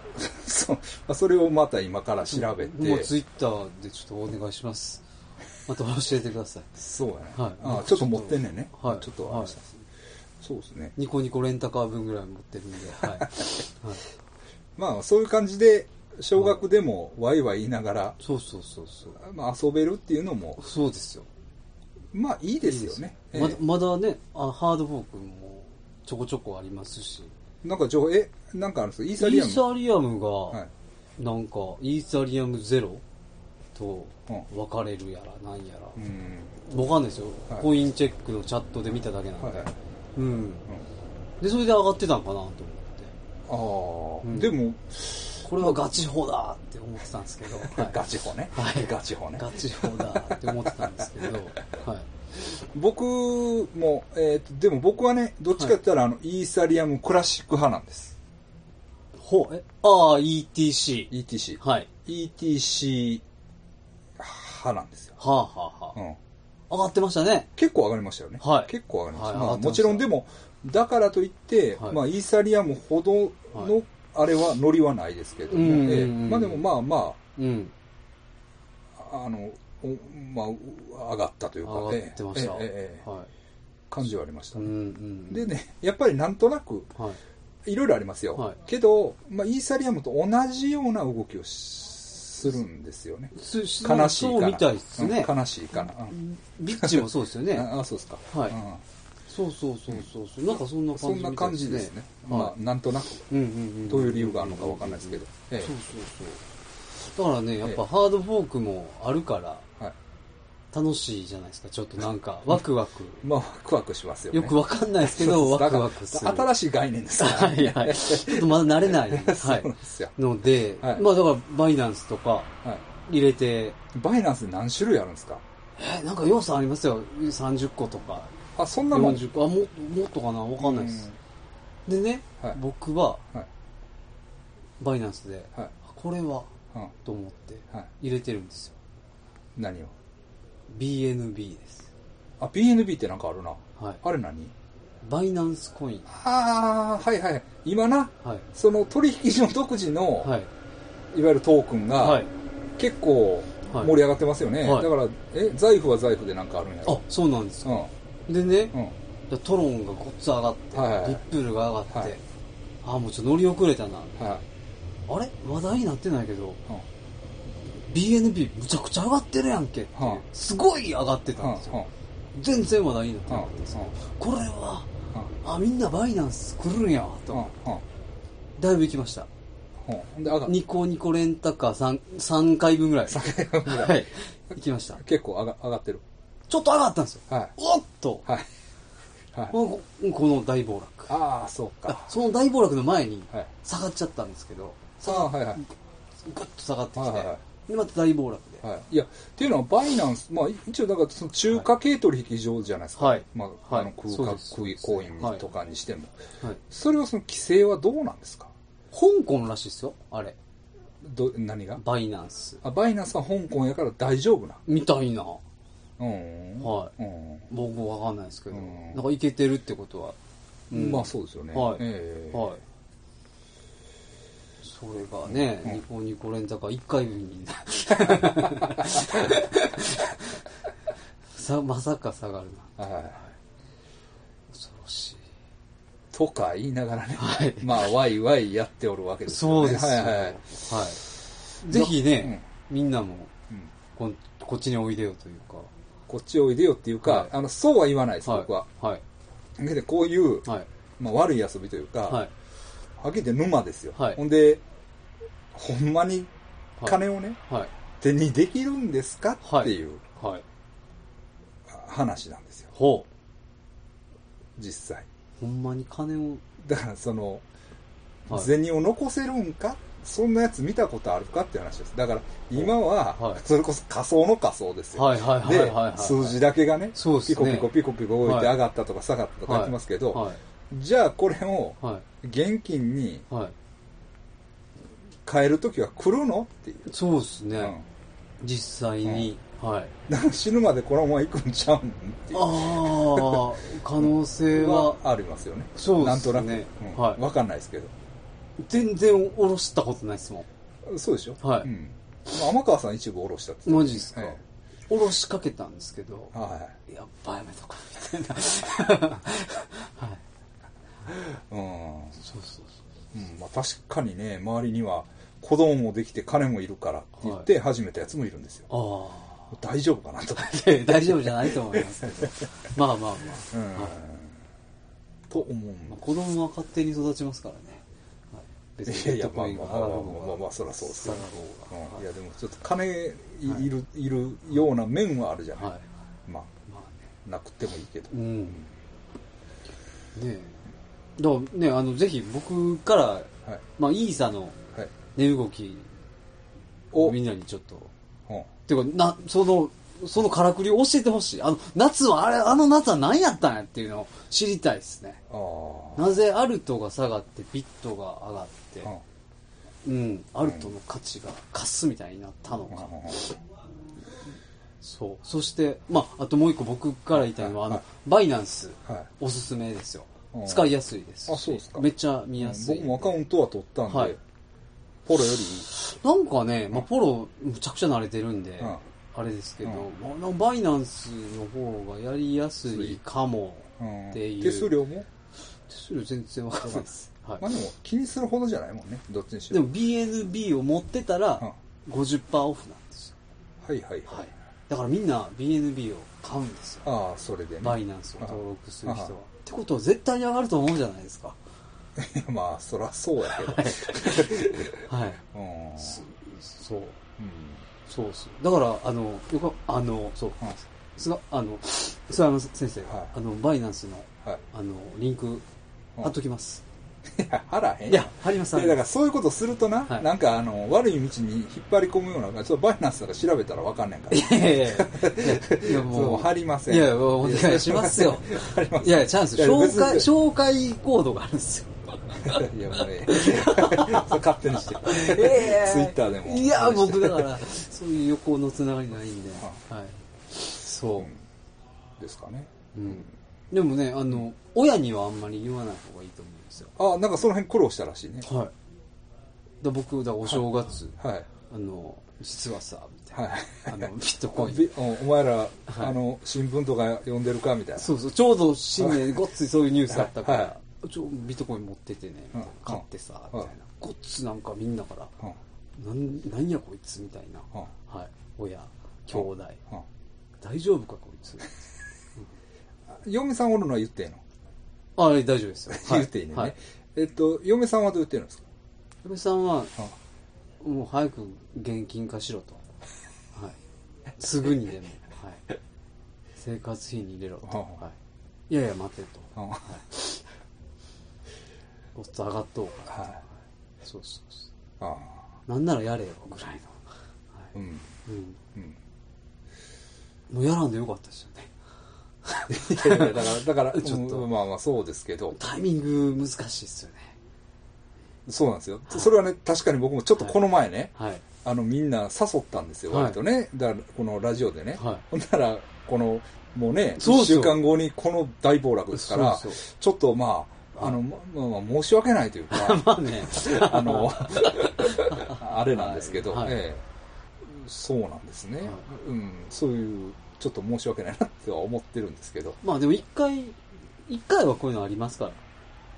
Speaker 1: そうまあそれをまた今から調べて、
Speaker 2: もうツイッターでちょっとお願いし ます。また教えてください。
Speaker 1: そうやね、
Speaker 2: はい
Speaker 1: あちょっと持ってんねんね、
Speaker 2: はい
Speaker 1: ちょっとあれしたんですそうですね
Speaker 2: ニコニコレンタカー分ぐらい持ってるんで。 はい。はい、
Speaker 1: まあそういう感じで小学でもワイワイ言いながら、
Speaker 2: そうそうそうそう。
Speaker 1: まあ、遊べるっていうのも
Speaker 2: そうですよ。
Speaker 1: まあいいですよね
Speaker 2: いいで
Speaker 1: え
Speaker 2: す
Speaker 1: え
Speaker 2: まだまだねあ、ハードフォークもちょこちょこありますし。
Speaker 1: なんか情えなんかあるんですかイーサリ
Speaker 2: イ
Speaker 1: ア
Speaker 2: ー
Speaker 1: ム
Speaker 2: サリアムが、
Speaker 1: はい
Speaker 2: なんか、イーサリアムゼロと
Speaker 1: うん
Speaker 2: 分かれるやら、なんやら
Speaker 1: う。ん
Speaker 2: わかんないですよ、
Speaker 1: はい
Speaker 2: コインチェックのチャットで見ただけなんで。
Speaker 1: はいはい
Speaker 2: うん。で、それで上がってたんかなと思
Speaker 1: ああ、
Speaker 2: って。うん
Speaker 1: でも
Speaker 2: これはガチ法だって思ってたんですけど。はい
Speaker 1: ガチ法ね、
Speaker 2: はい
Speaker 1: ガチ法ね
Speaker 2: ガチ法だって思ってたんですけど。はい。
Speaker 1: 僕も、えーとでも僕はねどっちかって言ったら、あのイーサリアムクラシック派なんです
Speaker 2: ほ、え、ああ、ETC。
Speaker 1: ETC
Speaker 2: はい。
Speaker 1: ETC 派なんですよ、
Speaker 2: はあ、はあは
Speaker 1: うん、
Speaker 2: あ、上がってましたね。
Speaker 1: 結構上がりましたよね、
Speaker 2: はい
Speaker 1: 結構上がりました、
Speaker 2: はい
Speaker 1: まあ、
Speaker 2: 上がって
Speaker 1: も
Speaker 2: まし
Speaker 1: ち
Speaker 2: た
Speaker 1: ろんでもだからといって、
Speaker 2: はい
Speaker 1: まあ、イーサリアムほど
Speaker 2: は
Speaker 1: のあれはノリはないですけども、
Speaker 2: うんうんうん
Speaker 1: ええまあ、でもまあま
Speaker 2: うん。
Speaker 1: ああのおまあう上がったというか
Speaker 2: 上がってました。
Speaker 1: ええええええ
Speaker 2: は
Speaker 1: 感じはありまし
Speaker 2: い。
Speaker 1: た、
Speaker 2: うんうん。
Speaker 1: で、ねやっぱりなんとなく
Speaker 2: はい。
Speaker 1: いろいろありますよ、
Speaker 2: はい
Speaker 1: けど、まあ、イーサリアムと同じような動きをしするんですよね
Speaker 2: 悲し
Speaker 1: 悲しい
Speaker 2: そう
Speaker 1: か
Speaker 2: み
Speaker 1: な
Speaker 2: たいですね。
Speaker 1: うん悲しいかな、うん
Speaker 2: ビッチもそうですよ ね。
Speaker 1: ああそうですか、
Speaker 2: はい
Speaker 1: うん
Speaker 2: そうそうそうそうそう。なんかそんな
Speaker 1: そ
Speaker 2: 感
Speaker 1: んな
Speaker 2: じみたい
Speaker 1: 感じですね、ま
Speaker 2: は
Speaker 1: あ、なんとなく
Speaker 2: い。うんうんうん。
Speaker 1: どういう理由があるのかわかんないですけど、え
Speaker 2: そうそうそう。だからね、やっ
Speaker 1: ええ
Speaker 2: ぱハードフォークもあるから
Speaker 1: えはい、
Speaker 2: 楽しいじゃないですか。ちょっとなんかワクワク。
Speaker 1: まあワクワクしますよね
Speaker 2: よくわかんないですけ
Speaker 1: そ
Speaker 2: ど、
Speaker 1: うで
Speaker 2: ワ
Speaker 1: す
Speaker 2: クワクする。
Speaker 1: だから新しい概念ですから、
Speaker 2: はいはい。ちょっとまだ慣れない。は
Speaker 1: そうなんですよ、
Speaker 2: い。ので、
Speaker 1: はい
Speaker 2: まあだからバイナンスとか
Speaker 1: はい、
Speaker 2: 入れて、
Speaker 1: バイナンスで何種類あるんですか
Speaker 2: え、なんか要素ありますよ。30個とか。
Speaker 1: あそんなもん
Speaker 2: 40個。あ、も、もっとかなわかんないです。でね、
Speaker 1: はい
Speaker 2: 僕は
Speaker 1: うんはい
Speaker 2: バイナンスで、
Speaker 1: はい、
Speaker 2: あこれは
Speaker 1: うんは
Speaker 2: と思って
Speaker 1: い、
Speaker 2: 入れてるんですよ。
Speaker 1: 何を
Speaker 2: BNB です。
Speaker 1: あ BNB ってなんかあるな
Speaker 2: はい。
Speaker 1: あれ何
Speaker 2: バイナンスコイン。
Speaker 1: ああはいはい今な
Speaker 2: はい。
Speaker 1: その取引所独自の、
Speaker 2: はい。
Speaker 1: い、わゆるトークンが、
Speaker 2: はい。
Speaker 1: 結構
Speaker 2: はい
Speaker 1: 盛り上がってますよね、
Speaker 2: はい
Speaker 1: だからえ財布は財布でなんかあるんや
Speaker 2: あ
Speaker 1: ろ、
Speaker 2: そうなんですよ。でね
Speaker 1: う、んうん
Speaker 2: トロンがごっつ上がって、
Speaker 1: はいはいはい
Speaker 2: リップルが上がっ
Speaker 1: は
Speaker 2: て、
Speaker 1: い
Speaker 2: ああ、もうちょっと乗り遅れたな。
Speaker 1: はい
Speaker 2: あれ話題になってないけど、
Speaker 1: うん
Speaker 2: BNB むちゃくちゃ上がってるやんけっていう、
Speaker 1: はあ
Speaker 2: すごい上がってたんですよ。
Speaker 1: は
Speaker 2: 全然話題になって
Speaker 1: うん
Speaker 2: な
Speaker 1: うん
Speaker 2: かったんですよこれは
Speaker 1: うん
Speaker 2: あみんなバイナンス来るんやと、
Speaker 1: うんうん
Speaker 2: だいぶ行きました
Speaker 1: ほんで、あが、
Speaker 2: ニコニコレンタカー 3, 三回分ぐらいはい行きました
Speaker 1: 結構上が上がってる。
Speaker 2: ちょっと上がったんですよ
Speaker 1: はい。
Speaker 2: おっと、
Speaker 1: はい。はい。
Speaker 2: このこの大暴落
Speaker 1: ああ、そうか。
Speaker 2: その大暴落の前に
Speaker 1: はい。
Speaker 2: 下がっちゃったんですけど
Speaker 1: ああ、はいはい。
Speaker 2: グッと下がってきて、
Speaker 1: はいはいは
Speaker 2: でまた大暴落で、
Speaker 1: はい、いや、っていうのは、バイナンス、まあ、一応、だから、その中華系取引所じゃないですか。
Speaker 2: はい
Speaker 1: まあ、
Speaker 2: はい
Speaker 1: あの空
Speaker 2: そう
Speaker 1: 間
Speaker 2: です
Speaker 1: 空コイン
Speaker 2: はい
Speaker 1: とかにしても。
Speaker 2: はい、
Speaker 1: それは、その規制はどうなんですか
Speaker 2: 香港らしいですよあれ
Speaker 1: ど何が
Speaker 2: バイナンス
Speaker 1: あバイナンスは香港やから大丈夫な。
Speaker 2: みたいな
Speaker 1: うん。。
Speaker 2: はい
Speaker 1: うん。
Speaker 2: 僕わかんないですけど、
Speaker 1: うん
Speaker 2: なんかいけてるってことは、うん
Speaker 1: まあ、そうですよね。
Speaker 2: はい
Speaker 1: ええ
Speaker 2: はいそれがね、
Speaker 1: うん
Speaker 2: ニコニコレンタカー1回 分にさまさか下がるな
Speaker 1: はい
Speaker 2: 恐ろしい
Speaker 1: とか言いながらね、
Speaker 2: はい
Speaker 1: まあ、ワイワイやっておるわけです
Speaker 2: そ
Speaker 1: よ
Speaker 2: うですよ
Speaker 1: はいはいはい。
Speaker 2: はいぜひね、みんなも
Speaker 1: うん
Speaker 2: こんこっちにおいでよという
Speaker 1: こっちおいでよっていうか、
Speaker 2: はい
Speaker 1: あのそうは言わないです、
Speaker 2: か
Speaker 1: 僕は。
Speaker 2: はい
Speaker 1: だけどこういう、
Speaker 2: はい
Speaker 1: まあ、悪い遊びというか、
Speaker 2: はい
Speaker 1: はっきり言って沼ですよ、
Speaker 2: はい
Speaker 1: ほんで、ほんまに金をね、
Speaker 2: はい
Speaker 1: 手にできるんですか
Speaker 2: はい
Speaker 1: っていう
Speaker 2: はい
Speaker 1: 話なんですよ、
Speaker 2: ほ
Speaker 1: 実際。
Speaker 2: うほんまに金を
Speaker 1: だから、その、
Speaker 2: はい
Speaker 1: 銭を残せるんかそんなやつ見たことあるかっていう話です。だから、今は、
Speaker 2: はい
Speaker 1: それこそ仮想の仮想ですよ。
Speaker 2: はいはいはい
Speaker 1: で、
Speaker 2: はいはい
Speaker 1: 数字だけがね、
Speaker 2: そうです
Speaker 1: ピコ
Speaker 2: ね
Speaker 1: ピコピコピコ動いて
Speaker 2: はい
Speaker 1: 上がったとか下がったとか言ってますけど、
Speaker 2: は
Speaker 1: じゃあこれを
Speaker 2: いは
Speaker 1: 現金に
Speaker 2: いはい
Speaker 1: 変えるときは来るのっていう。
Speaker 2: そうですね、
Speaker 1: うん
Speaker 2: 実際に、はい
Speaker 1: だから死ぬまでこのまま行くんちゃうんっていう
Speaker 2: ああ可能性は
Speaker 1: はありますよね。
Speaker 2: そうで
Speaker 1: なん
Speaker 2: す
Speaker 1: と
Speaker 2: ね
Speaker 1: なく。うんわ、
Speaker 2: はい、
Speaker 1: かんないですけど。
Speaker 2: 全然下ろしたことないですもん
Speaker 1: そうでしょ
Speaker 2: はい
Speaker 1: うんまあ天川さん一部下ろしたって言って
Speaker 2: マジですか、
Speaker 1: え
Speaker 2: 下ろしかけたんですけど
Speaker 1: えは
Speaker 2: やっぱやめとかみたいな はい
Speaker 1: い。うん。
Speaker 2: そうそう
Speaker 1: うんまあ、確かにね、周りには子供もできて金もいるからって言って始めたやつもいるんですよ。
Speaker 2: そうあ
Speaker 1: 大丈夫かなとか。
Speaker 2: あいや大丈夫じゃないと思いますけどまあまあまあ、
Speaker 1: うん
Speaker 2: はい
Speaker 1: と思う
Speaker 2: まあ、子供は勝手に育ちますからね、はい、別
Speaker 1: いやいや、まあまあまあまあ
Speaker 2: ろ
Speaker 1: まあまあまあ、そりゃそうですよ
Speaker 2: 下がろうが
Speaker 1: うんいや、でもちょっと金いいる、いるような面はあるじゃない。
Speaker 2: はい
Speaker 1: ま
Speaker 2: まあね
Speaker 1: あ、なくてもいいけど
Speaker 2: う。んねえだからねあのぜひ僕から、
Speaker 1: はい。
Speaker 2: まあ、イーサの
Speaker 1: はい。
Speaker 2: 値動き
Speaker 1: お、
Speaker 2: を
Speaker 1: う
Speaker 2: み
Speaker 1: ん
Speaker 2: んなにちょっとっていうかなそのそのからくりを教えてほしいあの夏はあれあの夏は何やったんやっていうのを知りたいですね
Speaker 1: ああ。
Speaker 2: なぜアルトが下がってビットが上がって
Speaker 1: うん
Speaker 2: うんアルトの価値がかすみたいになったの
Speaker 1: うん
Speaker 2: か、
Speaker 1: うん
Speaker 2: そうそしてまああともう一個僕から言いたいのはあの、
Speaker 1: はい
Speaker 2: バイナンス
Speaker 1: はい。
Speaker 2: おすすめですよ、
Speaker 1: うん
Speaker 2: 使いやすいですし
Speaker 1: あそうですか
Speaker 2: めっちゃ見やすい、
Speaker 1: 僕もアカウントは取ったんで、
Speaker 2: はい
Speaker 1: フォローよ
Speaker 2: なんかね、まあ、フォローむちゃくちゃ慣れてるんで、
Speaker 1: うん
Speaker 2: あれですけど、
Speaker 1: う
Speaker 2: まあバイナンスの方がやりやすいかもっ
Speaker 1: り
Speaker 2: て
Speaker 1: い
Speaker 2: い
Speaker 1: い。
Speaker 2: う
Speaker 1: 手数料も
Speaker 2: 手数料全然わかんないです、はい
Speaker 1: まあでも気にするほどじゃないもんね、どっちにし
Speaker 2: で
Speaker 1: ろ。
Speaker 2: も BNB を持ってたら50%オフなんですよ、
Speaker 1: うんはいはい
Speaker 2: は
Speaker 1: はいい。、
Speaker 2: だからみんな BNB を買うんですよ
Speaker 1: ああ、それでね。
Speaker 2: バイナンスを登録する人は
Speaker 1: ああ
Speaker 2: ってことは絶対に上がると思うじゃないですか
Speaker 1: いや まあ、そらそうやけど。
Speaker 2: はい
Speaker 1: うん
Speaker 2: すそう
Speaker 1: うん
Speaker 2: そうそうだからあのよかあのそう
Speaker 1: うん
Speaker 2: すがあの菅山先生、
Speaker 1: はい
Speaker 2: あのバイナンスの
Speaker 1: はい。
Speaker 2: あのリンク
Speaker 1: うん
Speaker 2: 貼っときます、
Speaker 1: いや、腹へん
Speaker 2: いや貼ります貼
Speaker 1: で
Speaker 2: り
Speaker 1: だ
Speaker 2: ま
Speaker 1: から
Speaker 2: す
Speaker 1: そういうことするとな、
Speaker 2: はい
Speaker 1: なんかあの悪い道に引っ張り込むような感じ、ちょっとバイナンスとか調べたらわかんねんから、
Speaker 2: いやいやいやいや
Speaker 1: そう
Speaker 2: もう
Speaker 1: 貼りません。
Speaker 2: いやもうお願いしますよ
Speaker 1: 貼りま
Speaker 2: い
Speaker 1: せん。
Speaker 2: やいやチャンス
Speaker 1: いや
Speaker 2: 紹介
Speaker 1: 別に
Speaker 2: 紹介コードがあるんですよ
Speaker 1: いや、もうね、それ勝手にして、ツイッターでも。
Speaker 2: いや僕だからそういう横のつながりないんで、はい、そう、
Speaker 1: ですかね。
Speaker 2: うんでもねあの親にはあんまり言わない方がいいと思うんですよ
Speaker 1: あ、なんかその辺苦労したらしいね。
Speaker 2: はいだ僕だからお正月、
Speaker 1: はい。
Speaker 2: あの実はさみたいな、
Speaker 1: はい。
Speaker 2: あのビットコイン
Speaker 1: びおお前ら、あの、新聞とか読んでるかみたいな。
Speaker 2: そうそうちょうど新年ごっついそういうニュースあったから、
Speaker 1: はいは
Speaker 2: ちょビットコイン持っててねみたいな
Speaker 1: うん
Speaker 2: 買ってさ
Speaker 1: うん
Speaker 2: みたいなごっつなんかみんなから
Speaker 1: うん
Speaker 2: なんなんやこいつみたいな、
Speaker 1: うん
Speaker 2: はい親兄弟
Speaker 1: うん
Speaker 2: 大丈夫かこいつ
Speaker 1: 嫁さんおるのは言ってええの、
Speaker 2: あ、大丈夫ですよ。はい
Speaker 1: 言ってええねんね、
Speaker 2: はい。
Speaker 1: えっと嫁さんはどう言ってるんですか
Speaker 2: 嫁さんは、
Speaker 1: あ
Speaker 2: もう早く現金化しろと。はい。すぐにでも、はい。生活費に入れろと。
Speaker 1: はあ
Speaker 2: はい。いやいや、待てと。
Speaker 1: あ
Speaker 2: おっと上がっとうから。
Speaker 1: はい
Speaker 2: そうそうそう。
Speaker 1: ああ
Speaker 2: なんならやれよ、ぐらいの。
Speaker 1: うん
Speaker 2: うん。
Speaker 1: うん
Speaker 2: もうやらんでよかったですよね。
Speaker 1: いやいやだからだから
Speaker 2: ちょっと
Speaker 1: うんまあまあそうですけど
Speaker 2: タイミング難しいですよね。
Speaker 1: そうなんですよそれはね確かに僕もちょっとこの前ね、
Speaker 2: はい。
Speaker 1: あのみんな誘ったんですよ、
Speaker 2: はい
Speaker 1: 割とねだからこのラジオでね、
Speaker 2: はい
Speaker 1: ほんならこのもうね
Speaker 2: そう
Speaker 1: 1
Speaker 2: ですよ
Speaker 1: 週間後にこの大暴落ですから
Speaker 2: そうで
Speaker 1: ちょっとまああの、ままあ まあ、申し訳ないというか
Speaker 2: まあね。
Speaker 1: あのあれなんですけど、
Speaker 2: はい
Speaker 1: ええそうなんですね、
Speaker 2: はい
Speaker 1: うん、そういうちょっと申し訳ないなっては思ってるんですけど
Speaker 2: まあでも一回、一回はこういうのありますか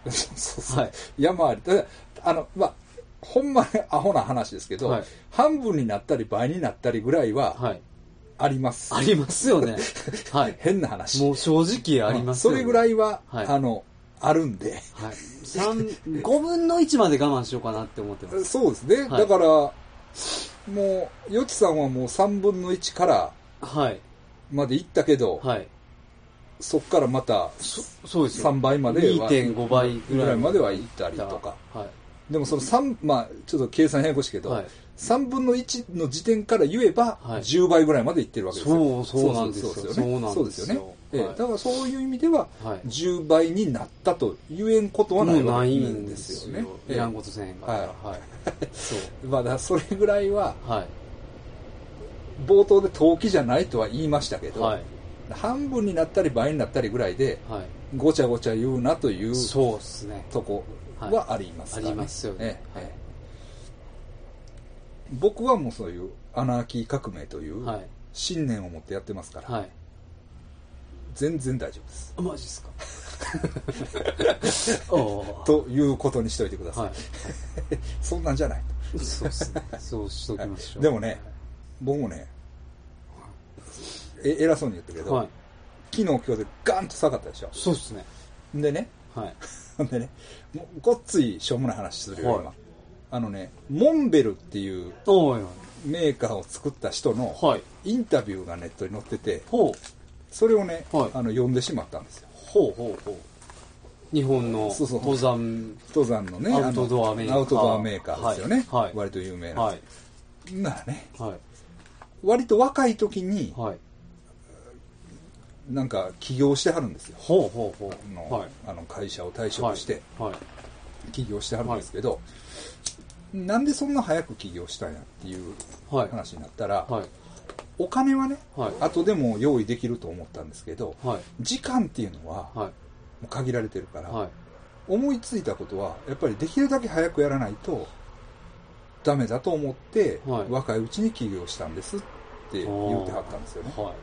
Speaker 2: ら。
Speaker 1: そうそうそう
Speaker 2: はい。
Speaker 1: 山ありただあのまあほんまにアホな話ですけど、
Speaker 2: はい
Speaker 1: 半分になったり倍になったりぐらいは
Speaker 2: はい。
Speaker 1: あります、
Speaker 2: ありますよね。 はい。
Speaker 1: 変な話
Speaker 2: もう正直ありますよ
Speaker 1: そ
Speaker 2: ね。
Speaker 1: れぐら
Speaker 2: い。
Speaker 1: いは、
Speaker 2: はい
Speaker 1: あのあるんで
Speaker 2: はい。三、5分の1まで我慢しようかなって思ってます。
Speaker 1: そうですね、
Speaker 2: はい
Speaker 1: だからもうよちさんはもう3分の1から
Speaker 2: はい。
Speaker 1: まで行ったけど、
Speaker 2: はい。
Speaker 1: そっからまた
Speaker 2: そそうですよ。
Speaker 1: 3倍までは
Speaker 2: 2.5倍ぐらい
Speaker 1: ぐらいまでは行ったりとか。
Speaker 2: は
Speaker 1: でもその3まあちょっと計算ややこしいけ
Speaker 2: い。
Speaker 1: ど、
Speaker 2: はい。
Speaker 1: 3分の1の時点から言えば、
Speaker 2: はい
Speaker 1: 10倍ぐらいまでいってるわけです
Speaker 2: そう、そうなんですよ。
Speaker 1: そうです
Speaker 2: そ
Speaker 1: よ
Speaker 2: う
Speaker 1: ね
Speaker 2: な
Speaker 1: そ
Speaker 2: ん
Speaker 1: う
Speaker 2: で
Speaker 1: です
Speaker 2: す
Speaker 1: よね、
Speaker 2: よ。
Speaker 1: ええ
Speaker 2: はい
Speaker 1: だからそういう意味では
Speaker 2: はい。
Speaker 1: 10倍になったと言えんことはない
Speaker 2: もう
Speaker 1: わ
Speaker 2: な
Speaker 1: け
Speaker 2: い
Speaker 1: なん
Speaker 2: ん
Speaker 1: で
Speaker 2: ですす
Speaker 1: よ
Speaker 2: よ
Speaker 1: ね。え
Speaker 2: い
Speaker 1: え
Speaker 2: らんことせえへんから。 はい。そう。
Speaker 1: まあだからそれぐらいは
Speaker 2: は
Speaker 1: 冒頭で投機じゃないとは言いましたけ
Speaker 2: い。
Speaker 1: ど、
Speaker 2: はい。
Speaker 1: 半分になったり倍になったりぐらいで
Speaker 2: は
Speaker 1: ごちゃごちゃ言うなという
Speaker 2: い。そうっすね。
Speaker 1: とこはありますからね、
Speaker 2: ありますよね
Speaker 1: ええ
Speaker 2: はい
Speaker 1: 僕はもうそういうアナーキー革命という
Speaker 2: はい。
Speaker 1: 信念を持ってやってますから、
Speaker 2: はい。
Speaker 1: 全然大丈夫です
Speaker 2: あマジっ すかおー
Speaker 1: ということにしておいてください、
Speaker 2: は
Speaker 1: そんなんじゃない
Speaker 2: い。そうっすね。そうしときましょう。
Speaker 1: でもね僕もねえ偉そうに言ったけど、
Speaker 2: はい。
Speaker 1: 昨日今日でガンと下がったでしょ
Speaker 2: そうっすね。
Speaker 1: でね
Speaker 2: はい。
Speaker 1: ほんでねもうごっついしょうもない話するよ、
Speaker 2: はい
Speaker 1: 今あのねモンベルっていう
Speaker 2: おーい
Speaker 1: メーカーを作った人の
Speaker 2: おい。はい。
Speaker 1: インタビューがネットに載ってて
Speaker 2: ほう。
Speaker 1: それをね、
Speaker 2: はい
Speaker 1: あの読んでしまったんですよ
Speaker 2: ほうほうほう。日本の
Speaker 1: そうそう
Speaker 2: 登山。
Speaker 1: 登山のね
Speaker 2: アウトドアメーカ
Speaker 1: あ
Speaker 2: ー
Speaker 1: のアウトドアメーカーですよね、
Speaker 2: はいはい
Speaker 1: 割と有名な、
Speaker 2: はい。
Speaker 1: まあね
Speaker 2: はい。
Speaker 1: 割と若い時に
Speaker 2: はい。
Speaker 1: なんか起業してはるんですよ
Speaker 2: ほうほうほ
Speaker 1: あの,、
Speaker 2: う。はい。
Speaker 1: あの会社を退職して
Speaker 2: はい。はい。
Speaker 1: 起業してはるんですけど、なんでそんな早く起業したんやっていう
Speaker 2: はい。
Speaker 1: 話になったら、
Speaker 2: はい。
Speaker 1: お金はね、
Speaker 2: はい
Speaker 1: 後でも用意できると思ったんですけど
Speaker 2: はい。
Speaker 1: 時間っていうのはも
Speaker 2: は
Speaker 1: う限られてるか
Speaker 2: い。
Speaker 1: ら、
Speaker 2: はい。
Speaker 1: 思いついたことはやっぱりできるだけ早くやらないとダメだと思って、
Speaker 2: はい
Speaker 1: 若いうちに起業したんですって言ってはったんですよね
Speaker 2: はい。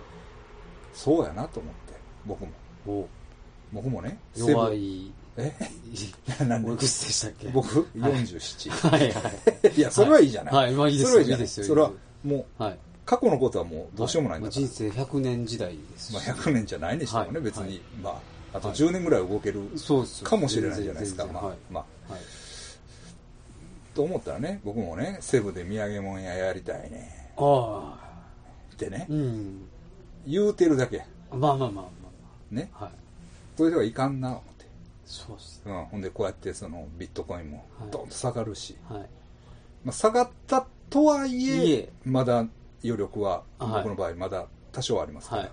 Speaker 1: そうやなと思って僕も
Speaker 2: お
Speaker 1: 僕もねセブン
Speaker 2: 弱い。
Speaker 1: え 何
Speaker 2: おいくつでしたっけ
Speaker 1: 僕47、
Speaker 2: はいはい。
Speaker 1: い、やそれはいいじゃない、
Speaker 2: はい。まあいいです
Speaker 1: それはい
Speaker 2: よ。
Speaker 1: い
Speaker 2: い
Speaker 1: じゃない
Speaker 2: ですよ。
Speaker 1: それはい
Speaker 2: いで
Speaker 1: もう
Speaker 2: すよはい。
Speaker 1: 過去のことはもうどうしようもないん
Speaker 2: まあ
Speaker 1: だから、
Speaker 2: 人生100年時代ですし
Speaker 1: まあ、100年じゃないにしてもね、
Speaker 2: はい
Speaker 1: 別に、
Speaker 2: はい
Speaker 1: まああと
Speaker 2: はい
Speaker 1: 10年ぐらい動ける
Speaker 2: そうですよ
Speaker 1: かもしれないじゃないですか、
Speaker 2: 全然
Speaker 1: まあ、
Speaker 2: 全然
Speaker 1: まあ
Speaker 2: はい
Speaker 1: と思ったらね僕もねセブで土産物屋やりたいね
Speaker 2: はいあ
Speaker 1: ってね
Speaker 2: あうん
Speaker 1: 言うてるだけ
Speaker 2: まあまあまあまあ
Speaker 1: ね
Speaker 2: まあはい
Speaker 1: それではいかんな思って、
Speaker 2: そうです
Speaker 1: うん、ほんでこうやってそのビットコインも
Speaker 2: はい
Speaker 1: ドンと下がるし、
Speaker 2: ねはい
Speaker 1: まあ、下がったとはいえ
Speaker 2: いえ
Speaker 1: まだ余力は
Speaker 2: はい
Speaker 1: 僕の場合まだ多少はありますから、
Speaker 2: はい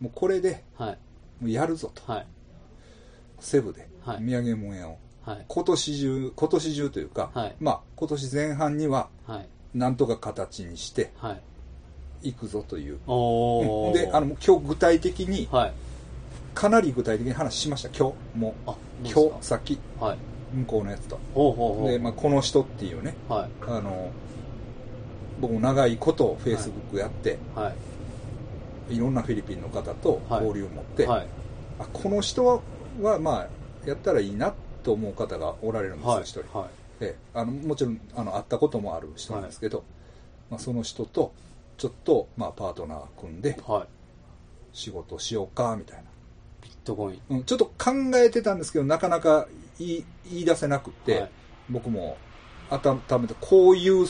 Speaker 1: もうこれで
Speaker 2: はい
Speaker 1: もうやるぞと
Speaker 2: はい
Speaker 1: セブで土
Speaker 2: はい
Speaker 1: 産物屋を
Speaker 2: はい
Speaker 1: 今年中今年中というか、
Speaker 2: はい
Speaker 1: まあ今年前半には
Speaker 2: はい
Speaker 1: なんとか形にして
Speaker 2: はい
Speaker 1: いくぞという、う
Speaker 2: おお
Speaker 1: んであの今日具体的に
Speaker 2: はい
Speaker 1: かなり具体的に話しました今日も
Speaker 2: あ
Speaker 1: う
Speaker 2: どう
Speaker 1: 今
Speaker 2: で
Speaker 1: 日
Speaker 2: す
Speaker 1: 先
Speaker 2: かはい
Speaker 1: 向こうのやつと
Speaker 2: ほうほうほう
Speaker 1: で、まあ、この人っていうね
Speaker 2: はい
Speaker 1: あの僕も長いことフェイスブックやって、
Speaker 2: はい
Speaker 1: い、ろんなフィリピンの方と
Speaker 2: はい
Speaker 1: 交流を持って、
Speaker 2: はい
Speaker 1: あこの人はまあやったらいいなと思う方がおられるんですよ、
Speaker 2: はい
Speaker 1: 一人、
Speaker 2: はい
Speaker 1: ええあのもちろんあの会ったこともある人なんですけど、まあ、その人とちょっと、まあ、パートナー組んで
Speaker 2: はい
Speaker 1: 仕事しようかみたいな
Speaker 2: ビットコイン。
Speaker 1: うん、ちょっと考えてたんですけど、なかなか言い言い出せなくって、
Speaker 2: はい
Speaker 1: 僕も改めてこういう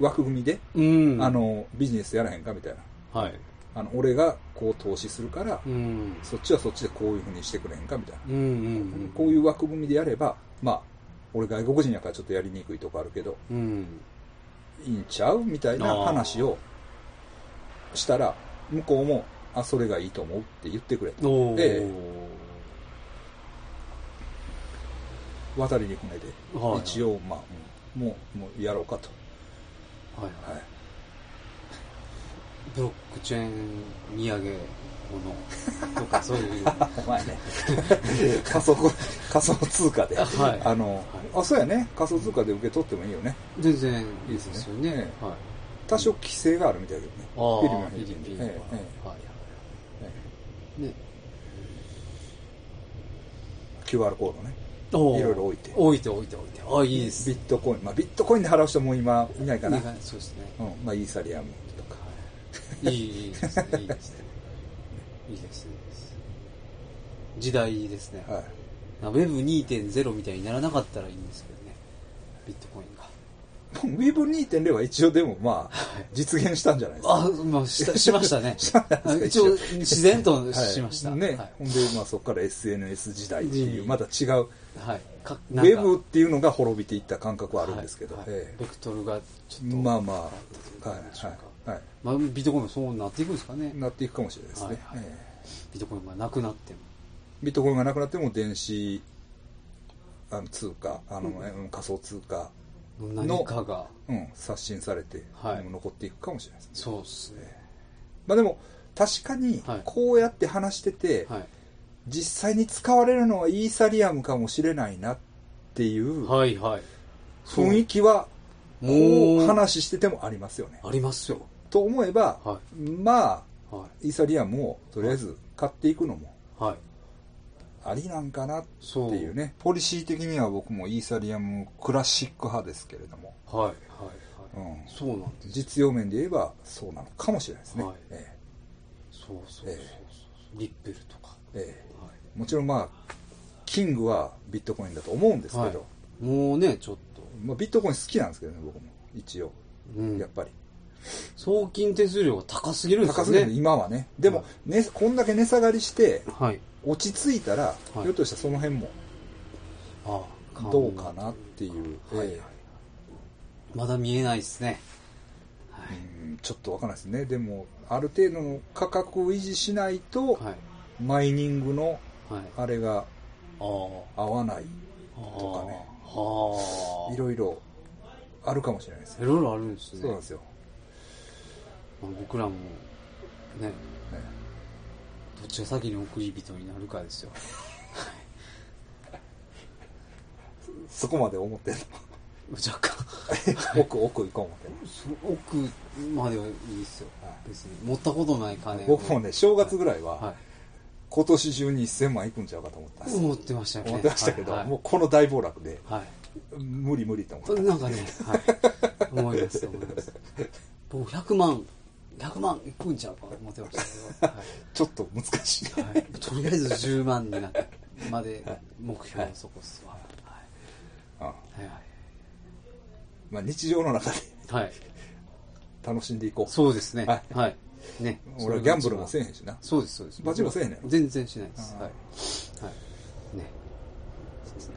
Speaker 1: 枠組みで、
Speaker 2: うん。
Speaker 1: あ、の、ビジネスやらへんかみたいな。
Speaker 2: はい。
Speaker 1: あの、俺がこう投資するから、
Speaker 2: うん。
Speaker 1: そっちはそっちでこういうふうにしてくれへんかみたいな。
Speaker 2: うんうん
Speaker 1: こういう枠組みでやれば、まあ、俺外国人やからちょっとやりにくいとこあるけど、
Speaker 2: うん。うん。
Speaker 1: いいんちゃうみたいな話をしたら、向こうも、あ、それがいいと思うって言ってくれた。
Speaker 2: おー。
Speaker 1: で渡りに船で、
Speaker 2: はい
Speaker 1: 一応、まあ、うんもう、もうやろうかと。
Speaker 2: はいはい。
Speaker 1: はい。
Speaker 2: ブロックチェーン土産物とかそういう。は
Speaker 1: お前ね、仮想、仮想通貨で、
Speaker 2: はい
Speaker 1: あの、あ、そうやね、仮想通貨で受け取ってもいいよね。
Speaker 2: い。全然
Speaker 1: いいですね
Speaker 2: よね。
Speaker 1: え
Speaker 2: はい。
Speaker 1: 多少規制があるみたいだけどね。
Speaker 2: ああ
Speaker 1: フィリピンはえ
Speaker 2: フィリピンは。
Speaker 1: ええ
Speaker 2: は
Speaker 1: ええ
Speaker 2: い。ね。
Speaker 1: え QR コードね。
Speaker 2: おー
Speaker 1: いろいろ置いて
Speaker 2: 置いて置いて置いて。あ、いいです。
Speaker 1: ビットコイン。まあ、ビットコインで払う人も今いないかな。
Speaker 2: いい感じそうですね。
Speaker 1: うん。まあ、イーサリアムとか。
Speaker 2: いい、いいですね。いいですね。いいです、いいです。時代ですね。
Speaker 1: はい。
Speaker 2: まあウェブ2.0みたいにならなかったらいいんですけどね。ビットコイン が。
Speaker 1: ウェブ2.0は一応でもまあ、実現したんじゃないですか。
Speaker 2: あ、まあ、したしましたね。
Speaker 1: したんじゃないです
Speaker 2: 一
Speaker 1: か
Speaker 2: 応、自然と
Speaker 1: はい
Speaker 2: しました。
Speaker 1: ね。
Speaker 2: はい
Speaker 1: ほんで、まあそこから SNS 時代っていうう、
Speaker 2: ん
Speaker 1: また違う、
Speaker 2: はい。か
Speaker 1: ウ
Speaker 2: なんか
Speaker 1: ェブっていうのが滅びていった感覚はあるんですけど、
Speaker 2: はいはい
Speaker 1: え
Speaker 2: ベクトルがち
Speaker 1: え
Speaker 2: ょっと、
Speaker 1: まあまあ、
Speaker 2: はい
Speaker 1: はい、はい、は
Speaker 2: まあ、ビットコインもそうなっていくんですかね
Speaker 1: い。。なっていくかもしれないですね。
Speaker 2: はいはい
Speaker 1: ええ
Speaker 2: ビットコインがなくなっても。
Speaker 1: ビットコインがなくなっても電子あの通貨、あの、うん仮想通貨、
Speaker 2: 何かが、
Speaker 1: うん、刷新されて、
Speaker 2: はい
Speaker 1: 残っていくかもしれないですね。
Speaker 2: そうですね。
Speaker 1: まあでも、確かに
Speaker 2: はい、
Speaker 1: こうやって話してて、
Speaker 2: はい。
Speaker 1: 実際に使われるのはイーサリアムかもしれないなっていう
Speaker 2: はいはい。
Speaker 1: 雰囲気は、
Speaker 2: も
Speaker 1: こ
Speaker 2: う
Speaker 1: う話しててもありますよね。
Speaker 2: ありますよ。
Speaker 1: と思えば、
Speaker 2: は
Speaker 1: まあ、
Speaker 2: は
Speaker 1: イーサリアムをとりあえず買っていくのも
Speaker 2: い。はい。
Speaker 1: ありなんかなって
Speaker 2: そう。
Speaker 1: いう。ね。ポリシー的には僕もイーサリアムクラシック派ですけれども、
Speaker 2: はい。はい。
Speaker 1: う
Speaker 2: はい。
Speaker 1: ん、
Speaker 2: そうなんです。
Speaker 1: 実用面で言えばそうなのかもしれないですね。
Speaker 2: はい
Speaker 1: え
Speaker 2: そうそうそうそう
Speaker 1: え
Speaker 2: そう。リッペルとか。
Speaker 1: えええ
Speaker 2: はい。
Speaker 1: もちろんまあ、キングはビットコインだと思うんですけど、
Speaker 2: はい、もうねちょっと、
Speaker 1: まあ、ビットコイン好きなんですけどね、僕も。一応。
Speaker 2: う
Speaker 1: やっ
Speaker 2: ん、
Speaker 1: ぱり。
Speaker 2: 送金手数料が高すぎるんです
Speaker 1: 高
Speaker 2: よ
Speaker 1: すぎ
Speaker 2: ね
Speaker 1: る、今はね。でも、ね、こんだけ値下がりして、
Speaker 2: はい
Speaker 1: 落ち着いたら、
Speaker 2: い
Speaker 1: ひょっとしたらその辺も
Speaker 2: あ
Speaker 1: どうかなっていう、
Speaker 2: はい
Speaker 1: え
Speaker 2: まだ見えないですねは
Speaker 1: え
Speaker 2: い、
Speaker 1: うんちょっとわからないですね。でも、ある程度の価格を維持しないと、
Speaker 2: はい
Speaker 1: マイニングの
Speaker 2: はい
Speaker 1: あれが
Speaker 2: あー
Speaker 1: 合わない、
Speaker 2: あー
Speaker 1: とかね
Speaker 2: はあ
Speaker 1: いろいろあるかもしれないですよ。
Speaker 2: いろいろあるんですね
Speaker 1: そうなんですよ。
Speaker 2: まあ僕らもね
Speaker 1: ね
Speaker 2: どっちが先に送り人になるかですよ
Speaker 1: そこまで思って んの。
Speaker 2: 若干
Speaker 1: 奥、奥行こう思ってんの
Speaker 2: そ奥まではいいですよ、
Speaker 1: は
Speaker 2: 別に持ったことない金を
Speaker 1: 僕もね、正月ぐらい
Speaker 2: は
Speaker 1: は、今年中に1000万いくんちゃうかと思ったん
Speaker 2: い
Speaker 1: ですよ。
Speaker 2: 思ってましたよね
Speaker 1: 思ってましたけど、
Speaker 2: はいはい
Speaker 1: もうこの大暴落で、
Speaker 2: はい
Speaker 1: 無理無理と思って。
Speaker 2: なんかね、はい、思います、思います。僕、100万、100万いくんちゃうか思ってましたけ
Speaker 1: ちょっと難しい。
Speaker 2: ど、はいはい、とりあえず10万になってまで目標はそこっすわ。は
Speaker 1: あ
Speaker 2: い、はい
Speaker 1: まあ、日常の中で
Speaker 2: はい、はい。
Speaker 1: 楽しんでいこう。
Speaker 2: そうですね。
Speaker 1: は
Speaker 2: はい。ね。
Speaker 1: 俺はギャンブルもせえへんしな。
Speaker 2: そうです、そうです。
Speaker 1: バチもせえへんねやろ
Speaker 2: 全然しないです。
Speaker 1: あ
Speaker 2: は
Speaker 1: ー
Speaker 2: い。はい。ね。そうですね。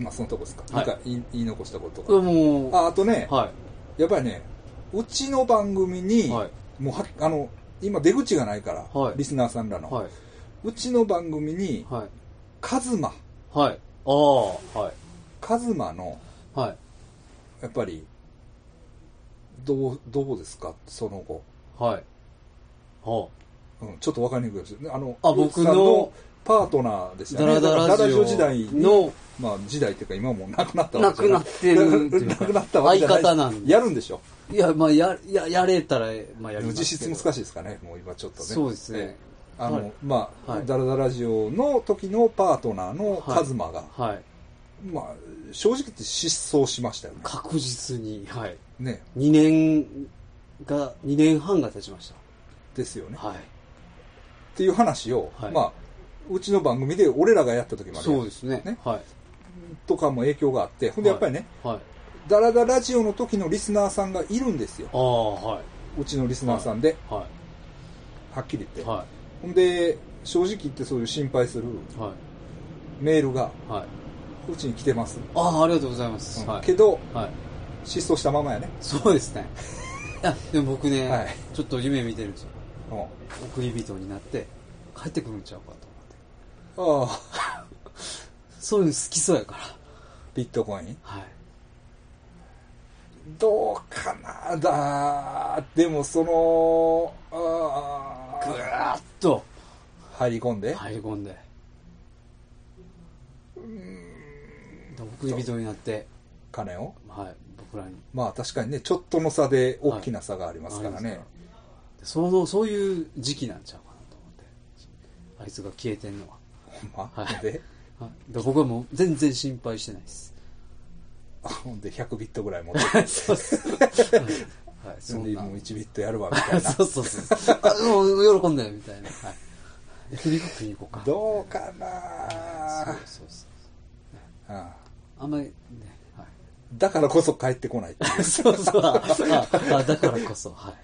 Speaker 1: まあ、そのとこですか。
Speaker 2: は
Speaker 1: ないんか言い言い残したこと
Speaker 2: うわ
Speaker 1: と
Speaker 2: もう、
Speaker 1: か。あ、あとね、
Speaker 2: は
Speaker 1: やっぱりね、うちの番組に、
Speaker 2: はい
Speaker 1: もうは、あの、今出口がないから、
Speaker 2: はい
Speaker 1: リスナーさんら
Speaker 2: い。
Speaker 1: の、
Speaker 2: はい。
Speaker 1: うちの番組に、
Speaker 2: はい。
Speaker 1: カズマ、
Speaker 2: はい。ああ、はい。
Speaker 1: カズマの、
Speaker 2: はい。
Speaker 1: やっぱり、どう、どうですかその後。
Speaker 2: はい。はあ。
Speaker 1: うん、ちょっとわかりにくいですよね。あの、
Speaker 2: あ僕の
Speaker 1: さんパートナーでしたね。
Speaker 2: ダラダラジ
Speaker 1: ダ
Speaker 2: オ
Speaker 1: ラ時代に
Speaker 2: の
Speaker 1: まあ時代っていうか今もうなくなった
Speaker 2: なくなってるっていう
Speaker 1: な
Speaker 2: か
Speaker 1: くなったわけじゃない。
Speaker 2: 相方なんで
Speaker 1: やるんでしょ。
Speaker 2: いや、まあ、や、や、やれたら、まあ、や
Speaker 1: で
Speaker 2: り
Speaker 1: も
Speaker 2: ますけど。
Speaker 1: 実質難しいですかね、もう今ちょっとね。
Speaker 2: そうですね
Speaker 1: ええ。あの、
Speaker 2: はい
Speaker 1: まあ、
Speaker 2: はい
Speaker 1: ダラダラジオの時のパートナーの
Speaker 2: はい
Speaker 1: カズマが、
Speaker 2: はい。
Speaker 1: まあ、正直言って失踪しましたよね。
Speaker 2: 確実に、はい。
Speaker 1: ね。
Speaker 2: 2年が、2年半が経ちまし
Speaker 1: ですよね。
Speaker 2: た。はい。
Speaker 1: っていう話を、
Speaker 2: はい
Speaker 1: まあ、うちの番組で俺らがやった時もあるやん
Speaker 2: そうですね
Speaker 1: ね
Speaker 2: はい
Speaker 1: とかも影響があってほんでやっぱりね、
Speaker 2: はいはい
Speaker 1: ダラダラジオの時のリスナーさんがいるんですよ
Speaker 2: ああはいう
Speaker 1: ちのリスナーさんで、
Speaker 2: は
Speaker 1: はっきり
Speaker 2: い
Speaker 1: 言って、
Speaker 2: は
Speaker 1: ほんで正直言ってそういう心配する
Speaker 2: いは
Speaker 1: メールが
Speaker 2: いはい
Speaker 1: こっちに来てます、
Speaker 2: ああありがとうございます、
Speaker 1: うん
Speaker 2: はい
Speaker 1: けど
Speaker 2: はい
Speaker 1: 失踪したままやね、
Speaker 2: そうです ねいやでも僕ね、
Speaker 1: はい
Speaker 2: ちょっと夢見てるんですよ
Speaker 1: うん、あ
Speaker 2: 送り人になって帰ってくるんちゃうかと思って
Speaker 1: あ
Speaker 2: そういうの好きそうやから
Speaker 1: ビットコイン
Speaker 2: はい
Speaker 1: どうかなだでもそのあ
Speaker 2: ぐ
Speaker 1: ー
Speaker 2: ーっと
Speaker 1: 入り込んで、
Speaker 2: 入り込んでで送り人になって、
Speaker 1: 金を
Speaker 2: はい、僕らに
Speaker 1: まあ確かにねちょっとの差で大きな差がありますからね、
Speaker 2: はいありますでそのそういう時期なんちゃうかなと思ってあいつが消えてんのは、
Speaker 1: ほんま、
Speaker 2: はい
Speaker 1: で
Speaker 2: はい、で僕はもう全然心配してないです
Speaker 1: ほんで100ビットぐらい持って
Speaker 2: そうそう、はいはい、
Speaker 1: そ
Speaker 2: そ
Speaker 1: んで
Speaker 2: んな
Speaker 1: もう1ビットやるわみたいな
Speaker 2: そうそうそうあもう喜んだよみたいな、はい、焼肉食いに行こうか
Speaker 1: どうか
Speaker 2: そう
Speaker 1: な
Speaker 2: そうそう
Speaker 1: あ
Speaker 2: あんまりねはい
Speaker 1: だからこそ帰ってこないっていう
Speaker 2: そうそう。ああだからこそ、はい。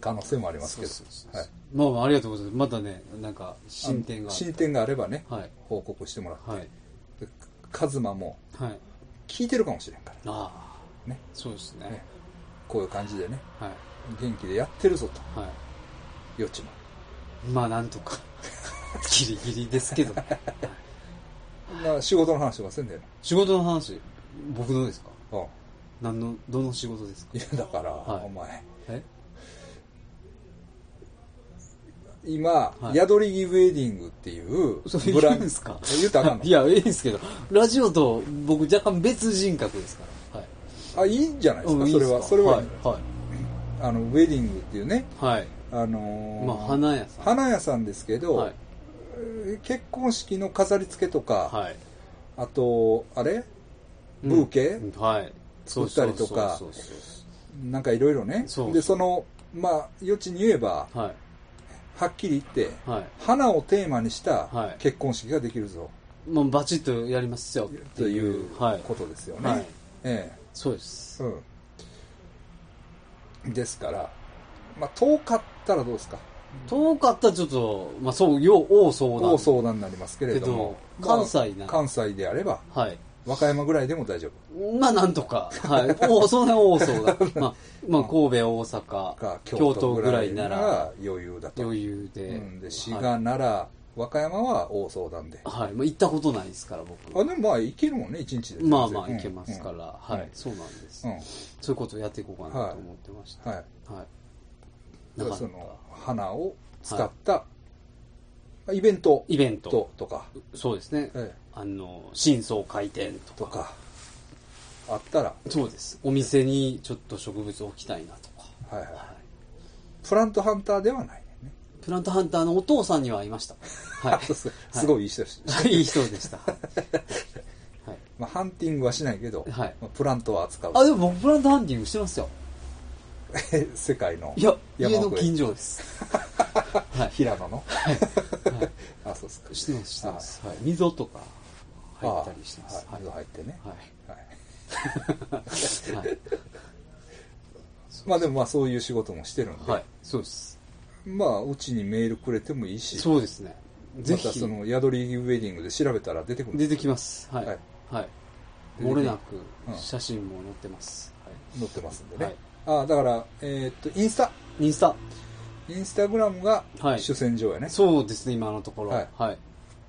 Speaker 1: 可能性もありますけど
Speaker 2: そうそうそう
Speaker 1: はい
Speaker 2: まあまあ、ありがとうございます。またね、なんか、進展が
Speaker 1: あの。進展があればね、
Speaker 2: はい。
Speaker 1: 報告してもらって、
Speaker 2: はい。
Speaker 1: でカズマも
Speaker 2: はい。
Speaker 1: 聞いてるかもしれんから
Speaker 2: ああ。
Speaker 1: ね。
Speaker 2: そうですね。
Speaker 1: ねこういう感じでね
Speaker 2: はい。
Speaker 1: 元気でやってるぞと
Speaker 2: は
Speaker 1: 余地も
Speaker 2: い。まあ、なんとか。 ギリギリですけど。はい
Speaker 1: まあ仕事の話とかせんだよな
Speaker 2: 仕事の話、僕のですか
Speaker 1: うん
Speaker 2: 何の、どの仕事です
Speaker 1: い
Speaker 2: か
Speaker 1: やだから、
Speaker 2: はい
Speaker 1: お前
Speaker 2: え
Speaker 1: 今、
Speaker 2: はい
Speaker 1: 宿りギウェディングっていう
Speaker 2: それ言
Speaker 1: ブラ
Speaker 2: う
Speaker 1: ン
Speaker 2: んですか
Speaker 1: 言うたらあかんの
Speaker 2: いや、いいですけど、ラジオと僕若干別人格ですから。はい。
Speaker 1: あいいんじゃないですか、
Speaker 2: うんいい
Speaker 1: そ
Speaker 2: っ
Speaker 1: れ
Speaker 2: す
Speaker 1: は
Speaker 2: か
Speaker 1: それは、
Speaker 2: はい。は
Speaker 1: あのウェディングっていうね
Speaker 2: い。はい。
Speaker 1: あのー
Speaker 2: まあ、花屋さん。
Speaker 1: 花屋さんですけど、
Speaker 2: は
Speaker 1: え
Speaker 2: い。
Speaker 1: ー結婚式の飾り付けとか、
Speaker 2: はい。
Speaker 1: あとあれブーケ
Speaker 2: うんはい
Speaker 1: 作ったりとか
Speaker 2: そうそうそうそ
Speaker 1: なんかいろいろね
Speaker 2: そう
Speaker 1: でそのまあ余地に言えば
Speaker 2: うは
Speaker 1: はっきり言って
Speaker 2: いはい
Speaker 1: 花をテーマにした
Speaker 2: はい
Speaker 1: 結婚式ができるぞ
Speaker 2: もうバチッとやりますよって
Speaker 1: と
Speaker 2: い
Speaker 1: いう
Speaker 2: うはい
Speaker 1: ことですよね、
Speaker 2: はい
Speaker 1: え
Speaker 2: そうです
Speaker 1: えうん、ですから、まあ、遠かったらどうですか
Speaker 2: 遠かったらちょっとまあそうよう大相談
Speaker 1: 大相談になりますけれども
Speaker 2: けど関西な
Speaker 1: まあ関西であれば
Speaker 2: はい
Speaker 1: 和歌山ぐらいでも大丈
Speaker 2: まあなんとかはいおその辺大相 談まあまあ神戸大
Speaker 1: 夫か
Speaker 2: 阪
Speaker 1: 京
Speaker 2: 京
Speaker 1: 都
Speaker 2: 都
Speaker 1: ぐ
Speaker 2: ぐ
Speaker 1: ら
Speaker 2: ら
Speaker 1: い
Speaker 2: い
Speaker 1: な
Speaker 2: な
Speaker 1: ら
Speaker 2: ら
Speaker 1: 余裕だと
Speaker 2: 余裕
Speaker 1: う
Speaker 2: で
Speaker 1: ん、で滋
Speaker 2: は
Speaker 1: 賀なら和歌山は大相談で、
Speaker 2: いはいまあ行ったことないですから僕
Speaker 1: あでもまあいけるもんね一日で全然
Speaker 2: まあまあ
Speaker 1: うん
Speaker 2: 行けますか
Speaker 1: うん
Speaker 2: らはいそうなんです
Speaker 1: うん
Speaker 2: そういうことをやっていこうかなと思ってました
Speaker 1: はい
Speaker 2: はい
Speaker 1: だ
Speaker 2: な
Speaker 1: か
Speaker 2: か
Speaker 1: そ
Speaker 2: らった
Speaker 1: の花を使ったイベント
Speaker 2: イベント
Speaker 1: ととか、
Speaker 2: そうですね
Speaker 1: ええ
Speaker 2: あの真相回転と
Speaker 1: と
Speaker 2: か
Speaker 1: かあったら、
Speaker 2: そうですお店にちょっと植物を置きたいなとか、
Speaker 1: はいはい
Speaker 2: は
Speaker 1: プラントハンターではないね
Speaker 2: い、プラントハンターのお父さんには会い ましたはい
Speaker 1: そうそうすごいいい人だし、
Speaker 2: いい人で したはいはい
Speaker 1: まあ、ハンティングはしないけど、
Speaker 2: はい
Speaker 1: まあ、プラントは扱う
Speaker 2: あでも僕プラントハンティングしてますよ
Speaker 1: 世界の
Speaker 2: いや家
Speaker 1: 山
Speaker 2: の
Speaker 1: 奥へ
Speaker 2: 近所です はい、
Speaker 1: 平野の、
Speaker 2: は
Speaker 1: あそうですか
Speaker 2: い、してますしてます、はい、溝とか入ったりしてます
Speaker 1: あは
Speaker 2: は
Speaker 1: 水入
Speaker 2: いい、は
Speaker 1: ってね、
Speaker 2: い
Speaker 1: はい
Speaker 2: はい
Speaker 1: まあでもまあそういう仕事もしてるんで、
Speaker 2: はい、そうです
Speaker 1: まあうちにメールくれてもいいし
Speaker 2: そうですねぜ
Speaker 1: また
Speaker 2: ひ
Speaker 1: その宿りウェディングで調べたら出てくるんで
Speaker 2: 出てきますはい、
Speaker 1: は
Speaker 2: はいい
Speaker 1: 出て
Speaker 2: 漏れな
Speaker 1: うん
Speaker 2: く写真も載ってます、はい
Speaker 1: 載ってますんでね、
Speaker 2: はい
Speaker 1: あだから、えーっとインスタ
Speaker 2: インスタ
Speaker 1: インスタグラムが
Speaker 2: はい
Speaker 1: 主戦場やね、
Speaker 2: そうですね今のところ
Speaker 1: は
Speaker 2: はいい、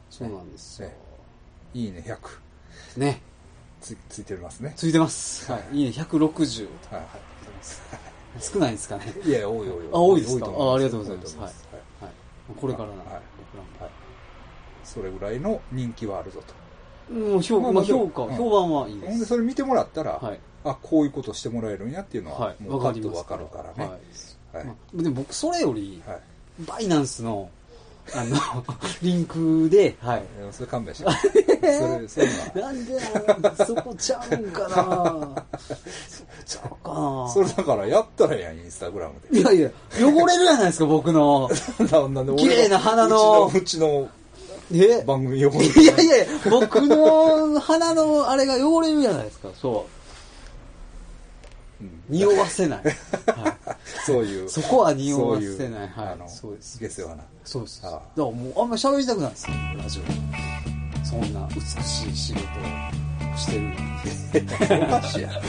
Speaker 2: そうなんですよ
Speaker 1: ええい、いね100
Speaker 2: ね
Speaker 1: つついてますね
Speaker 2: ついてます、
Speaker 1: は
Speaker 2: はいい、いいね160と
Speaker 1: はい、
Speaker 2: 少ないですかね、
Speaker 1: い、やいや多い多い多い
Speaker 2: あ多いですか
Speaker 1: と思
Speaker 2: あありがとうございます
Speaker 1: 多と思はい
Speaker 2: はい、これからな、
Speaker 1: はい
Speaker 2: 僕らも
Speaker 1: はいそれぐらいの人気はあるぞと
Speaker 2: もう評,、
Speaker 1: ま
Speaker 2: ま
Speaker 1: あ
Speaker 2: あ
Speaker 1: まあ
Speaker 2: 評価、
Speaker 1: うん
Speaker 2: 評判はい
Speaker 1: ほ
Speaker 2: い
Speaker 1: ん
Speaker 2: で
Speaker 1: ですそれ見てもらったら、
Speaker 2: はい
Speaker 1: あこういうことしてもらえるんやっていうのは、
Speaker 2: はい
Speaker 1: も
Speaker 2: わ
Speaker 1: うパ
Speaker 2: か
Speaker 1: ッ
Speaker 2: り
Speaker 1: と
Speaker 2: ま
Speaker 1: わ
Speaker 2: す
Speaker 1: かるからね、
Speaker 2: はい
Speaker 1: はい
Speaker 2: まあでも僕それより、
Speaker 1: はい
Speaker 2: バイナンスのあの リンクで、はい、
Speaker 1: えーそれ勘弁してくだ さいそれそれは
Speaker 2: なんでやろうそこちゃうんかなそこちゃうかな
Speaker 1: それだからやったらやんインスタグラムで
Speaker 2: い やいや汚れるじゃないですか僕の
Speaker 1: なんで俺の
Speaker 2: 綺麗な花の
Speaker 1: うちのうちの
Speaker 2: え
Speaker 1: 番組横に。
Speaker 2: いやいやいや、僕の鼻のあれが汚れるじゃないですか、そう。匂わせない。はい
Speaker 1: そういう。
Speaker 2: そこは匂わせない
Speaker 1: そうう
Speaker 2: はい
Speaker 1: あの、
Speaker 2: そうです
Speaker 1: 下世話な。
Speaker 2: そうです。だ
Speaker 1: ああ
Speaker 2: からもうあんまり喋りたくないですよ、ラジオ。そんな美しい仕事をしてるのに。
Speaker 1: おかしいや。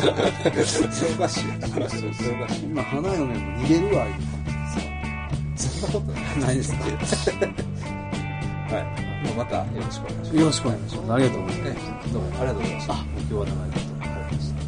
Speaker 1: それおかしいや。それおかしい。
Speaker 2: 今、花嫁も逃げるわ、いう感じ
Speaker 1: そんなことない。
Speaker 2: ですか。ないですか。
Speaker 1: はい。まあまたよろしくお願いします。
Speaker 2: よろしくお願いします。ありがとうございます。
Speaker 1: ねどうもありがとうございました。
Speaker 2: あ
Speaker 1: 今日は長いことありがとうございました。